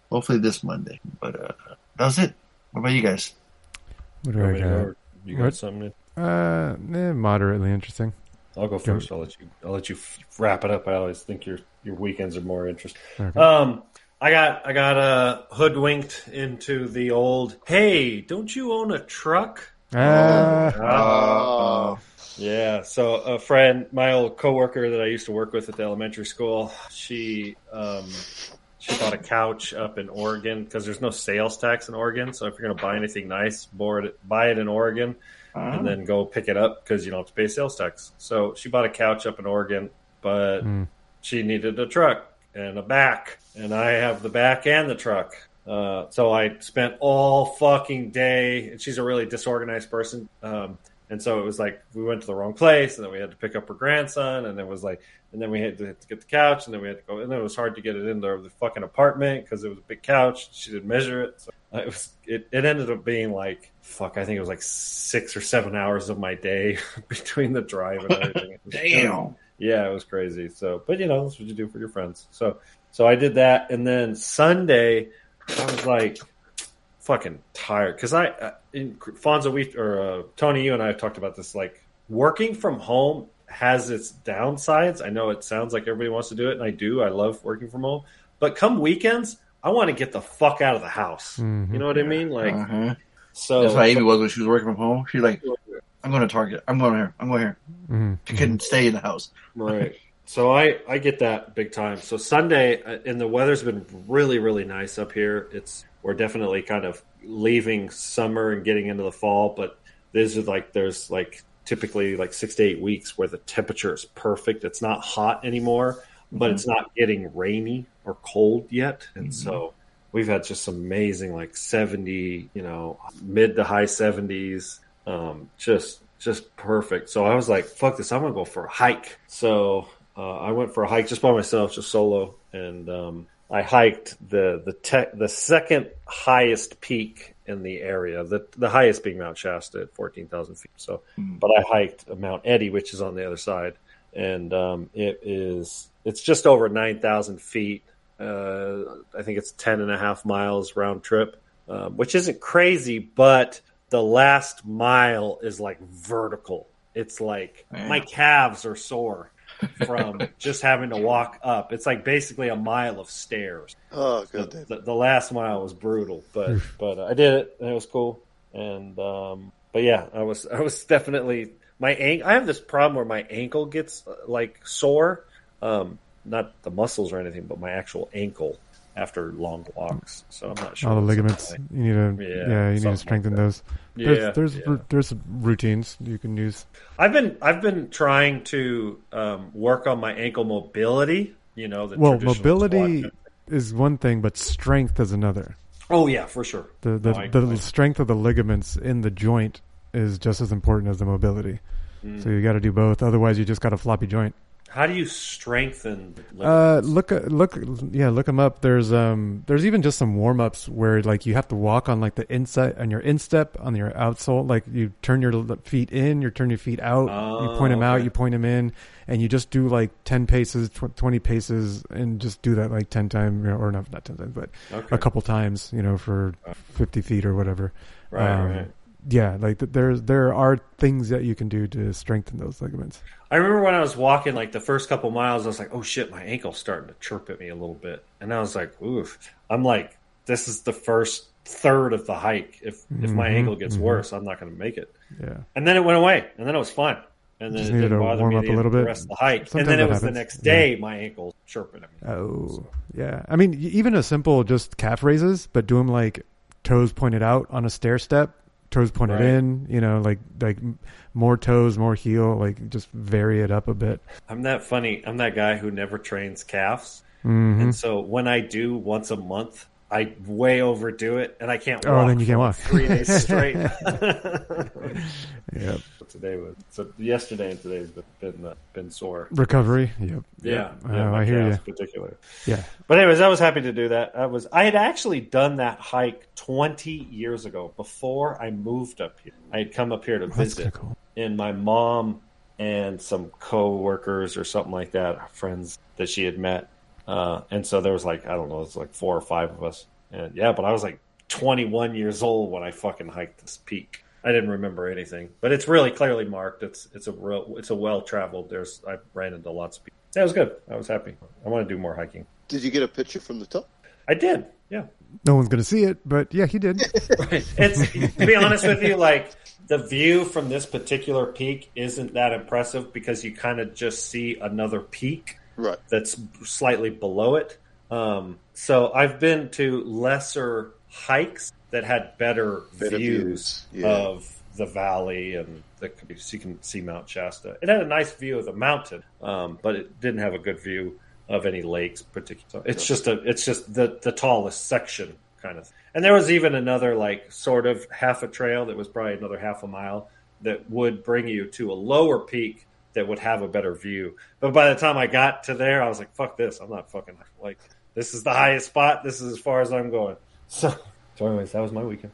F: Hopefully this Monday, but, uh, that was it. What about you guys?
E: What
G: You
E: do
G: want
E: I
G: me to go,
E: got?
G: or you got
E: What?
G: something?
E: Uh, eh, moderately interesting.
G: I'll go
E: Go.
G: first. I'll let you. I'll let you f- wrap it up. I always think your your weekends are more interesting.
E: Okay.
G: Um, I got I got uh, hoodwinked into the old. Hey, don't you own a truck?
F: Oh.
E: Ah.
G: Uh, yeah. So a friend, my old coworker that I used to work with at the elementary school, she um, she bought a couch up in Oregon because there's no sales tax in Oregon. So if you're gonna buy anything nice, board it, buy it in Oregon,
F: Ah.
G: and then go pick it up because you don't have to pay sales tax. So she bought a couch up in Oregon, but
E: Hmm.
G: she needed a truck and a back, and I have the back and the truck. Uh, so I spent all fucking day, and she's a really disorganized person. Um, and so it was like we went to the wrong place, and then we had to pick up her grandson, and it was like, and then we had to, get the couch, and then we had to go, and then it was hard to get it in the, the fucking apartment because it was a big couch. She didn't measure it, so it was. It, it ended up being like fuck. I think it was like six or seven hours of my day between the drive and everything.
F: Damn.
G: Yeah, it was crazy. So, but you know, that's what you do for your friends. So, so I did that, and then Sunday, I was like fucking tired because I, uh, in Fonzo, we or uh, Tony, you and I have talked about this. Like working from home has its downsides. I know it sounds like everybody wants to do it, and I do. I love working from home, but come weekends, I want to get the fuck out of the house.
E: Mm-hmm.
G: You know what I mean? Like,
F: Uh-huh.
G: so
F: That's how Amy was when she was working from home. She's like, I'm going to Target. I'm going here. I'm going here.
E: mm-hmm. Hmm.
F: She couldn't stay in the house.
G: Right. So I I get that big time. So Sunday uh, and the weather's been really really nice up here. It's we're definitely kind of leaving summer and getting into the fall, but this is like there's like typically like 6 to 8 weeks where the temperature is perfect. It's not hot anymore, but it's not getting rainy or cold yet. And so we've had just some amazing like 70 you know mid to high 70s um, just just perfect so i was like fuck this i'm gonna go for a hike so uh, i went for a hike just by myself just solo and um, i hiked the the te- the second highest peak in the area the the highest being mount shasta at 14000 feet so but i hiked mount eddy which is on the other side and um, it is it's just over 9000 feet uh, I think it's 10 and a half miles round trip, um, which isn't crazy, but the last mile is like vertical. It's like my calves are sore from just having to walk up. It's like basically a mile of stairs.
D: Oh,
G: good. The, the last mile was brutal, but but uh, I did it and it was cool. And um, but yeah, I was I was definitely my ankle. I have this problem where my ankle gets uh, like sore, um, not the muscles or anything, but my actual ankle after long walks. So I'm not sure.
E: Mm-hmm. All the
G: what's up.
E: ligaments you need to yeah, you
G: something
E: need to
G: like
E: strengthen
G: that.
E: those.
G: Yeah,
E: there's there's, ru- there's routines you can use.
G: I've been I've been trying to um, work on my ankle mobility. You know, the
E: Well,
G: traditional
E: mobility
G: squat.
E: is one thing, but strength is another.
G: Oh yeah, for sure.
E: The the,
G: No, I-
E: the strength of the ligaments in the joint is just as important as the mobility.
G: Mm.
E: So you got to do both. Otherwise, you just got a floppy joint.
G: How do you strengthen? the
E: Uh, look, look, yeah, look them up. There's um, there's even just some warm ups where like you have to walk on like the inside on your instep on your outsole. Like you turn your l- feet in, you turn your feet out.
G: Oh,
E: you point them out, you point them in, and you just do like ten paces, tw- twenty paces, and just do that like ten times or not not ten times, but
G: Okay.
E: a couple times, you know, for fifty feet or whatever. Um,
G: Right, right.
E: Yeah, like th- there's there are things that you can do to strengthen those ligaments.
G: I remember when I was walking, like the first couple miles, I was like, "Oh shit, my ankle's starting to chirp at me a little bit," and I was like, "Oof!" I'm like, "This is the first third of the hike. If if my
E: Mhm,
G: ankle gets
E: mhm.
G: worse, I'm not going to make it."
E: Yeah.
G: And then it went away, and then it was fine, and then
E: Just
G: it
E: needed
G: didn't
E: to
G: bother
E: warm
G: me
E: up a
G: the,
E: little
G: the
E: bit.
G: rest of the hike.
E: Sometimes
G: and then
E: that
G: it was
E: happens,
G: the next
E: yeah.
G: day, my ankle chirping at me.
E: Oh, yeah. I mean, y- even a simple just calf raises, but do them like toes pointed out on a stair step, toes pointed
G: Right.
E: in. You know, like like m- more toes, more heel. Like just vary it up a bit.
G: I'm that funny. I'm that guy who never trains calves,
E: Mhm.
G: and so when I do once a month, I way overdo it, and I can't.
E: Oh,
G: walk
E: then you can't
G: for
E: walk.
G: three days straight.
E: Yep.
G: Today was so yesterday and today's been uh, been sore.
E: Recovery. Yep.
G: Yeah,
E: Yep.
G: yeah,
E: Oh,
G: my
E: I hear
G: calves
E: you.
G: in Particular.
E: Yeah.
G: But anyways, I was happy to do that. I was I had actually done that hike 20 years ago before I moved up here. I had come up here to
E: that's
G: visit, and my mom and some co-workers or something like that, friends that she had met, uh, and so there was like I don't know, it's like four or five of us, and yeah, but I was like 21 years old when I fucking hiked this peak. I didn't remember anything, but it's really clearly marked. It's it's a real it's a well traveled. There's I ran into lots of people. Yeah, it was good. I was happy. I want to do more hiking.
D: Did you get a picture from the top?
G: I did. Yeah.
E: No one's gonna see it, but yeah, he did.
G: It's to be honest with you, like the view from this particular peak isn't that impressive because you kind of just see another peak
D: right.
G: that's slightly below it. Um, so I've been to lesser hikes that had better,
D: Better
G: views,
D: views, yeah.
G: of the valley and the, so you can see Mount Shasta. It had a nice view of the mountain, um, but it didn't have a good view of any lakes particular. So it's just a it's just the the tallest section kind of. And there was even another like sort of half a trail that was probably another half a mile that would bring you to a lower peak that would have a better view. But by the time I got to there, I was like, "Fuck this! I'm not fucking like this is the highest spot. This is as far as I'm going." So, so anyways, that was my weekend.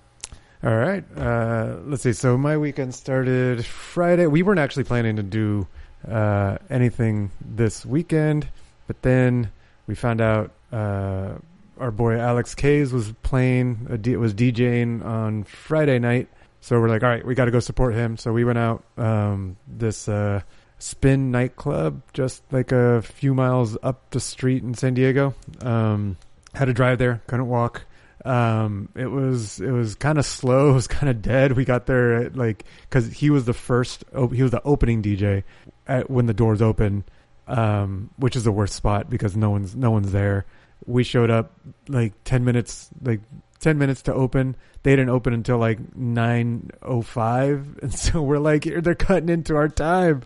E: All right. Uh, let's see. So my weekend started Friday. We weren't actually planning to do uh, anything this weekend, but then we found out uh, our boy Alex Kays was playing, uh, D- was DJing on Friday night. So we're like, all right, we got to go support him. So we went out um, this uh, Spin nightclub, just like a few miles up the street in San Diego. Um, had to drive there, couldn't walk um it was it was kind of slow it was kind of dead we got there at like because he was the first op- he was the opening dj at, when the doors open um which is the worst spot because no one's no one's there we showed up like 10 minutes like 10 minutes to open they didn't open until like 905 and so we're like they're cutting into our time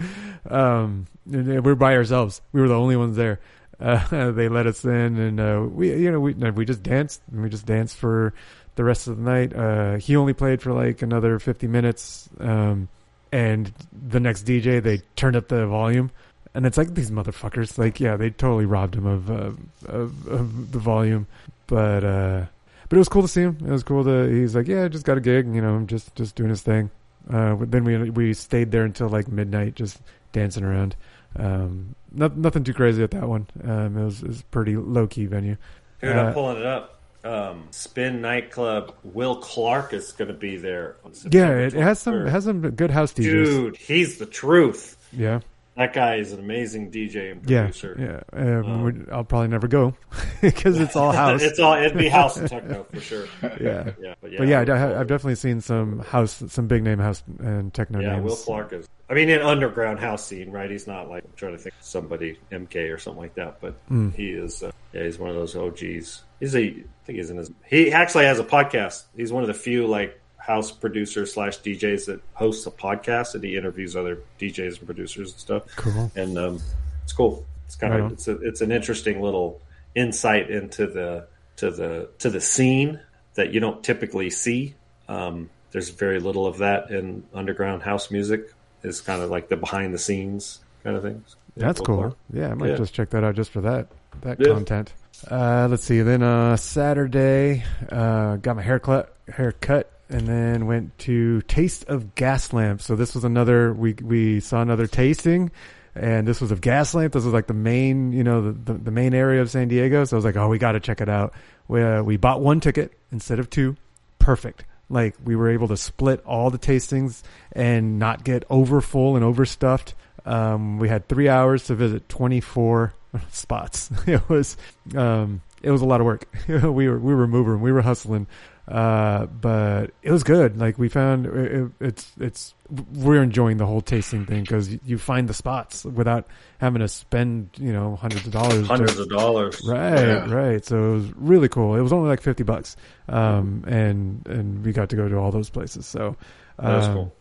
E: um and we we're by ourselves we were the only ones there uh, they let us in, and uh, we, you know, we we just danced, and we just danced for the rest of the night. Uh, he only played for like another fifty minutes, um, and the next DJ they turned up the volume, and it's like these motherfuckers, like yeah, they totally robbed him of uh, of, of the volume, but uh, but it was cool to see him. It was cool to he's like yeah, I just got a gig, you know, I'm just just doing his thing. Uh, but then we we stayed there until like midnight, just dancing around. Um, not, nothing too crazy at that one. Um, it was, it was a pretty low key venue.
G: Dude,
E: Uh,
G: I'm pulling it up. Um, Spin nightclub. Will Clark is going to be there. On
E: yeah,
G: September
E: it, it has some
G: 23rd.
E: it has some good house DJs.
G: Dude, he's the truth.
E: Yeah.
G: That guy is an amazing DJ and
E: yeah,
G: producer.
E: yeah. Um, we'd- I'll probably never go because it's all house.
G: it's all it'd be house techno for sure.
E: yeah.
G: yeah,
E: but yeah, I, I, have definitely seen some house, some big name house and techno
G: yeah,
E: names.
G: Will Clark is. I mean, an underground house scene, right? He's not like I'm trying to think of somebody MK or something like that, but
E: Mm.
G: he is. Uh, yeah, he's one of those OGs. He's a. I think he's in his. He actually has a podcast. He's one of the few like house producers slash DJs that hosts a podcast and he interviews other DJs and producers and stuff.
E: Cool.
G: And um, it's cool. It's kind
E: Right
G: of
E: on.
G: it's a, it's an interesting little insight into the to the to the scene that you don't typically see. Um, there's very little of that in underground house music. It's kind of like the behind the scenes kind of things.
E: That's cool. Yeah, I might
N: Yeah.
E: just check that out just for that that
N: Yeah.
E: content. Uh, let's see. Then uh, Saturday, uh, got my hair cut, haircut, and then went to Taste of Gaslamp. So this was another we we saw another tasting, and this was of Gaslamp. This was like the main you know the the, the main area of San Diego. So I was like, oh, we got to check it out. We uh, we bought one ticket instead of two. Perfect. Like we were able to split all the tastings and not get over full and overstuffed. Um, we had three hours to visit 24 spots. It was, um, it was a lot of work. we were, we were moving, we were hustling. Uh, but it was good. Like we found it, it- it's, it's, we're enjoying the whole tasting thing because you find the spots without having to spend, you know, hundreds of dollars.
G: Hundreds of dollars.
E: Right.
G: Yeah.
E: Right. So it was really cool. It was only like 50 bucks. Um, and, and we got to go to all those places. So,
G: That was
E: um,
G: cool.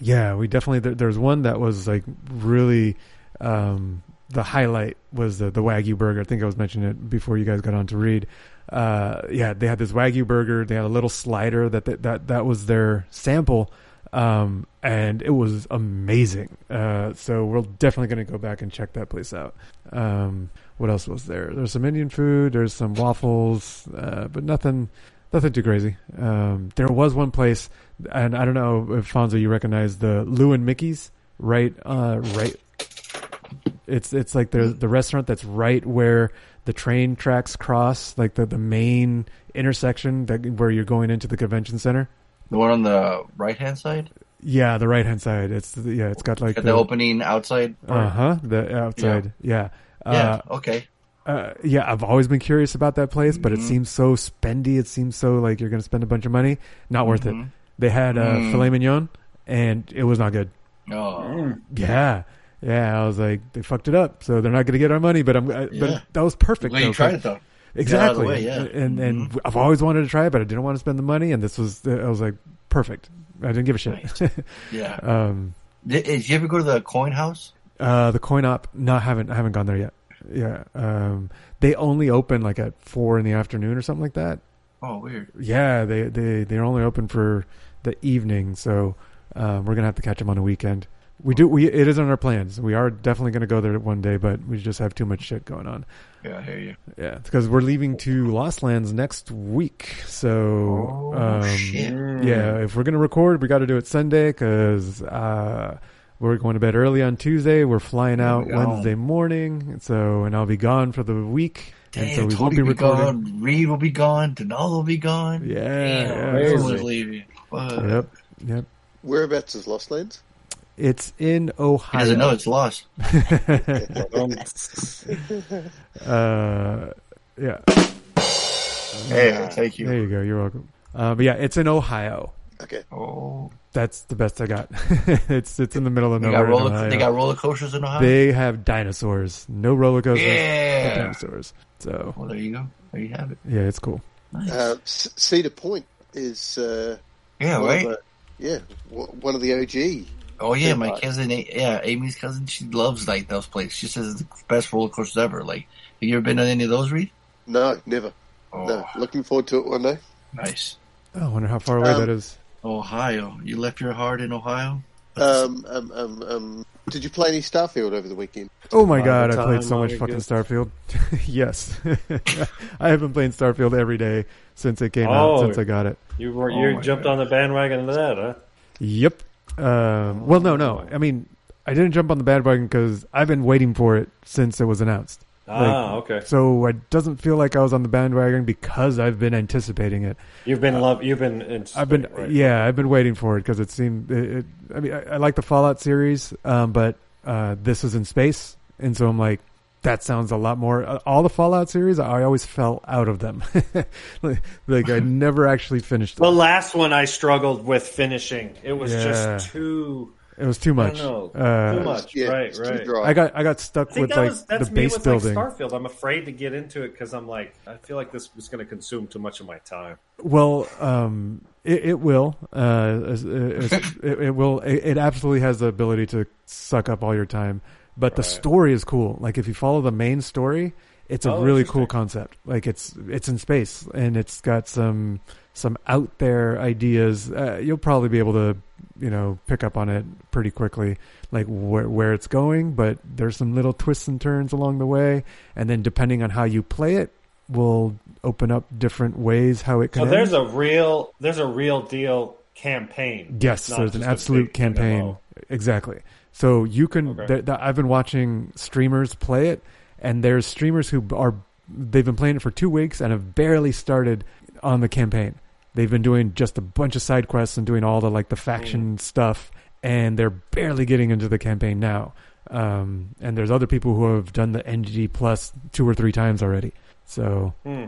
E: Yeah, we definitely, there, there's one that was like really, um, the highlight was the, the Wagyu burger. I think I was mentioning it before you guys got on to read. Uh, yeah, they had this Wagyu burger. They had a little slider that, that, that, that was their sample. Um, and it was amazing. Uh, so we're definitely going to go back and check that place out. Um, what else was there? There's some Indian food. There's some waffles, uh, but nothing, nothing too crazy. Um, there was one place, and I don't know if Fonzo you recognize the Lou and Mickey's right, uh, right. It's it's like the the restaurant that's right where the train tracks cross, like the the main intersection that where you're going into the convention center.
F: The one on the right hand side,
E: Yeah, the right hand side. It's yeah, it's got like
F: at the, opening outside. part.
E: Uh huh. The outside. Yeah.
F: Yeah.
E: Uh,
F: okay.
E: uh, yeah, I've always been curious about that place, but it
F: Mhm.
E: seems so spendy. It seems so like you're going to spend a bunch of money. Not worth it.
F: Mhm.
E: They had uh,
F: Mm.
E: filet mignon, and it was not good. Hmm,
F: Oh.
E: Yeah, yeah. I was like, they fucked it up, so they're not going to get our money. But I'm, I,
F: Yeah.
E: but that was perfect.
F: Well, you
E: though,
F: tried
E: for-
F: it, though.
E: Exactly.
F: Get out of the way, yeah. Mm-hmm.
E: And and I've always wanted to try it, but I didn't want to spend the money. And this was, uh, I was like, perfect. I didn't give a shit.
F: Yeah.
E: um.
F: Did, did you ever go to the coin house?
E: Uh, the coin op. No, I haven't. I haven't gone there yet. Yeah. Um, they only open like at four in the afternoon or something like that.
F: Oh, weird.
E: Yeah, they they they're only open for the evening, so um, we're gonna have to catch them on a weekend. We do. We it is on our plans. We are definitely gonna go there one day, but we just have too much shit going on.
F: Yeah, I hear you.
E: Yeah, because we're leaving to Lost Lands next week. So,
F: Oh,
E: um, yeah, if we're gonna record, we got to do it Sunday because uh, we're going to bed early on Tuesday. We're flying out
F: go.
E: Wednesday morning, so and I'll be gone for the week, and so we
F: Tony
E: won't be
F: will
E: recording.
F: gone. Reed will be gone. Denal will be gone.
E: Yeah,
F: Damn,
E: yeah.
F: everyone's leaving. Fuck.
E: Yep, yep.
D: Whereabouts is Lost Lands?
E: It's in Ohio.
F: doesn't know it's lost.
E: uh, yeah.
F: Hey, thank you.
E: There you go. You're welcome. Uh, but yeah, it's in Ohio.
D: Okay.
F: Oh.
E: That's the best I got. it's it's in the middle of
F: They
E: nowhere.
F: got,
E: in
F: roller,
E: Ohio.
F: they got roller coasters in Ohio.
E: They have dinosaurs. No roller coasters. but
F: Yeah.
E: Dinosaurs. So
F: well, there you go. There you have it.
E: yeah, it's cool.
D: Uh, C- Cedar Point is. Uh,
F: Yeah,
D: one
F: right?
D: Of the, yeah, w- one of the OG.
F: Oh yeah,
D: theme
F: my
D: parks.
F: cousin. A- Yeah, Amy's cousin. She loves like those places. She says it's the best roller coasters ever. Like, have you ever been on any of those, Reed?
D: No, never. No, looking forward to it one day.
F: Oh, Nice.
E: Oh, I wonder how far away
D: Um,
E: that is.
F: Ohio. You left your heart in Ohio.
D: Um, um, um, um, did you play any Starfield over the weekend?
E: Oh my god,
F: the
E: I played
F: time
E: so much
F: I
E: fucking
F: get-
E: Starfield. yes, I have been playing Starfield every day since it came out.
G: Oh.
E: Since I got it.
G: You were,
F: Oh
G: you
F: my
G: jumped on the bandwagon of that, huh?
E: Yep. Um, well, no, no. I mean, I didn't jump on the bandwagon because I've been waiting for it since it was announced.
G: Ah, okay.
E: So it doesn't feel like I was on the bandwagon because I've been anticipating it.
G: You've been love. You've been. It's,
E: Uh, I've been yeah, I've been waiting for it because it seemed. It, it, I mean, I, I like the Fallout series, um, but uh, this is in space, and so I'm like, that sounds a lot more. uh, All the Fallout series, I always fell out of them. like, like, I never actually finished them.
G: The last one I struggled with finishing. It was
E: Yeah.
G: just too.
E: It was too much.
G: I don't know.
E: Uh,
G: too much.
D: Yeah,
G: right.
D: it's too
G: Right.
D: dry.
E: I got I got
G: I
E: stuck
G: think
E: with
G: that
E: like
G: was,
E: the
G: that's me
E: base
G: with
E: building.
G: like Starfield. I'm afraid to get into it because I'm like, I feel like this is going to consume too much of my time.
E: Well, um, it, it will. Uh, as- as- it, it will. It, it absolutely has the ability to suck up all your time. But the story is cool. Like if you follow the main story, It's a
A: Oh,
E: really cool concept. Like it's it's in space and it's got some some out there ideas. Uh, you'll probably be able to you know pick up on it pretty quickly, like where where it's going. But there's some little twists and turns along the way, and then depending on how you play it, will open up different ways how it
G: So
E: can.
G: there's a real there's a real deal campaign.
E: Yes,
G: Not
E: there's an
G: just a
E: absolute
G: big
E: campaign.
G: MMO.
E: Exactly. So you can.
G: Okay.
E: Th- th- I've been watching streamers play it, and there's streamers who are they've been playing it for two weeks and have barely started on the campaign. They've been doing just a bunch of side quests and doing all the
G: Mm.
E: like the faction stuff, and they're barely getting into the campaign now. Um, and there's other people who have done the NGD plus two or three times already. So
G: Hmm.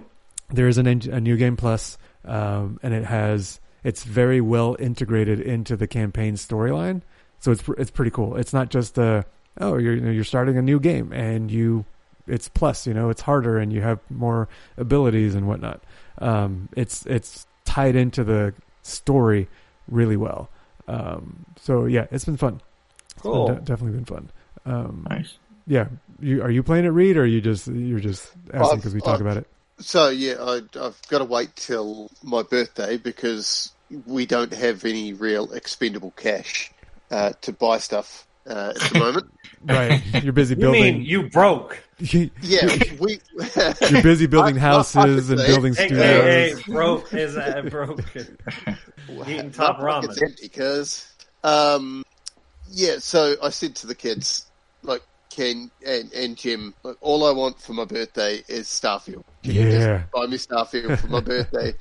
E: there is an eng- a new game plus, um, and it has it's very well integrated into the campaign storyline. So it's pr- it's pretty cool. It's not just a oh you're you know, you're starting a new game and you it's plus you know it's harder and you have more abilities and whatnot. Um, it's it's tied into the story really well. Um, so yeah, it's been fun. It's been
G: Cool.
E: de- definitely been fun. Um,
F: nice.
E: Yeah, you, are you playing it, Reed, or are you just you're just asking
D: I've-
E: because we talk
D: I've-
E: about it?
D: So yeah, I, I've got to wait till my birthday because we don't have any real expendable cash uh, to buy stuff uh, at the moment.
E: Right, you're busy
D: You mean
E: building.
G: you broke?
D: yeah, we.
E: You're busy building houses and
D: obviously.
E: building
G: AKA
E: studios.
G: broke is uh, broke. Eating
D: Not like
G: top ramen.
D: It's empty, cause um, yeah. So I said to the kids, like Ken and and Jim, like, all I want for my birthday is Starfield. Can you just
E: Yeah.
D: buy me Starfield for my birthday,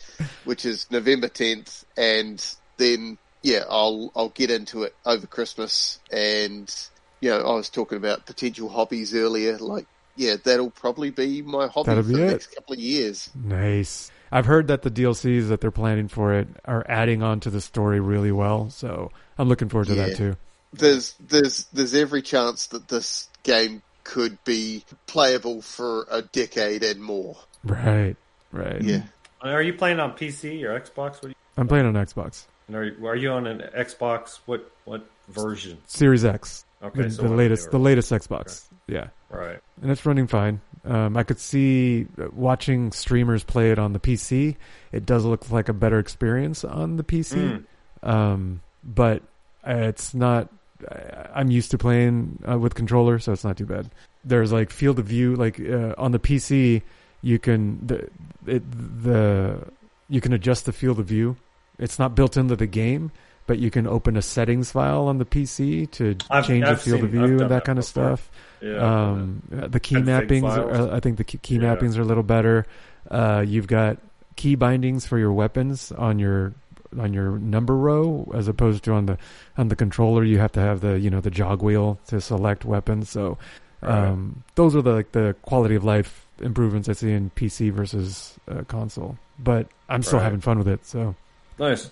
D: which is November tenth, and then yeah, I'll I'll get into it over Christmas. And you know, I was talking about potential hobbies earlier, like. Yeah, that'll probably be my hobby
E: That'll
D: for
E: be
D: the
E: it.
D: next couple of years.
E: Nice. I've heard that the DLCs that they're planning for it are adding on to the story really well, so I'm looking forward to that
D: Yeah.
E: too.
D: there's there's there's every chance that this game could be playable for a decade and more.
E: Right, right.
D: Yeah.
G: Are you playing on PC or Xbox? What are you,
E: I'm playing on Xbox
G: and are you, are you on an Xbox? What what version?
E: Series X,
G: Okay,
E: the,
G: so
E: the
G: what-
E: latest, the latest Xbox. Yeah,
G: Right.
E: and it's running fine. Um, I could see uh, watching streamers play it on the PC. It does look like a better experience on the PC,
G: Hmm.
E: um, but uh, it's not. I- I'm used to playing uh, with controller, so it's not too bad. There's like field of view, like uh, on the PC, you can the it, the you can adjust the field of view. It's not built into the game, but you can open a settings file on the PC to
G: I've-
E: change
G: I've
E: the field
G: seen-
E: of
G: I've
E: view
G: done
E: and that
G: that
E: kind of
G: before.
E: stuff.
G: Yeah.
E: um, uh, the key
G: Config
E: mappings,
G: files.
E: are, I think the key, key
G: Yeah.
E: mappings are a little better. Uh, you've got key bindings for your weapons on your on your number row as opposed to on the on the controller you have to have the you know the jog wheel to select weapons so um, those are the like the quality of life improvements i see in pc versus uh, console but i'm still
G: Right.
E: having fun with it so
G: Nice.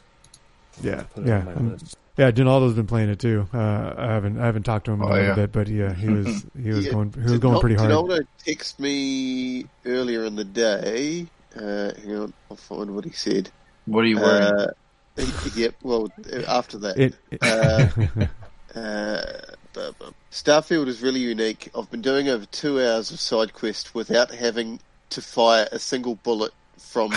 E: Yeah.
G: Put it
E: yeah,
G: on my
E: um,
G: list.
E: yeah. Ginaldo's been playing it too. Uh, I haven't, I haven't talked to him in
F: Oh,
E: a little
F: yeah.
E: bit, but yeah, he was, he was
D: Yeah,
E: going, he was
D: Gino-
E: going pretty hard.
D: Ginaldo texted me earlier in the day. Uh, hang on, I'll find what he said.
F: What are you wearing?
D: Uh, he- yep. Well, after that,
E: It-
D: uh, uh, bu- bu- Starfield is really unique. I've been doing over two hours of side quest without having to fire a single bullet from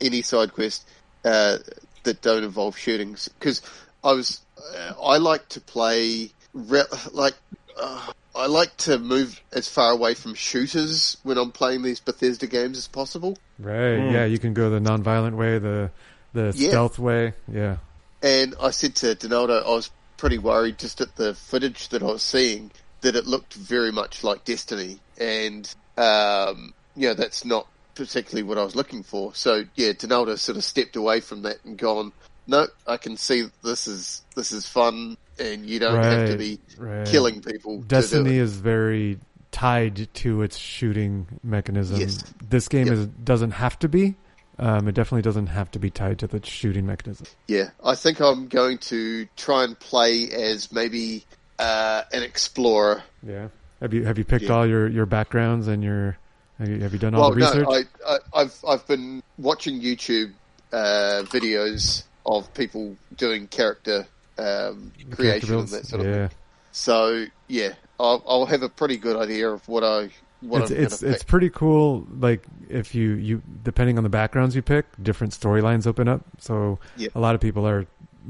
D: any side quest uh, that don't involve shootings. Because I was, uh, I like to play re- like. Uh, I like to move as far away from shooters when I'm playing these Bethesda games as possible.
E: Right.
D: Mm.
E: Yeah. You can go the non-violent way, the, the
D: Yeah.
E: stealth way. Yeah.
D: And I said to Donaldo, I was pretty worried just at the footage that I was seeing that it looked very much like Destiny. And, um, you know, that's not particularly what I was looking for. So, yeah, Donaldo sort of stepped away from that and gone, no, I can see that this is, this is fun and you don't have to
E: Right,
D: be
E: right.
D: killing people. to do
E: Destiny
D: it.
E: is very tied to its shooting mechanism.
D: Yes.
E: This game is doesn't have to be. Um, it definitely doesn't have to be tied to the shooting mechanism.
D: Yeah, I think I'm going to try and play as maybe, uh, an explorer.
E: Yeah. Have you have you picked
D: Yeah.
E: all your, your backgrounds and your have you, have you done all
D: well,
E: the research?
D: no, I, I, I've I've been watching YouTube uh, videos of people doing character um,
E: The character
D: creation and
E: builds?
D: that sort of
E: yeah.
D: thing. So yeah, I'll, I'll have a pretty good idea of what I what
E: it's
D: I'm
E: it's
D: gonna
E: it's pretty cool. Like if you you depending on the backgrounds you pick, different storylines open up. So
D: Yeah.
E: a lot of people are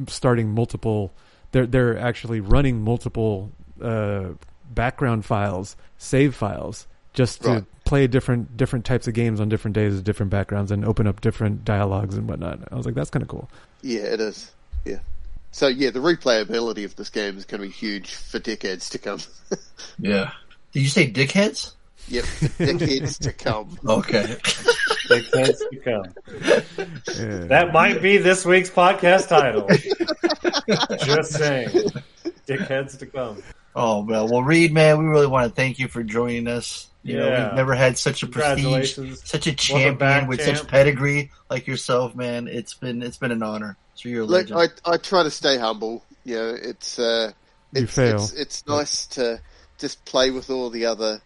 E: starting multiple. They're they're actually running multiple uh, background files, save files, just to
D: Right.
E: play different different types of games on different days, different backgrounds, and open up different dialogues and whatnot. I was like, that's kind of cool.
D: Yeah, it is. Yeah. So yeah, the replayability of this game is going to be huge for decades to come.
F: Yeah. Did you say dickheads?
D: yep, for decades to come.
F: Okay.
G: Dickheads to come. That might be this week's podcast title. Just saying. Dickheads to come.
F: Oh man, well, Reed, man, we really want to thank you for joining us. You know,
G: Yeah.
F: we've never had such a prestige,
G: Congratulations.
F: such a
G: Welcome
F: champion
G: back,
F: with
G: champ.
F: such pedigree like yourself, man. It's been it's been an honor. So you're a
D: Look,
F: legend.
D: I I try to stay humble. You know, it's uh,
E: You
D: it's,
E: fail.
D: it's it's nice to just play with all the other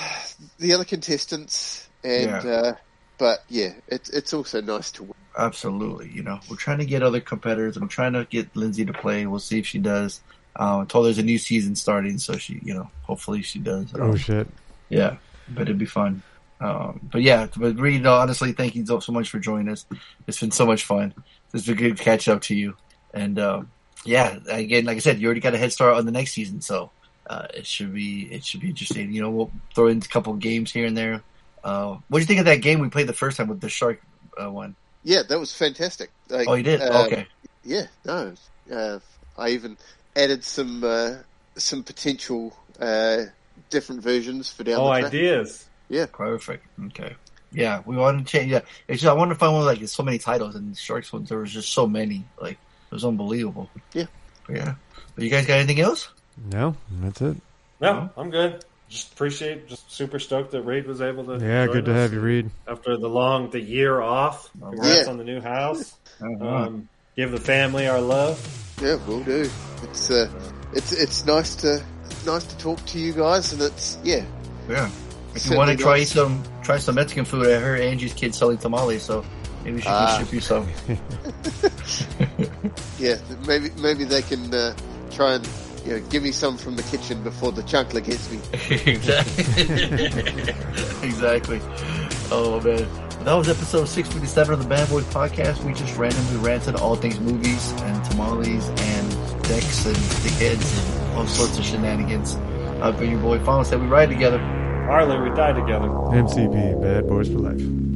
D: the other contestants, and
F: Yeah.
D: uh, but yeah, it's it's also nice to win.
F: Absolutely, you know, we're trying to get other competitors. I'm trying to get Lindsay to play. We'll see if she does. Um, I'm told there's a new season starting, so she, you know, hopefully she does.
E: Oh
F: Um,
E: shit!
F: Yeah, but it'd be fun. Um, but yeah, but Reed, honestly, thank you so so much for joining us. It's been so much fun. It's been good to catch up to you. And um, yeah, again, like I said, you already got a head start on the next season, so uh, it should be it should be interesting. You know, we'll throw in a couple games here and there. Uh, what do you think of that game we played the first time with the shark uh, one?
D: Yeah, that was fantastic. Like,
F: Oh, you did?
D: um,
F: Okay.
D: Yeah, no. Uh, I even added some uh, some potential uh, different versions for down
G: Oh,
D: the track.
G: ideas.
D: Yeah.
F: Perfect. Okay. Yeah, we wanted to change. Yeah, it's just I wanted to find one with, like so many titles and sharks ones. There was just so many. Like it was unbelievable.
D: Yeah.
F: Yeah. But you guys got anything else?
E: No, that's it.
G: No, I'm good. Just appreciate, just super stoked that Reed was able to.
E: Yeah,
G: join
E: good to
G: us
E: have you, Oh, Reed.
G: After the long, the year off. Congrats
D: Yeah.
G: on the new house.
D: Uh-huh.
F: Uh,
G: Um, give the family our love.
D: Yeah, we'll do. It's uh, it's it's nice to nice to talk to you guys, and it's yeah,
F: Yeah. If you
D: Certainly
F: want to try
D: does.
F: some try some Mexican food, I heard Angie's kid selling tamales, so maybe she can
D: Ah.
F: ship you some.
D: yeah. Maybe maybe they can uh, try and you know give me some from the kitchen before the chunkler gets me.
F: exactly. exactly. Oh man. That was episode 657 of the Bad Boys podcast. We just randomly ranted all things movies and tamales and decks and dickheads and all sorts of shenanigans. I've been your boy Fonz. Said we ride together.
G: Harley, we die together.
E: MCP, Bad Boys for Life.